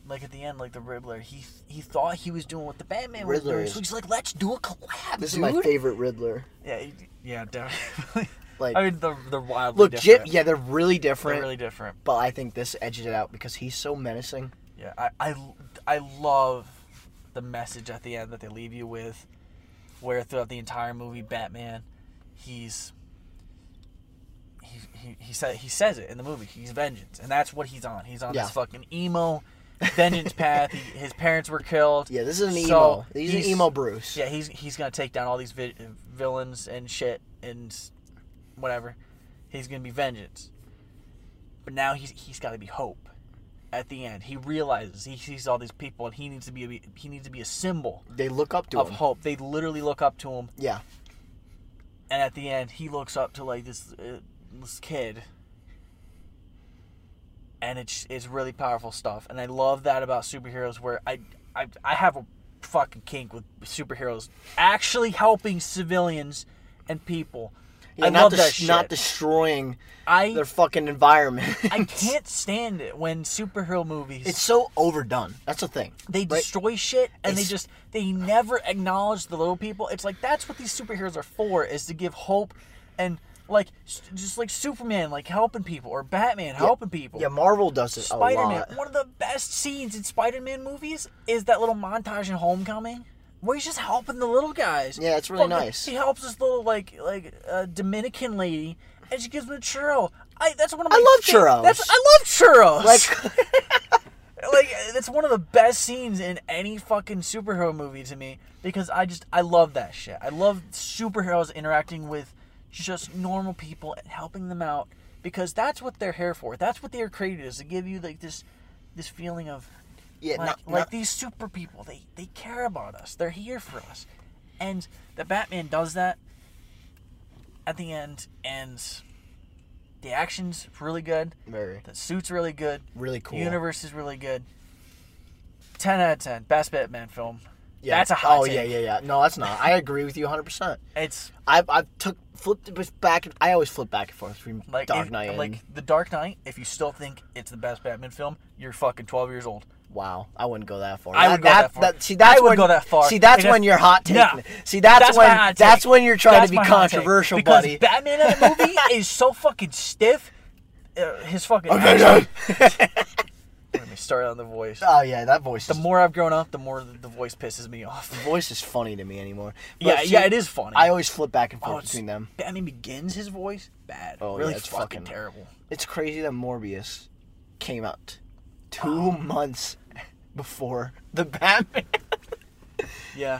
like at the end like the Riddler. He he thought he was doing what the Batman was Riddler doing, is- so he's like, let's do a collab, this is dude. my favorite Riddler. yeah, he- yeah, definitely. Like- I mean, they're they're wildly Legit, different. yeah, they're really different. they're really different. but I think this edged it out because he's so menacing. Yeah, I, I, I love the message at the end that they leave you with, where throughout the entire movie, Batman, he's. He, he, he said he says it in the movie. He's vengeance, and that's what he's on. He's on Yeah. this fucking emo vengeance path. He, his parents were killed. Yeah, this is an So, emo. He's, an he's- emo Bruce. Yeah, he's he's gonna take down all these vi- villains and shit and s- whatever. He's gonna be vengeance. But now he's he's got to be hope. At the end, he realizes he sees all these people and he needs to be a, he needs to be a symbol They look up to of him. hope. They literally look up to him, Yeah. and at the end, he looks up to like this uh, this kid. And it's it's really powerful stuff, and I love that about superheroes. Where I I, I have a fucking kink with superheroes actually helping civilians and people. Yeah, I not love des- that shit. not destroying I their fucking environment. I can't stand it when superhero movies it's so overdone. That's the thing. they right? destroy shit and It's- they just they never acknowledge the little people. It's like that's what these superheroes are for is to give hope and like s- just like Superman like helping people or Batman helping people. Yeah, Marvel does it a Spider-Man. lot. One of the best scenes in Spider-Man movies is that little montage in Homecoming where he's just helping the little guys. Yeah, it's really Fucking- nice. He helps this little like like uh, Dominican lady and she gives him a churro. I that's one of my I love fa- churros. That's I love churros. Like, like that's one of the best scenes in any fucking superhero movie to me because I just I love that shit. I love superheroes interacting with just normal people and helping them out because that's what they're here for. That's what they are created is to give you like this this feeling of yeah, like, not, like not- these super people they they care about us they're here for us and the batman does that at the end and the action's really good very the suit's really good really cool. the universe is really good 10 out of 10 best batman film yeah. that's a hot Oh take. yeah, yeah, yeah. No, that's not. I agree with you 100. percent it's I've I've took flipped it back. I always flip back and forth between like Dark if- Knight and like the dark knight if you still think it's the best batman film you're fucking 12 years old Wow, I wouldn't go that far. I would go that far. see, that's I would when, go that far. See, that's Because- when you're hot taking. No. it. See, that's, That's my when hot take. that's when you're trying That's to be my hot take. controversial, because buddy. Batman in the movie is so fucking stiff. Uh, his fucking. Let me start on the voice. oh yeah, that voice. The is, more I've grown up, the more the voice pisses me off. voice is funny to me anymore. But Yeah, see, yeah, it is funny. I always flip back and Oh, forth it's- between them. Batman Begins, his voice bad. Oh, yeah, really it's fucking, fucking- terrible. It's crazy that Morbius came out two Oh. months before the Batman. Yeah,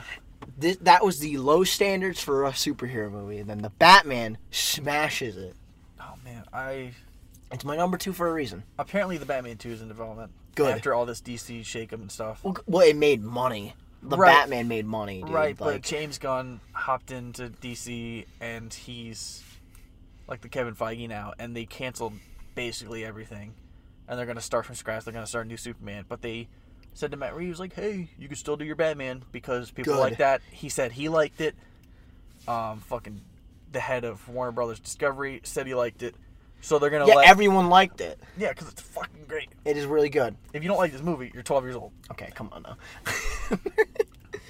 This, that was the low standards for a superhero movie, and then the Batman smashes it. Oh man, I It's my number two for a reason. apparently the Batman Two is in development. Good. After all this DC shakeup and stuff. Well, g- well, it made money. The Right. Batman made money, dude. right, but like, James Gunn hopped into DC and he's like the Kevin Feige now, and they canceled basically everything, and they're gonna start from scratch. They're gonna start a new Superman, but they said to Matt Reeves like, "Hey, you can still do your Batman because people Good. like that." He said he liked it. Um, fucking the head of Warner Brothers Discovery said he liked it, so they're gonna yeah, let everyone liked it. yeah, because it's fucking great. It is really good. If you don't like this movie, you're 12 years old. Okay, come on now.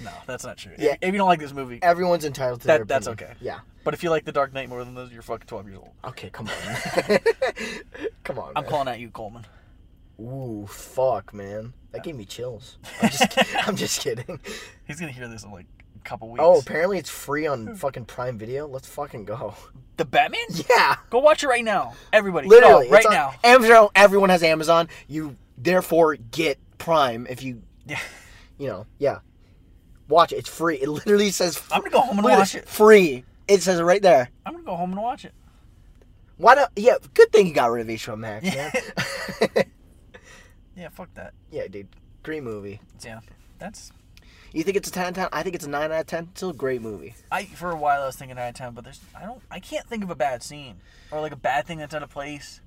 No, that's not true. Yeah. If you don't like this movie, Everyone's entitled to That- their that's opinion. okay. Yeah. but if you like The Dark Knight more than this, you're fucking 12 years old. Okay, come on. come on. I'm man. calling at you, Coleman. Ooh, fuck, man. That gave me chills. I'm just, kid- I'm just kidding. He's gonna hear this in like a couple weeks. Oh, apparently it's free Hmm. on fucking Prime Video. Let's fucking go. the Batman? Yeah. Go watch it right now, everybody. go, Literally, it's Oh, right on now. Amazon. Everyone has Amazon. You therefore get Prime if you, Yeah. you know, yeah. Watch it. It's free. It literally says. fr- I'm gonna go home and Look at watch this. it. Free. It says it right there. I'm gonna go home and watch it. Why not? Yeah, good thing you got rid of HBO Max, Yeah. man. Yeah, fuck that. yeah, dude. Great movie. Yeah, that's. You think it's a 10 out of 10? I think it's a 9 out of 10. It's still a great movie. I for a while I was thinking nine ten, but there's I don't I can't think of a bad scene or like a bad thing that's out of place.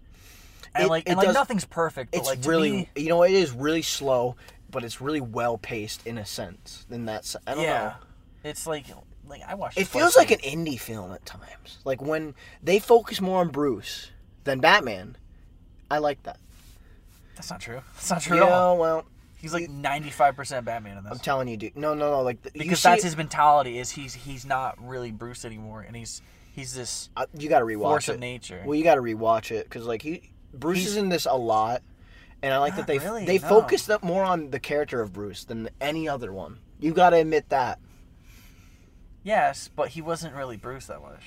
And It- like it and like does- nothing's perfect. But It's like to really, me, you know, it is really slow, but it's really well paced in a sense. In that, se- I don't know. yeah. It's like like I watched. It this feels last like an night. indie film at times. Like when they focus more on Bruce than Batman, I like that. That's not true. That's not true You at all. know, well, He's like ninety five percent Batman in I'm this. telling you, dude. No, no, no. Like th- you because see that's it- his mentality is he's he's not really Bruce anymore and he's he's this uh, you got to rewatch force it. of nature. Well, you got to rewatch it because like he Bruce He's- is in this a lot, and I like that Not they really, they no. focused up more on the character of Bruce than any other one. You got to admit that. Yes, but he wasn't really Bruce that much.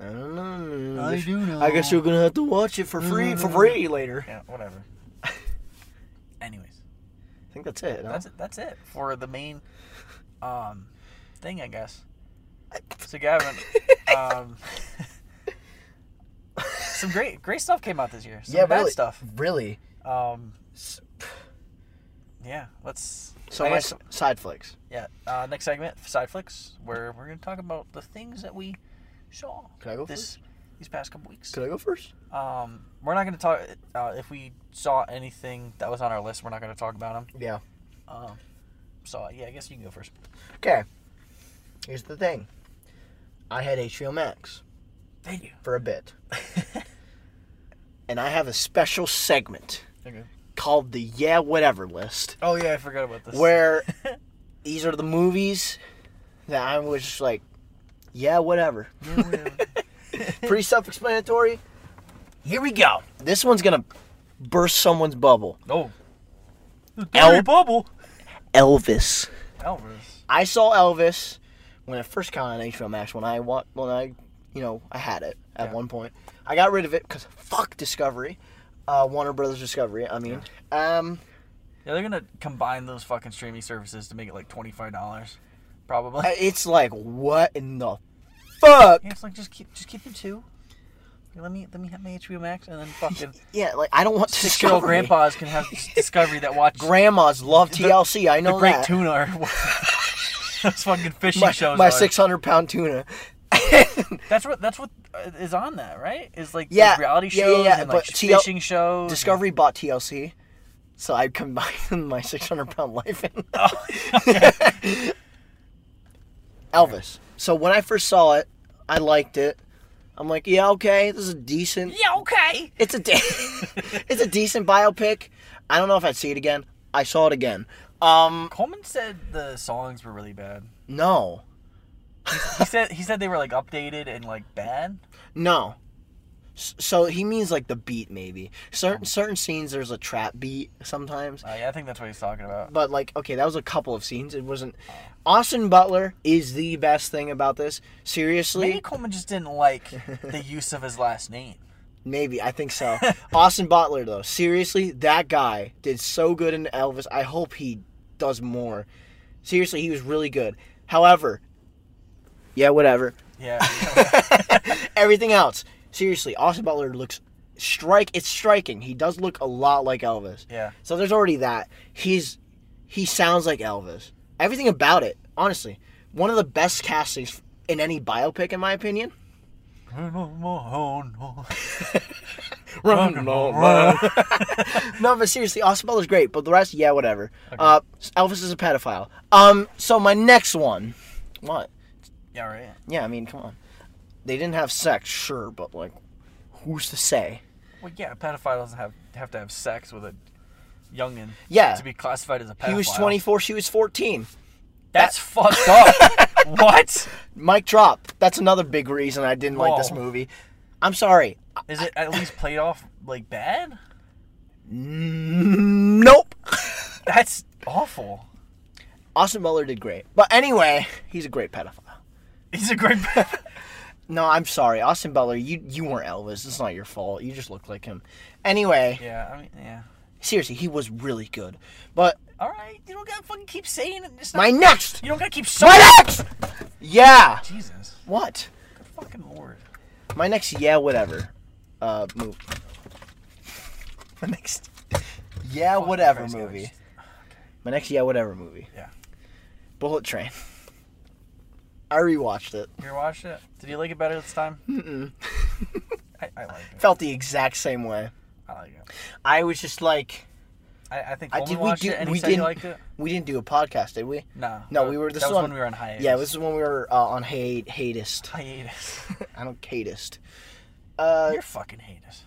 I don't know. I do know. Mm-hmm. I guess you're gonna have to watch it for free for free later. Yeah, whatever. Anyways, I think that's it. huh? that's it. That's it for the main um thing, I guess. So Gavin, um, some great great stuff came out this year. Some yeah, bad really, stuff. Really. Um, yeah, let's. So I my guess- s- side flicks. yeah. Uh, next segment, side flicks, where we're gonna talk about the things that we saw Can I go this these past couple weeks. Could I go first? Um, we're not going to talk uh, if we saw anything that was on our list. We're not going to talk about them. Yeah. Um, so yeah, I guess you can go first. Okay. Here's the thing. I had HBO Max Thank you. for a bit, and I have a special segment Okay. called the Yeah Whatever list, Oh yeah, I forgot about this. where these are the movies that I was just like, yeah, whatever. Pretty self-explanatory. Here we go. This one's gonna burst someone's bubble. Oh. The El- dirty bubble. Elvis. Elvis. I saw Elvis when it first came out on HBO Max when I wa- when I you know, I had it at Yeah. one point. I got rid of it because fuck Discovery, uh, Warner Brothers Discovery. I mean, um, Yeah, they're gonna combine those fucking streaming services to make it like twenty five dollars, probably. I- it's like what in the fuck? yeah, it's like just keep just keep your two. Yeah, Let me let me have my HBO Max and then fucking Yeah, like I don't want six year old Discovery. grandpas can have Discovery that watch Grandmas love TLC. I know the Great that. Tuna or those fucking fishing my shows. my are. six hundred pound tuna. That's what that's what uh, is on that right? Is like Yeah, those reality yeah, yeah, shows yeah, and like but TL fishing shows. Discovery bought TLC, so I combined my 600 pound life in. Oh, Elvis. So when I first saw it, I liked it. I'm like, yeah, okay, this is decent. Yeah, okay. It's a de- it's a decent biopic. I don't know if I'd see it again. I saw it again. Um, Coleman said the songs were really bad. no, He said he said they were like updated and like bad. no. S- So he means like the beat, maybe. Certain certain scenes, there's a trap beat sometimes. Uh, yeah, I think that's what he's talking about. but like okay that was a couple of scenes it wasn't austin butler is the best thing about this seriously Maybe maybe, Coleman just didn't like the use of his last name. i think so austin butler though seriously that guy did so good in elvis i hope he does more seriously he was really good however yeah whatever Yeah, everything else seriously austin butler looks strike it's striking he does look a lot like elvis yeah. So there's already that. He's he sounds like Elvis. Everything about it, honestly, one of the best castings in any biopic, in my opinion. Rock and roll, roll. no, but seriously, Austin Butler's great, but the rest, yeah, whatever. Uh, Elvis is a pedophile. Um, so my next one, what? Yeah, right. Yeah, I mean, come on. They didn't have sex, sure, but like, who's to say? Well, yeah, a pedophile doesn't have have to have sex with a youngin. Yeah. to be classified as a pedophile. He was 24, she was 14. That's fucked up. what? Mike drop. That's another big reason I didn't like this Whoa. movie. I'm sorry. Is it at least played off like bad? Nope. That's awful. Austin Butler did great. But anyway, he's a great pedophile. He's a great. No, I'm sorry, Austin Butler. You you weren't Elvis. It's not your fault. You just looked like him. Anyway, yeah, I mean, yeah. seriously, he was really good. But All right, you don't gotta fucking keep saying it. It's not, my next, you don't gotta keep my saying. next, yeah. Jesus, What? good fucking lord. My next, yeah, whatever. Uh, move. My next, yeah, whatever Christ, movie. Alex. My next, yeah, whatever movie. Yeah. Bullet Train. I rewatched it. You ever watched it? Did you like it better this time? Mm-mm. I, I like it. Felt the exact same way. I like it. I was just like, I, I think I Coleman did. We watched did. it and we he said didn't. he liked it. We didn't do a podcast, did we? No. No, we were. This that is was on- when we were on hiatus. Yeah, this is when we were uh, on hate hatist. hiatus. I don't hatist. Uh, You're fucking hiatus.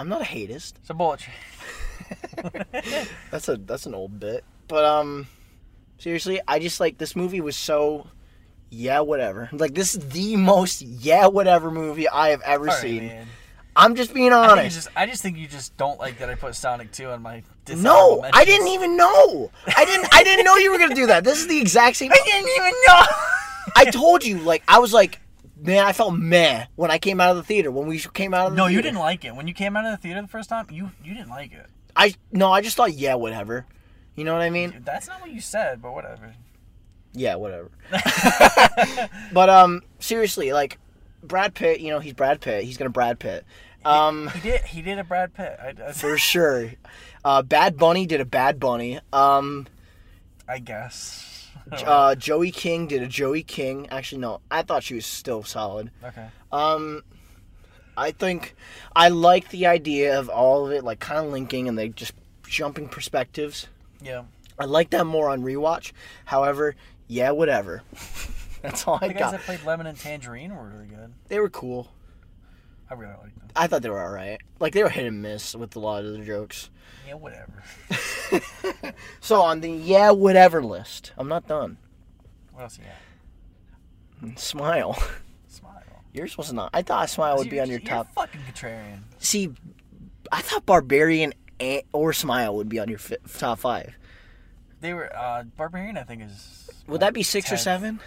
I'm not a hatist. It's a bullet train. That's a that's an old bit. But um, seriously, I just like this movie was so. Yeah, whatever. Like this is the most yeah whatever movie I have ever All right, seen. man. I'm just being I, think you honest. just, I just think you just don't like that I put Sonic 2 on my dishonorable no, I mentions. didn't e- even know. I didn't. I didn't know you were gonna do that. This is the exact same. I didn't even know. I told you, like, I was like, man, I felt meh when I came out of the theater. When we came out of the no, you theater. didn't like it. When you came out of the theater the first time, you you didn't like it. I no, I just thought, yeah, whatever. You know what I mean? Dude, that's not what you said, but whatever. Yeah, whatever. but um, seriously, like, Brad Pitt. You know, he's Brad Pitt. He's gonna Brad Pitt. Um, He did he did a Brad Pitt. I, I, for sure. Uh, Bad Bunny did a Bad Bunny. Um, I guess. uh, Joey King did a Joey King. Actually, no, I thought she was still solid. okay. Um, I think I like the idea of all of it, like kind of linking and they just jumping perspectives. Yeah. I like that more on rewatch. However, yeah, whatever. That's all I The guys got. that played Lemon and Tangerine were really good. They were cool. I really liked them. I thought they were all right. Like they were hit and miss with a lot of the jokes. Yeah, whatever. So on the yeah, whatever list, I'm not done. What else you got? Mm. Smile. Smile. Yours was not. I thought Smile would be You're on your just- you're top. fucking contrarian. See, I thought Barbarian and, or Smile would be on your fi- top five. They were uh Barbarian I think is Would that be six or tenth, seven?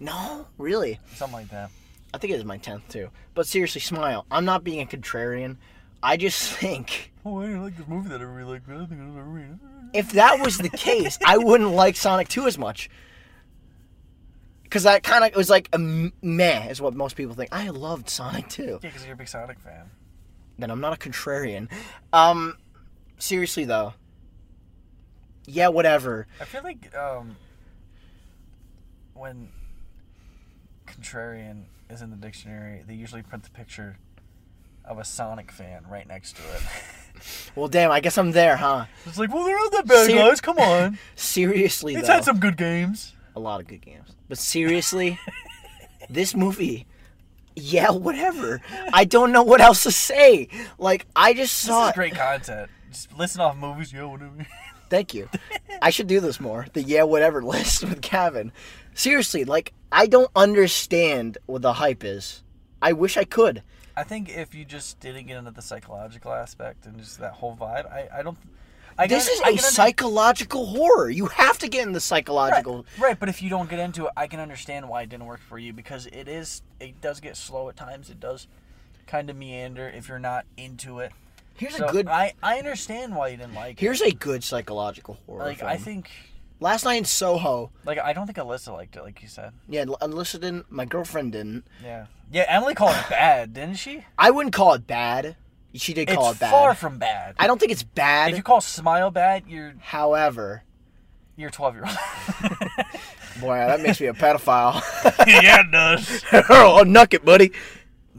No, really. Something like that. I think it is my tenth too. But seriously, smile. I'm not being a contrarian. I just think Oh, I didn't like this movie that I really liked, but I think it was alright. if that was the case, I wouldn't like Sonic Two as much. Because that kind of it was like a m- meh is what most people think. I loved Sonic Two. Yeah, because you're a big Sonic fan. Then I'm not a contrarian. Um, seriously though. Yeah, whatever. I feel like um, when contrarian is in the dictionary, they usually print the picture of a Sonic fan right next to it. Well, damn. I guess I'm there, huh? it's like, well, they're not that bad, Ser- guys. Come on, Seriously it's though. had some good games. a lot of good games. But seriously, this movie, yeah, whatever. I don't know what else to say. Like, I just This saw is it. great content. Just listen off movies, yo, whatever. Thank you. I should do this more. The yeah, whatever list with Kevin. Seriously, like, I don't understand what the hype is. I wish I could. I think if you just didn't get into the psychological aspect and just that whole vibe, I, I don't. I This can- is I a can under- psychological horror. You have to get in the psychological. Right, right, but if you don't get into it, I can understand why it didn't work for you because it is it does get slow at times. It does kind of meander if you're not into it. Here's So uh, a good. I I understand why you didn't like Here's a good psychological it. horror. Like film. I think last night in Soho. like I don't think Alyssa liked it like you said. Yeah, Alyssa didn't. My girlfriend didn't. Yeah. Yeah, Emily called it bad, didn't she? I wouldn't call it bad. She did call it's it bad. far from bad. I don't think it's bad. if you call Smile bad, you're However, you're 12 year old. boy, that makes me a pedophile. yeah, it does. oh, nuck it, buddy.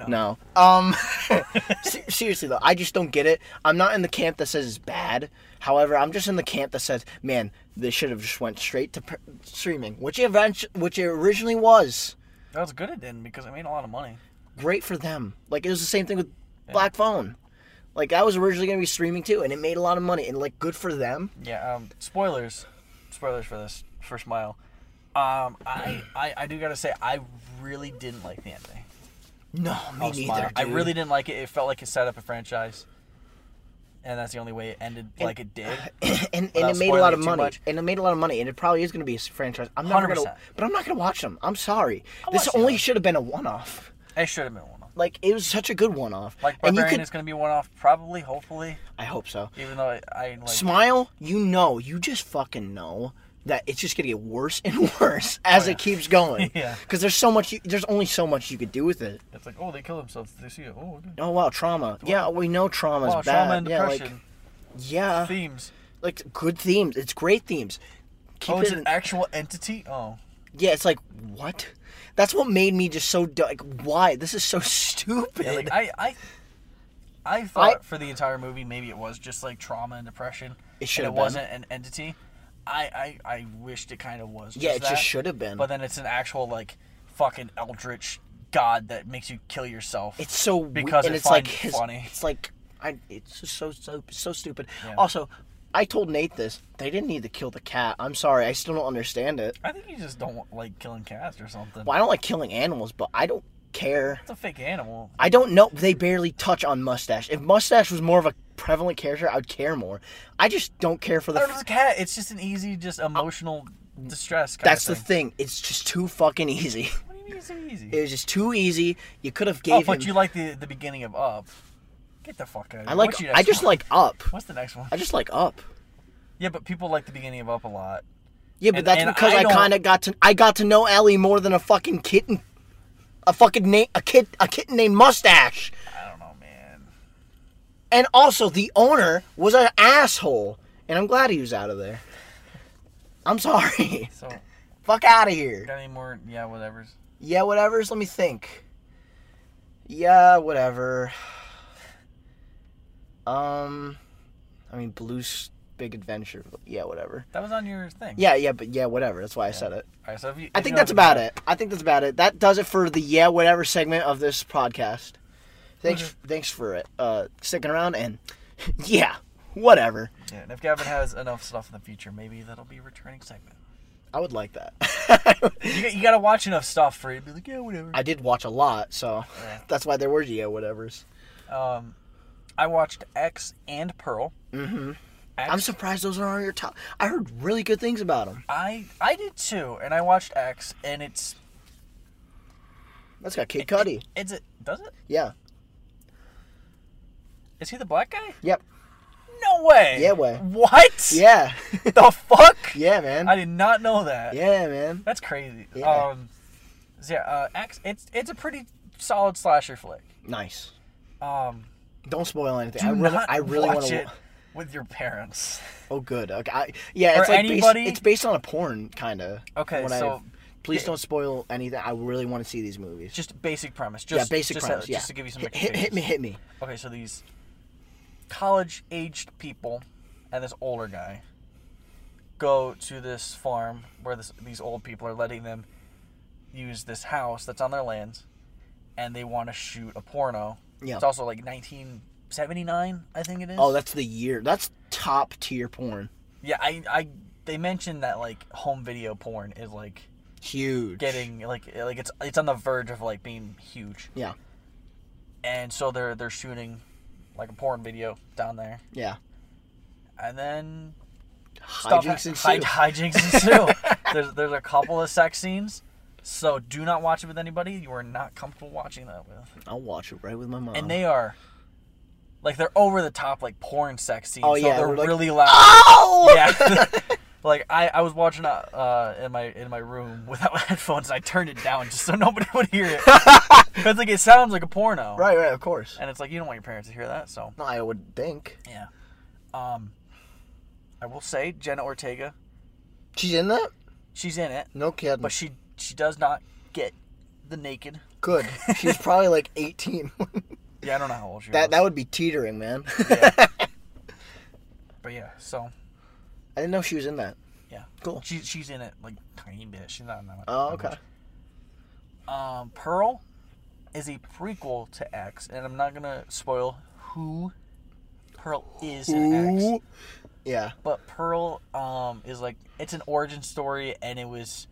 No. Um. se- seriously though, I just don't get it. I'm not in the camp that says it's bad. However, I'm just in the camp that says, man, this should have just went straight to pr- streaming, which event, which it originally was. That was good it didn't because it made a lot of money. Great for them. Like it was the same thing with Black Phone. Like that was originally gonna be streaming too, and it made a lot of money, and like good for them. Yeah. Um, spoilers, spoilers for this first mile. Um, I, I I do gotta say I really didn't like the ending. No, me of neither. Smile. I dude. really didn't like it. It felt like it set up a franchise, and that's the only way it ended like it did. and, and Without it made a lot spoiling it of too money. much. And it made a lot of money, and it probably is going to be a franchise. I'm never going 100%. to, but I'm not going to watch them. I'm sorry. I'll this watch the only others. should have been a one-off. It should have been one off. Like it was such a good one-off. Like and you Barbarian could, is gonna be one off, probably, hopefully. I hope so. Even though I, I like, Smile, you know, you just fucking know that it's just going to get worse and worse as Oh, yeah. it keeps going. Yeah. Because there's so much. You, there's only so much you could do with it. it's like, oh, they kill themselves. They see it. Oh, okay. Oh wow, trauma. Yeah, we know trauma's wow, bad. trauma and yeah, like depression yeah, themes. like good themes. It's great themes. Keep Oh, it's it in- an actual entity. Oh, Yeah, it's like what? That's what made me just so du- like why this is so stupid. Yeah, like I, I, I thought for the entire movie maybe it was just like trauma and depression. It should and have It been. wasn't an entity. I, I, I wished it kind of was. Just yeah, it that. just should have been. But then it's an actual like fucking eldritch god that makes you kill yourself. it's so we- because and it it's like finds his, funny. It's like I. It's just so so so stupid. Yeah. Also, I told Nate this. They didn't need to kill the cat. I'm sorry. I still don't understand it. I think you just don't want, like killing cats or something. Well, I don't like killing animals, but I don't care. It's a fake animal. I don't know. They barely touch on mustache. If mustache was more of a prevalent character, I would care more. I just don't care for the. I f- don't know, it's a cat. It's just an easy, just emotional distress. Kind that's of the thing. It's just too fucking easy. What do you mean it's so easy? It was just too easy. You could have oh, gave but him. you like the the beginning of Up. Get the fuck out of here. I like. What's your I next just one? like up. What's the next one? I just like up. Yeah, but people like the beginning of Up a lot. Yeah, but And- that's and because I I, don't- kind of got to. I got to know Ellie more than a fucking kitten. A fucking name. A kid. A kitten named Mustache. I don't know, man. And also, the owner was an asshole. And I'm glad he was out of there. I'm sorry. So, Fuck out of here. got any more? Yeah, whatever's. Yeah, whatever's. Let me think. Yeah, whatever. Um, I mean, Blue's Big Adventure. but Yeah, whatever. That was on your thing. Yeah, yeah, but yeah, whatever. That's why I said it. All right, so if you, I if think you that's about it. I think that's about it. That does it for the yeah, whatever segment of this podcast. Thanks, Mm-hmm. thanks for it. Uh, sticking around and yeah, whatever. Yeah, and if Gavin has enough stuff in the future, maybe that'll be a returning segment. I would like that. You, got- you gotta watch enough stuff for it to be like, yeah, whatever. I did watch a lot, so Yeah. that's why there were yeah, whatevers. um, I watched X and Pearl. Mm-hmm. X, I'm surprised those are on your top. I heard really good things about them. I I did too, and I watched X, and it's That's got Kid Cudi. It's it. Does it? Yeah. Is he the black guy? Yep. No way. Yeah, way. What? Yeah. The fuck? yeah, man. I did not know that. yeah, man. That's crazy. Yeah. Um, so yeah. Uh, Ax- it's it's a pretty solid slasher flick. Nice. Um, Don't spoil anything. do I really, not I really watch want to. it with your parents. Oh, good. Okay. I, yeah, Or it's like based- anybody- it's based on a porn kind of. Okay, so- please yeah. don't spoil anything. I really want to see these movies. Just basic premise. Just, yeah, basic just, premise. Just yeah. to give you some. hit, hit, hit me, hit me. Okay, so these college-aged people and this older guy go to this farm where this, these old people are letting them use this house that's on their lands, and they want to shoot a porno. Yeah. It's also like 1979, I think it is. Oh, that's the year. That's top tier porn. yeah. I, I they mentioned that like home video porn is like Huge. getting like like it's it's on the verge of like being huge, Yeah, and so they're they're shooting like a porn video down there, yeah. and then stuff- Hijinks and hij- shit. hijinks ensue. there's there's a couple of sex scenes, so do not watch it with anybody you are not comfortable watching that with. I'll watch it right with my mom. And they are, like they're over the top like porn sex scenes. Oh, so yeah, they're we're like, really loud. Oh! Yeah. like I, I was watching uh, uh in my in my room without headphones. And I turned it down just so nobody would hear it. Cause like it sounds like a porno. Right, right. Of course. And it's like you don't want your parents to hear that. So No, I would think yeah. Um, I will say Jenna Ortega, she's in that. she's in it. No kidding. but she she does not get the naked. Good. She's probably like 18. Yeah, I don't know how old she that was. that would be teetering, man. But yeah, so I didn't know she was in that. yeah, Cool. she she's in it like tiny bit. She's not in that. much- Oh, that okay. much. Um, Pearl is a prequel to X, and I'm not gonna spoil who Pearl is in X. Ooh. Yeah. But Pearl um is like it's an origin story, and it was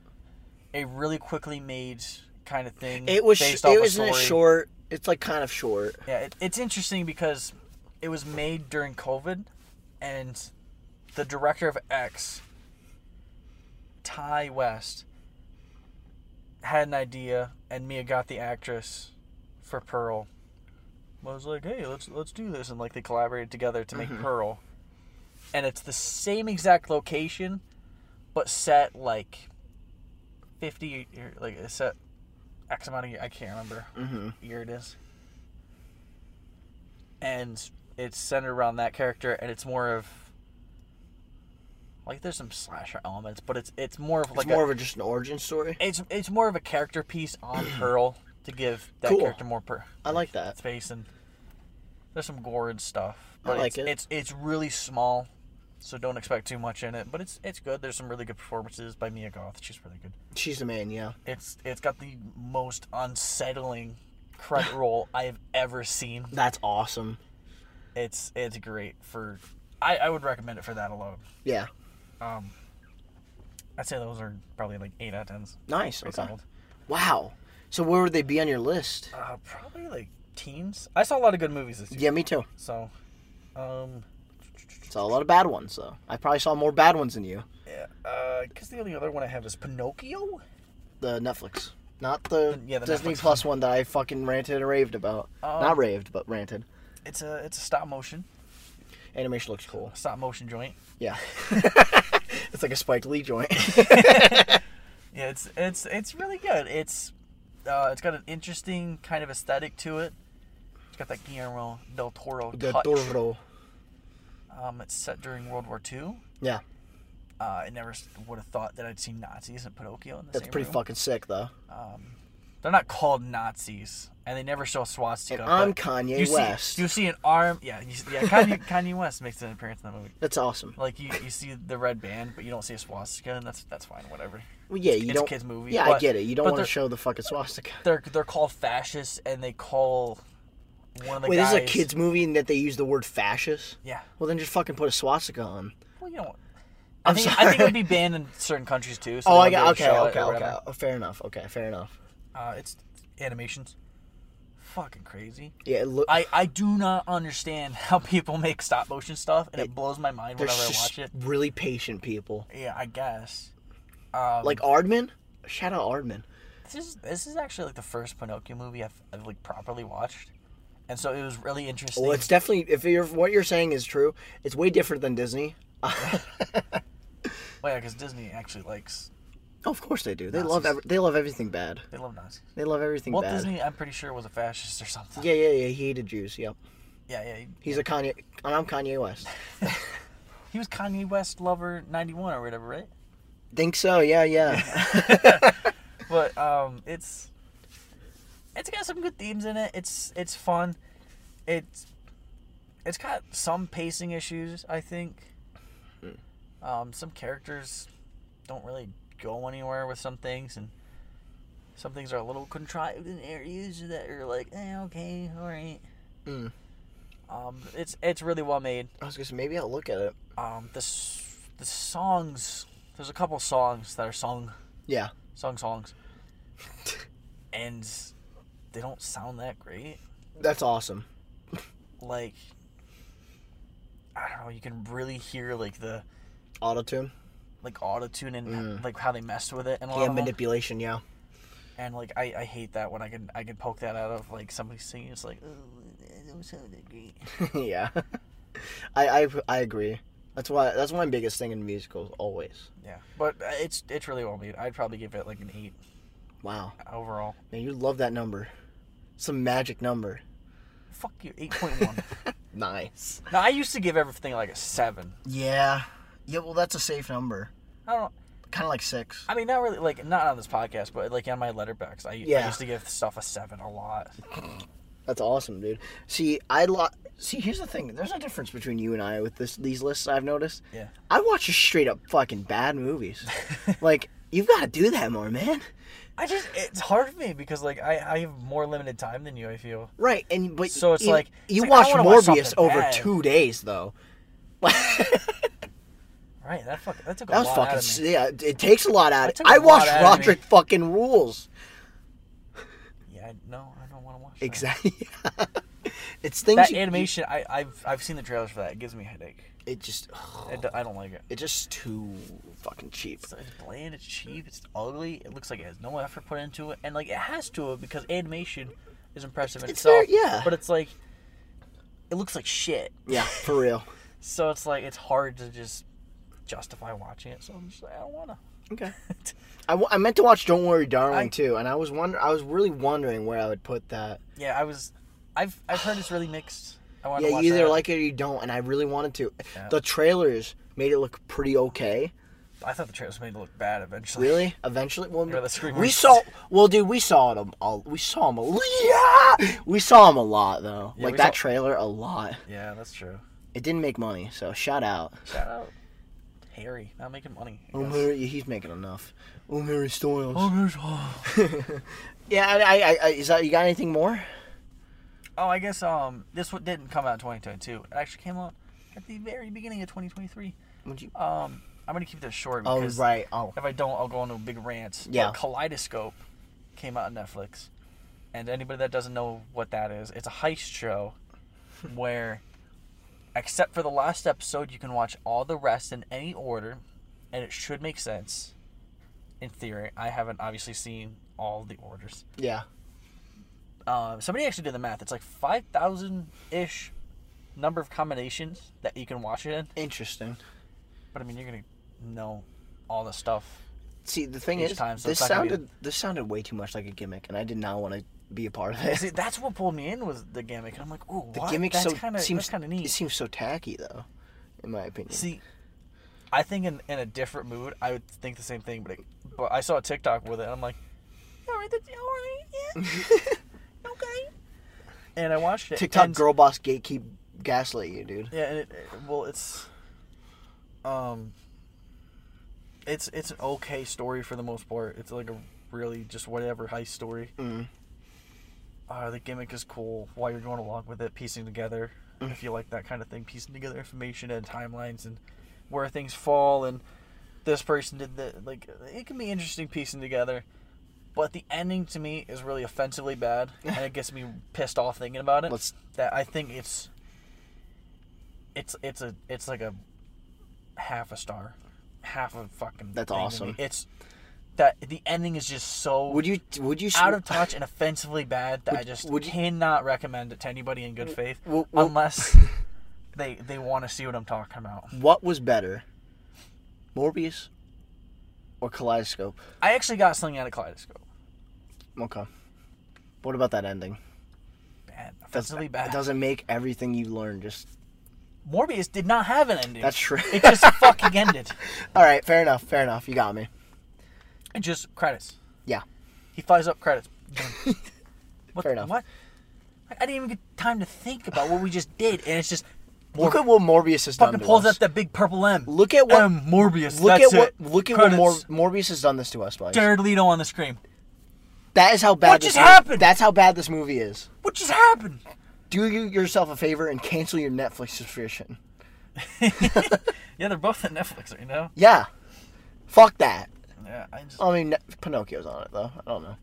a really quickly made kind of thing. It was. based It off a was in a story. short. It's like kind of short. Yeah, it, it's interesting because it was made during COVID, and the director of X, Ty West, had an idea, and Mia got the actress for Pearl. I was like, hey, let's let's do this, and like they collaborated together to make Pearl, and it's the same exact location, but set like fifty or like it's set X amount of year. I can't remember what year it is and it's centered around that character and it's more of like there's some slasher elements but it's it's more of like it's more a, of a, just an origin story. it's it's more of a character piece on Pearl to give that Cool. character more per, I like that. space and there's some gore and stuff I but like it's, it. it's it's really small so don't expect too much in it but it's it's good there's some really good performances by Mia Goth she's really good She's the man. Yeah. it's it's got the most unsettling credit roll I've ever seen That's awesome. it's it's great for I, I would recommend it for that alone. Yeah. Um I'd say those are probably like eight out of tens. Nice. Pretty Okay. solid. Wow. So where would they be on your list? Uh, probably like teens. I saw a lot of good movies this year. Yeah, me too. So um Saw a lot of bad ones though. I probably saw more bad ones than you. yeah, uh, I guess the only other one I have is Pinocchio. The Netflix, not the, Yeah, the Disney Netflix Plus one that I fucking ranted and raved about. Oh. not raved, but ranted. It's a it's a stop motion Animation looks cool. stop motion joint. Yeah. it's like a Spike Lee joint. Yeah, it's it's it's really good. It's uh, it's got an interesting kind of aesthetic to it. It's got that Guillermo del Toro the touch. Toro. Um, it's set during World War II. Yeah, Uh, I never would have thought that I'd see Nazis and Pinocchio in the that's same pretty room. fucking sick though. They're not called Nazis, and they never show swastika. And I'm but Kanye you see- West. you see an arm. Yeah, you, see- yeah. Kanye, Kanye West makes an appearance in that movie. That's awesome. Like you, you see the red band, but you don't see a swastika, and that's that's fine. Whatever. Well, yeah, you it's a don't. kids' movie, Yeah, I but- get it. You don't but want to they're- show the fucking swastika. They're they're called fascists, and they call one of the Wait, guys. this is a kids' movie and that they use the word fascist. Yeah. Well, then just fucking put a swastika on. Well, you know. I I'm think, I sorry. think it would be banned in certain countries too. So Oh, I they got wouldn't be okay, able to show okay, it or okay. whatever. Oh, fair enough. Okay, fair enough. Uh, it's animations. Fucking crazy. Yeah, it look. I, I do not understand how people make stop motion stuff, and it, blows my mind They're whenever I just watch it. really patient people. Yeah, I guess. Like Ardman. Shout out Ardman. This is this is actually like the first Pinocchio movie I've, I've like properly watched, and so it was really interesting. Well, it's definitely if you're what you're saying is true, it's way different than Disney. well, Oh, yeah, because Disney actually likes Oh, of course they do. They Nazis. love every, they love everything bad. they love Nazis. They love everything Walt bad. Disney, I'm pretty sure, was a fascist or something. Yeah, yeah, yeah. He hated Jews. Yep. yeah, yeah. He, He's a Kanye. And I'm Kanye West. he was Kanye West lover '91 or whatever, right? Think so? Yeah, yeah. but um, it's it's got some good themes in it. It's it's fun. It's it's got some pacing issues, I think. Um, some characters don't really go anywhere with some things, and some things are a little contrived in areas that are like, eh, okay, all right. Mm. Um, it's it's really well made. I was gonna say maybe I'll look at it. Um, the s- the songs. There's a couple songs that are sung Yeah. sung songs, and they don't sound that great. That's awesome. Like, I don't know. You can really hear like the Autotune. like auto tune and Mm. like how they messed with it and a lot Yeah, of them. manipulation. Yeah. And like I, I hate that when I can I can poke that out of like somebody singing. It's like oh, that don't sound that great. yeah. I, I I agree. That's why that's my biggest thing in musicals always. Yeah, but uh, it's it's really well made. I'd probably give it like an eight Wow. overall. Man, you love that number. Some magic number. Fuck you, eight point one. Nice. now I used to give everything like a seven. Yeah. Yeah. Well, that's a safe number. I don't. Kind of like six. I mean, not really, like, not on this podcast, but, like, on my letterbox. I, I Yeah. used to give stuff a seven a lot. That's awesome, dude. See, I lo- see. Here's the thing. There's a difference between you and I with this these lists. I've noticed. Yeah. I watch just straight up fucking bad movies. like you've got to do that more, man. I just, it's hard for me because, like, I, I have more limited time than you, I feel. Right, and but So it's you- like- you it's like, watched I wanna watch Morbius something over bad. two days though. Right, that fuck, that took a That was lot fucking out of s me. yeah. It takes a lot out. That of took a I lot watched out of me. Roderick fucking rules. Yeah, I- no, I don't want to watch that. Exactly. it's things That you- animation, I, I've, I've seen the trailers for that. It gives me a headache. It just It, do- I don't like it. it's just too fucking cheap. It's, it's bland, it's cheap, it's ugly. It looks like it has no effort put into it. And, like, it has to because animation is impressive in It's itself. very- yeah. But it's like, it looks like shit. Yeah, for real. So it's like it's hard to just justify watching it. So I'm just like I don't wanna. Okay. I, w- I meant to watch Don't Worry Darling I- too, and I was wonder I was really wondering where I would put that. yeah, I was. I've I've heard it's really mixed. I want to yeah, watch you either that. like it or you don't, and I really wanted to. Yeah. The trailers made it look pretty okay. I thought the trailers made it look bad eventually. Really? Eventually, well, Yeah, the screen we was- saw. Well, dude, we saw it. A, a, we saw him a yeah! We saw him a lot though. Yeah, like we that saw- trailer a lot. Yeah, that's true. It didn't make money, so shout out. Shout out Harry, not making money. I Um, guess. Harry- he's making enough. Um, Harry Styles. Oh, there's- oh. Yeah, I, I, I, is that you got anything more? Oh, I guess um this one didn't come out in 2022. It actually came out at the very beginning of 2023. Would you? Um, I'm gonna keep this short Oh because right. Oh If I don't, I'll go on a big rant. Yeah. But Kaleidoscope came out on Netflix. And anybody that doesn't know what that is, it's a heist show where, except for the last episode, you can watch all the rest in any order, and it should make sense. In theory, I haven't obviously seen all the orders. yeah. Um, somebody actually did the math. It's like 5,000 ish number of combinations that you can watch it in. Interesting. But I mean, you're going to know all the stuff See, the thing each is, time, so this it's not gonna be- sounded this sounded way too much like a gimmick, and I did not want to be a part of this. See, that's what pulled me in was the gimmick, and I'm like, ooh, The what? gimmick that's so kind of seems kind of It neat. seems so tacky, though, in my opinion. See, I think in, in a different mood, I would think the same thing, but it, but I saw a TikTok with it, and I'm like, all right, that's all right, yeah, okay. And I watched it. TikTok and, girl boss gatekeep gaslight you, dude. Yeah, and it, it- well, it's um, it's it's an okay story for the most part. It's like a really just whatever heist story. Mm. uh, the gimmick is cool while you're going along with it, piecing together, Mm. if you like that kind of thing, piecing together information and timelines and where things fall and this person did that. Like, it can be interesting piecing together, but the ending to me is really offensively bad, and it gets me pissed off thinking about it. Let's- That I think it's it's it's a it's like a half a star, half a fucking. That's thing to awesome. me. It's that the ending is just so Would you would you sw- out of touch and offensively bad that I Would- just would you- Mm, cannot recommend it to anybody in good faith w- w- unless they they want to see what I'm talking about. what was better, Morbius or Kaleidoscope? I actually got something out of Kaleidoscope. Okay. What about that ending? Bad, Does- offensively bad. It doesn't make everything you learn just. Morbius did not have an ending. That's true. It just fucking ended. All right, fair enough, fair enough. You got me. It just credits. Yeah. He flies up credits. what, Fair enough. What? I I didn't even get time to think about what we just did, and it's just Mor- Look at what Morbius has done fucking to pulls us. out that big purple M. Look at what- M Morbius. look that's at what it. look at Credits. what Mor- Morbius has done this to us, Mike. Jared Leto on the screen. That is how bad What this just mo- happened? That's how bad this movie is. What just happened? Do you yourself a favor and cancel your Netflix subscription. Yeah, they're both on Netflix right now. Yeah. Fuck that. Yeah, I just. I mean, Ne- Pinocchio's on it though. I don't know.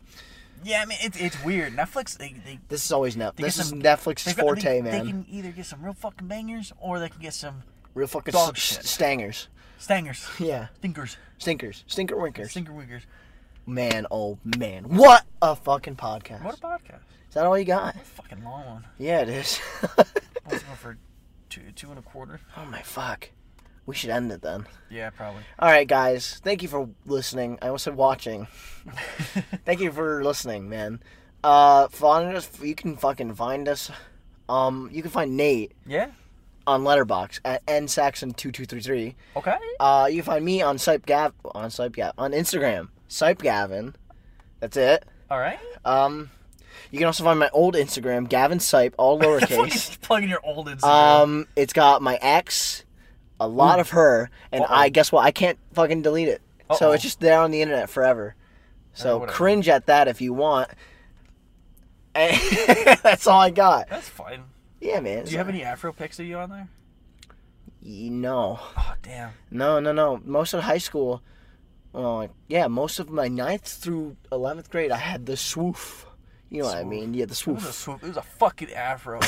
Yeah, I mean it's it's weird. Netflix they they. This is always Netflix. They get This is some- Netflix's they've- forte, they, man. They can either get some real fucking bangers or they can get some Real fucking dog s- shit. stangers. stangers, Yeah. stinkers, Stinkers. Stinker winkers. stinker wiggers. man, oh man. What a fucking podcast. What a podcast! is that all you What got? a fucking long one. Yeah, it is. I was going for two two and a quarter. oh my fuck. We should end it then. Yeah, probably. All right, guys. Thank you for listening. I almost said watching. thank you for listening, man. Uh, find us. You can fucking find us. Um, you can find Nate Yeah. on Letterbox at nsaxon2233. Okay. Uh, you can find me on Sipe Gav on Sipe Gav on Instagram Sipe Gavin. That's it. All right. Um, you can also find my old Instagram Gavin Sipe all lowercase. Fucking plugging your old Instagram. um, it's got my ex, a lot of her, and Hmm. Uh-oh. I guess what I can't fucking delete it. So Uh-oh. it's just there on the internet forever. Uh, So whatever. cringe at that if you want. And that's all I got. That's fine. Yeah, man. Do you have any Afro pics of you on there? No. Oh damn. No, no, no. Most of high school, well, like, yeah, most of my ninth through eleventh grade, I had the swoof. You know what I mean? Yeah, the It was a swoof. swoop. It was a fucking Afro.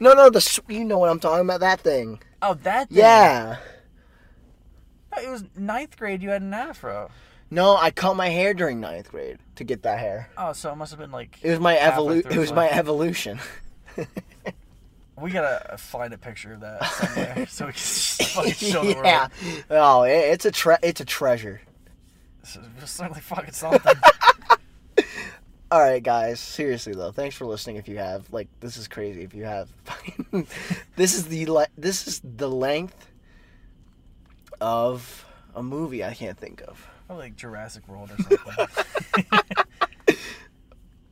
No, no, the sw- you know what I'm talking about? That thing. oh that. Thing. Yeah. No, it was ninth grade. You had an Afro. No, I cut my hair during ninth grade to get that hair. Oh, so it must have been like It was my Halfway evolu- through It was life. my evolution. we gotta find a picture of that somewhere so we can just fucking show the yeah. world. Oh, it, it's a tre- it's a treasure. This is just certainly fucking something. All right, guys. Seriously though, thanks for listening. If you have, like, this is crazy. If you have, this is the le- this is the length of a movie. I can't think of. Probably like Jurassic World or something.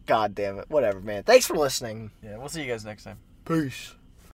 God damn it. Whatever, man. Thanks for listening. yeah, we'll see you guys next time. Peace.